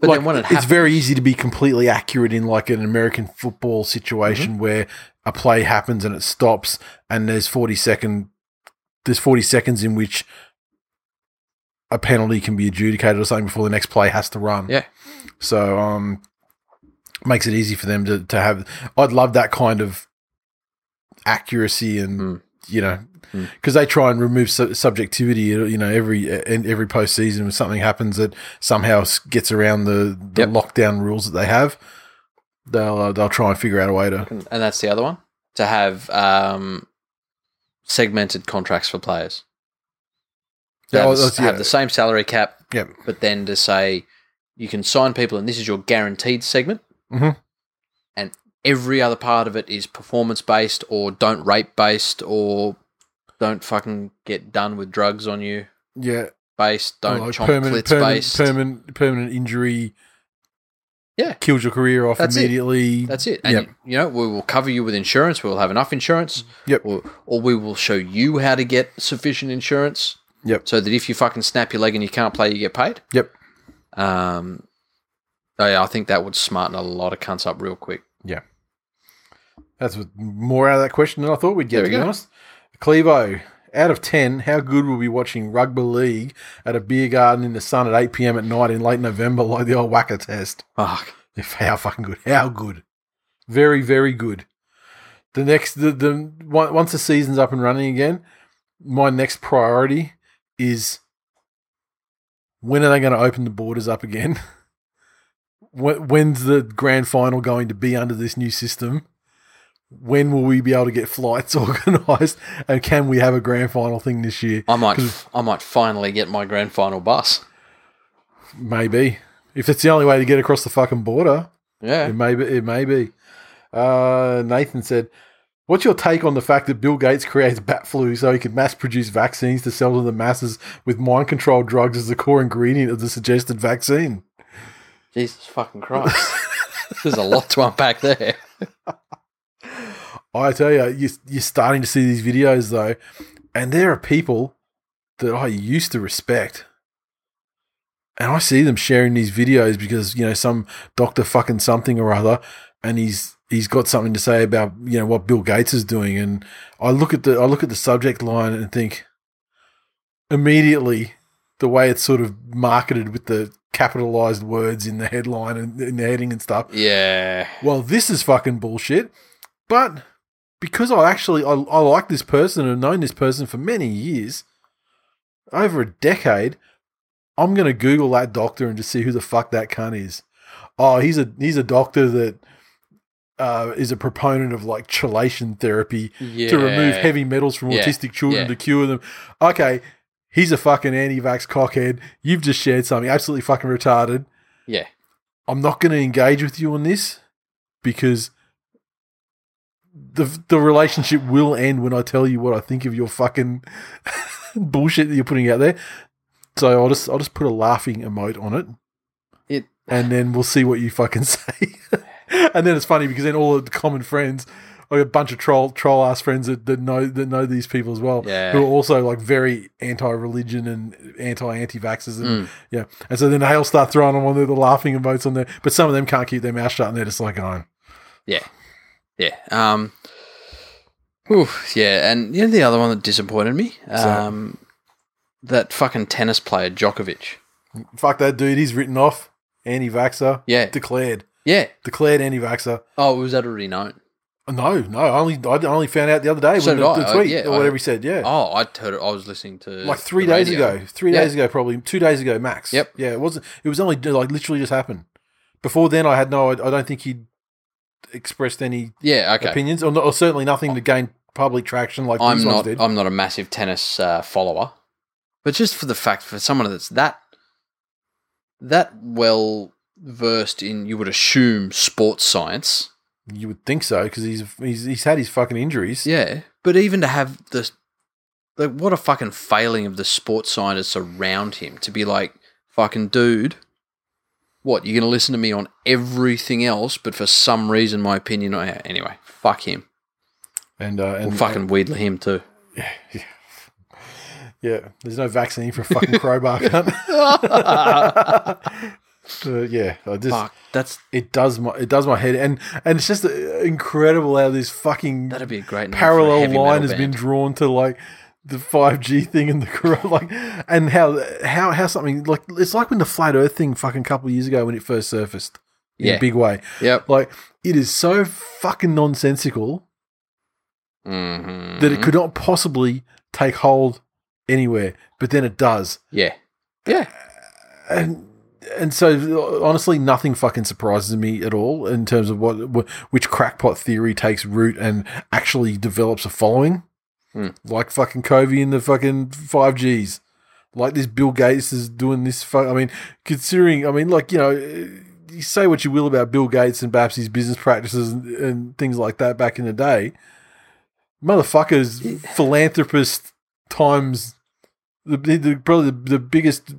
But like, then when it it's happens, very easy to be completely accurate in like an American football situation Mm-hmm. where a play happens and it stops, and there's forty second there's forty seconds in which a penalty can be adjudicated or something before the next play has to run. Yeah. So um, makes it easy for them to to have. I'd love that kind of accuracy and Mm. you know. Mm. Because they try and remove su- subjectivity, you know, every and every postseason when something happens that somehow s- gets around the, the Yep. lockdown rules that they have, they'll uh, they'll try and figure out a way to. and that's the other one to have um, segmented contracts for players. To Yeah, have, oh, the- that's- have yeah. the same salary cap, Yep. but then to say you can sign people, and this is your guaranteed segment, Mhm. and every other part of it is performance based, or don't rape based, or don't fucking get done with drugs on you Yeah, based, don't Oh, like chomp permanent, clits permanent, based. permanent, permanent injury. Yeah. kills your career off That's it. immediately. That's it. And Yep. you know, we will cover you with insurance. We will have enough insurance. Yep. Or, or we will show you how to get sufficient insurance. Yep. So that if you fucking snap your leg and you can't play, you get paid. Yep. Um, oh yeah, I think that would smarten a lot of cunts up real quick. That's what- more out of that question than I thought we'd get. There we to be go. honest, Clevo. Out of ten, how good will be watching rugby league at a beer garden in the sun at eight pm at night in late November, like the old Wacker test? Fuck. If how fucking good? How good? Very, very good. The next, the, the on- once the season's up and running again, my next priority is when are they going to open the borders up again? When, when's the grand final going to be under this new system? When will we be able to get flights organised? And can we have a grand final thing this year? I might, I might finally get my grand final bus. Maybe. If it's the only way to get across the fucking border, Yeah. It may be. It may be. Uh, Nathan said, "What's your take on the fact that Bill Gates creates bat flu so he can mass produce vaccines to sell to the masses with mind control drugs as the core ingredient of the suggested vaccine?" Jesus fucking Christ. There's a lot to unpack there. I tell you, you, you're starting to see these videos though, and there are people that I used to respect. And I see them sharing these videos because, you know, some doctor fucking something or other and he's he's got something to say about, you know, what Bill Gates is doing and I look at the I look at the subject line and think immediately the way it's sort of marketed with the capitalized words in the headline and in the heading and stuff Yeah. well, this is fucking bullshit. But because I actually I, I like this person and have known this person for many years, over a decade, I'm gonna Google that doctor and just see who the fuck that cunt is. Oh, he's a he's a doctor that uh, is a proponent of like chelation therapy Yeah. to remove heavy metals from Yeah. autistic children Yeah. to cure them. Okay, he's a fucking anti-vax cockhead. You've just shared something absolutely fucking retarded. Yeah. I'm not going to engage with you on this because the the relationship will end when I tell you what I think of your fucking bullshit that you're putting out there. So I'll just I'll just put a laughing emote on it, It. and then we'll see what you fucking say. and then it's funny because then all of the common friends, like a bunch of troll troll ass friends that, that know that know these people as well, Yeah. who are also like very anti-religion and anti-anti-vaxxers and Mm. yeah. And so then they'll start throwing them on there, the laughing emotes on there. But some of them can't keep their mouth shut and they're just like, oh, Yeah. Yeah. Um, oof, yeah. And you know the other one that disappointed me? that? Um, that fucking tennis player, Djokovic. Fuck that dude. He's written off. Anti-vaxxer. Yeah. Declared. Yeah. Declared anti-vaxxer. Oh, was that already known? No, no. I only I only found out the other day So when did the, I. the I- tweet yeah, or I- whatever he said. Yeah. Oh, I heard it. I was listening to. like three the days radio. ago, three Yeah. days ago, probably two days ago max. Yep. Yeah, it wasn't. It was only like literally just happened. Before then, I had no. I don't think he expressed any Yeah, okay. opinions, or, no- or certainly nothing to gain public traction like I'm these not. ones did. I'm not a massive tennis uh, follower, but just for the fact for someone that's that that well versed in, you would assume sports science. you would think so because he's, he's he's had his fucking injuries. Yeah, but even to have the like, what a fucking failing of the sports scientists around him to be like, fucking dude, what you're gonna listen to me on everything else, but for some reason my opinion. Anyway, fuck him. And uh, and We'll fucking wheedle him too. yeah, there's no vaccine for a fucking crowbar. cunt. Uh, yeah, I just Fuck, that's it does my it does my head and and it's just uh, incredible how this fucking that'd be a great name for a parallel heavy metal line has band. been drawn to like the 5G thing and the corona, like, and how how how something like it's like when the flat Earth thing fucking couple of years ago when it first surfaced in Yeah. a big way. Yep. Like it is so fucking nonsensical Mm-hmm. that it could not possibly take hold anywhere, but then it does, Yeah. Yeah. and and so honestly, nothing fucking surprises me at all in terms of what wh- which crackpot theory takes root and actually develops a following, Hmm. like fucking Covey in the fucking five Gs, like this Bill Gates is doing this. Fu- I mean, considering, I mean, like you know. eh, You say what you will about Bill Gates and perhaps his business practices and, and things like that back in the day. Motherfuckers, philanthropist times the, the probably the, the biggest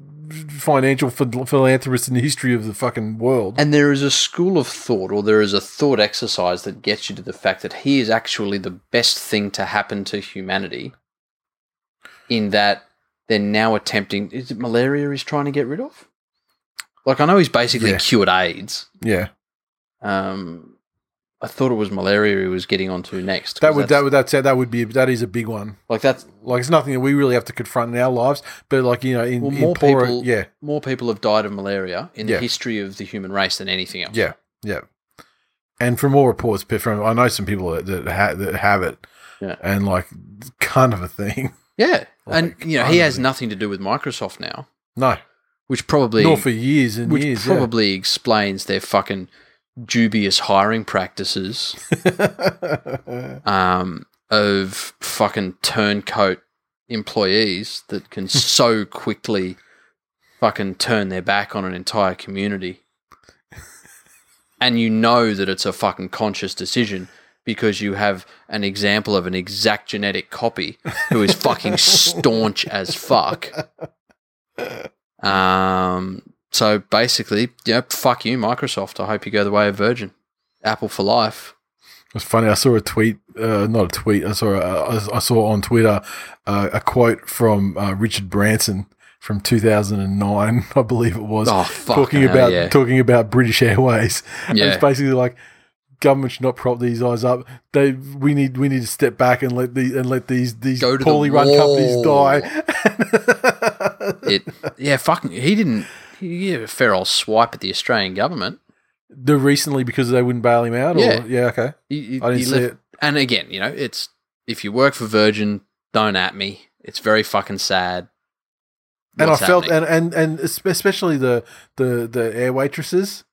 financial phil- philanthropist in the history of the fucking world. And there is a school of thought, or there is a thought exercise that gets you to the fact that he is actually the best thing to happen to humanity. In that they're now attempting is it malaria he's trying to get rid of? Like I know he's basically Yeah. cured AIDS. yeah, Um, I thought it was malaria he was getting onto next. that 'cause would that's- that would that's that would be that is a big one. like that's Like it's nothing that we really have to confront in our lives, but like you know, in, Well, in more poorer- people- yeah, more people have died of malaria in Yeah. the history of the human race than anything else. yeah, yeah. And from all reports, but from I know some people that that, ha- that have it, Yeah. and like kind of a thing. Yeah. Like, and you know, he has unbelievable. nothing to do with Microsoft now, No, which probably nor for years and which years. yeah. probably explains their fucking dubious hiring practices um, of fucking turncoat employees that can so quickly fucking turn their back on an entire community. And you know that it's a fucking conscious decision because you have an example of an exact genetic copy who is fucking staunch as fuck. Um, so basically, yeah, fuck you, Microsoft. I hope you go the way of Virgin. Apple for life. It's funny. I saw a tweet, uh, not a tweet. I saw a, I saw on Twitter uh, a quote from uh, Richard Branson from 2009, I believe it was, Oh, fuck. talking about yeah. talking about British Airways. And Yeah. it's basically like government should not prop these guys up. They we need we need to step back and let the and let these these Go to the poorly run companies wall. die. it, yeah, fucking. He didn't. He gave a fair old swipe at the Australian government. the recently because they wouldn't bail him out. Or, Yeah. yeah. Okay. He, he- I didn't he see left- it. And again, you know, it's if you work for Virgin, don't at me. It's very fucking sad. and I what's felt happening. and, and and es- especially the the the air waitresses,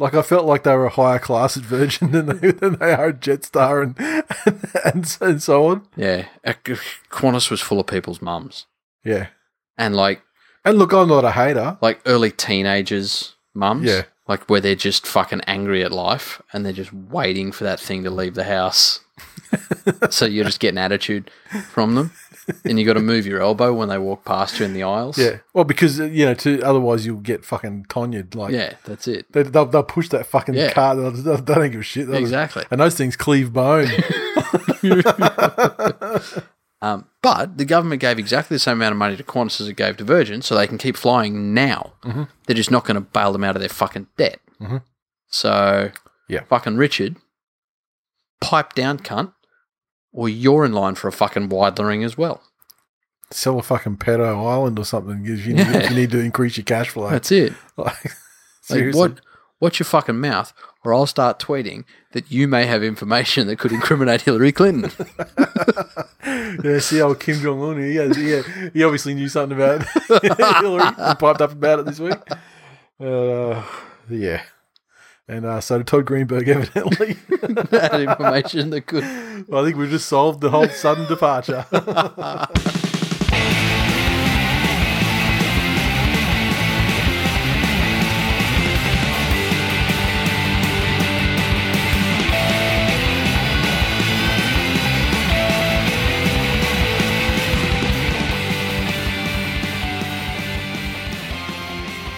like I felt like they were a higher class at Virgin than they than they are at Jetstar and and, and, so- and so on. yeah, Ac- Qantas was full of people's mums Yeah, and like and look, I'm not a hater. like early teenagers' mums. Yeah. Like where they're just fucking angry at life and they're just waiting for that thing to leave the house. so you're just getting attitude from them. And you got to move your elbow when they walk past you in the aisles. Yeah, well, because uh, you know, to otherwise you'll get fucking tonyered. Like, Yeah, that's it. they, they'll they'll push that fucking Yeah. car. They'll, they'll, they don't give a shit. They'll just- Exactly. and those things cleave bone. Um, but the government gave exactly the same amount of money to Qantas as it gave to Virgin, so they can keep flying now. Mm-hmm. They're just not going to bail them out of their fucking debt. Mhm. So, Mm-hmm. Yeah. fucking Richard, pipe down, cunt, or you're in line for a fucking widlering as well. Sell a fucking pedo island or something if you, Yeah. if you need to increase your cash flow. That's it. Like, Like, seriously. what? Watch your fucking mouth, or I'll start tweeting that you may have information that could incriminate Hillary Clinton. yeah, see old Kim Jong Un. He, has- he, he obviously knew something about Hillary. He piped up about it this week. Uh, yeah. And uh, so did Todd Greenberg, evidently. that information that could. well, I think we've just solved the whole sudden departure.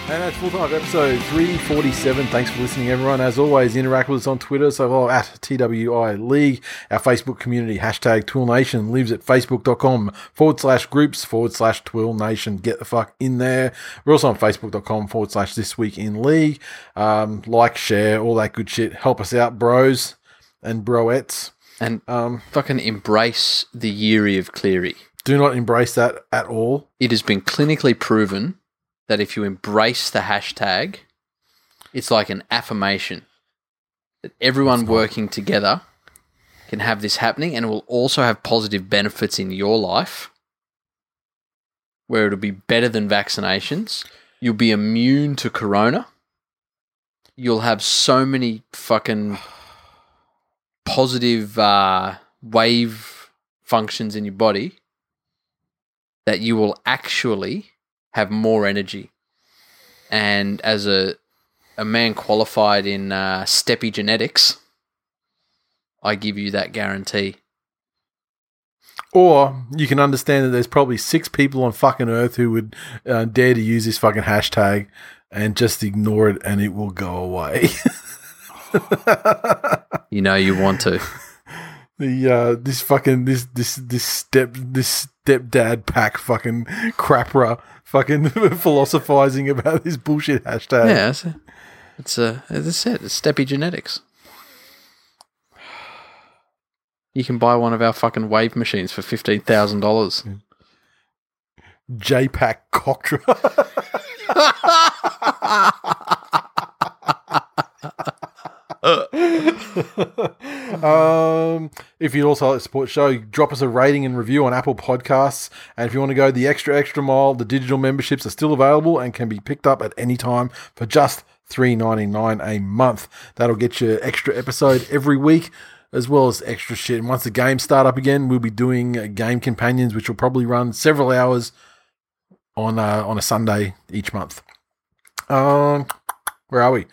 And that's full time episode 347. Thanks for listening, everyone. As always, interact with us on Twitter. So follow at TWI League, our Facebook community, hashtag Twill Nation lives at facebook.com forward slash groups forward slash Twill Nation. Get the fuck in there. We're also on facebook.com forward slash this week in league. Um, like, share, all that good shit. Help us out, bros and broettes. And Um, fucking embrace the Yeary of Cleary. do not embrace that at all. It has been clinically proven that if you embrace the hashtag, it's like an affirmation that everyone working together can have this happening and it will also have positive benefits in your life where it'll be better than vaccinations. You'll be immune to corona. You'll have so many fucking positive uh, wave functions in your body that you will actually have more energy. And as a a man qualified in uh, steppy genetics, I give you that guarantee. Or you can understand that there's probably six people on fucking earth who would uh, dare to use this fucking hashtag and just ignore it and it will go away. You know you want to. the uh, this fucking this this this step this stepdad pack fucking crapra fucking philosophizing about this bullshit hashtag. yeah, it's, it's a as I said, it's steppy genetics. You can buy one of our fucking wave machines for fifteen thousand dollars. JPAC Cockra. um, if you'd also like to support the show, drop us a rating and review on Apple Podcasts. And if you want to go the extra, extra mile, the digital memberships are still available and can be picked up at any time for just $3.99 a month. That'll get you extra episode every week as well as extra shit. And once the games start up again, we'll be doing uh, game companions, which will probably run several hours on uh, on a Sunday each month. Um, where are we?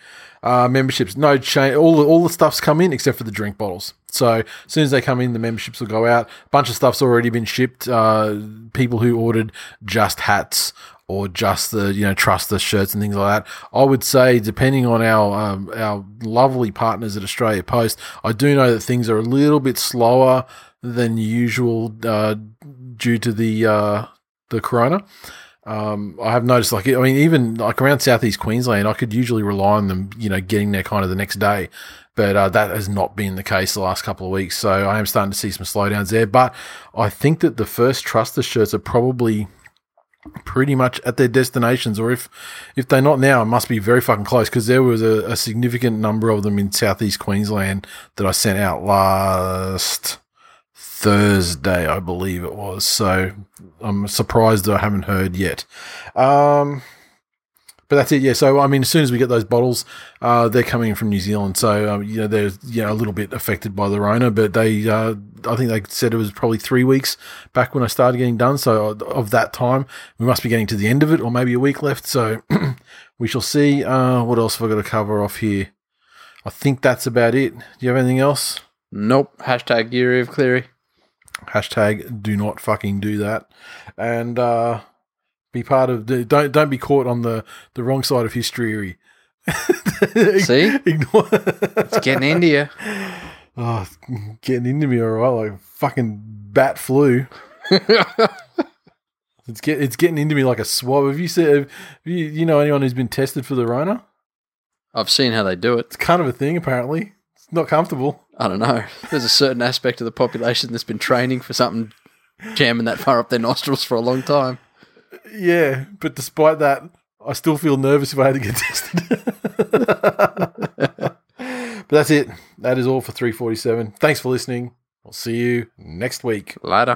Uh, memberships, no change. All the, all the stuff's come in except for the drink bottles. So as soon as they come in, the memberships will go out. A bunch of stuff's already been shipped. Uh, people who ordered just hats or just the you know trust the shirts and things like that. I would say depending on our um, our lovely partners at Australia Post, I do know that things are a little bit slower than usual uh, due to the uh, the corona. Um, I have noticed, like, I mean, even like around southeast Queensland, I could usually rely on them, you know, getting there kind of the next day, but uh, that has not been the case the last couple of weeks. So I am starting to see some slowdowns there. But I think that the first Truster shirts are probably pretty much at their destinations, or if if they're not now, it must be very fucking close because there was a, a significant number of them in southeast Queensland that I sent out last Thursday, I believe it was. So I'm surprised that I haven't heard yet. Um, but that's it, yeah. So I mean, as soon as we get those bottles, uh, they're coming in from New Zealand, so um, you know they're you know, a little bit affected by the Rona. But they, uh, I think they said it was probably three weeks back when I started getting done. So uh, of that time, we must be getting to the end of it, or maybe a week left. So we shall see. Uh, what else have I got to cover off here? I think that's about it. Do you have anything else? Nope. Hashtag Yeary of Cleary. hashtag do not fucking do that and uh be part of the don't don't be caught on the the wrong side of history See? ignore It's getting India. oh, it's getting into me all right like fucking bat flu it's get it's getting into me like a swab have you said have you, you know anyone who's been tested for the rona I've seen how they do it. it's kind of a thing apparently it's not comfortable. I don't know. There's a certain aspect of the population that's been training for something jamming that far up their nostrils for a long time. Yeah, but despite that, I still feel nervous if I had to get tested. but that's it. That is all for 347. Thanks for listening. I'll see you next week. Later.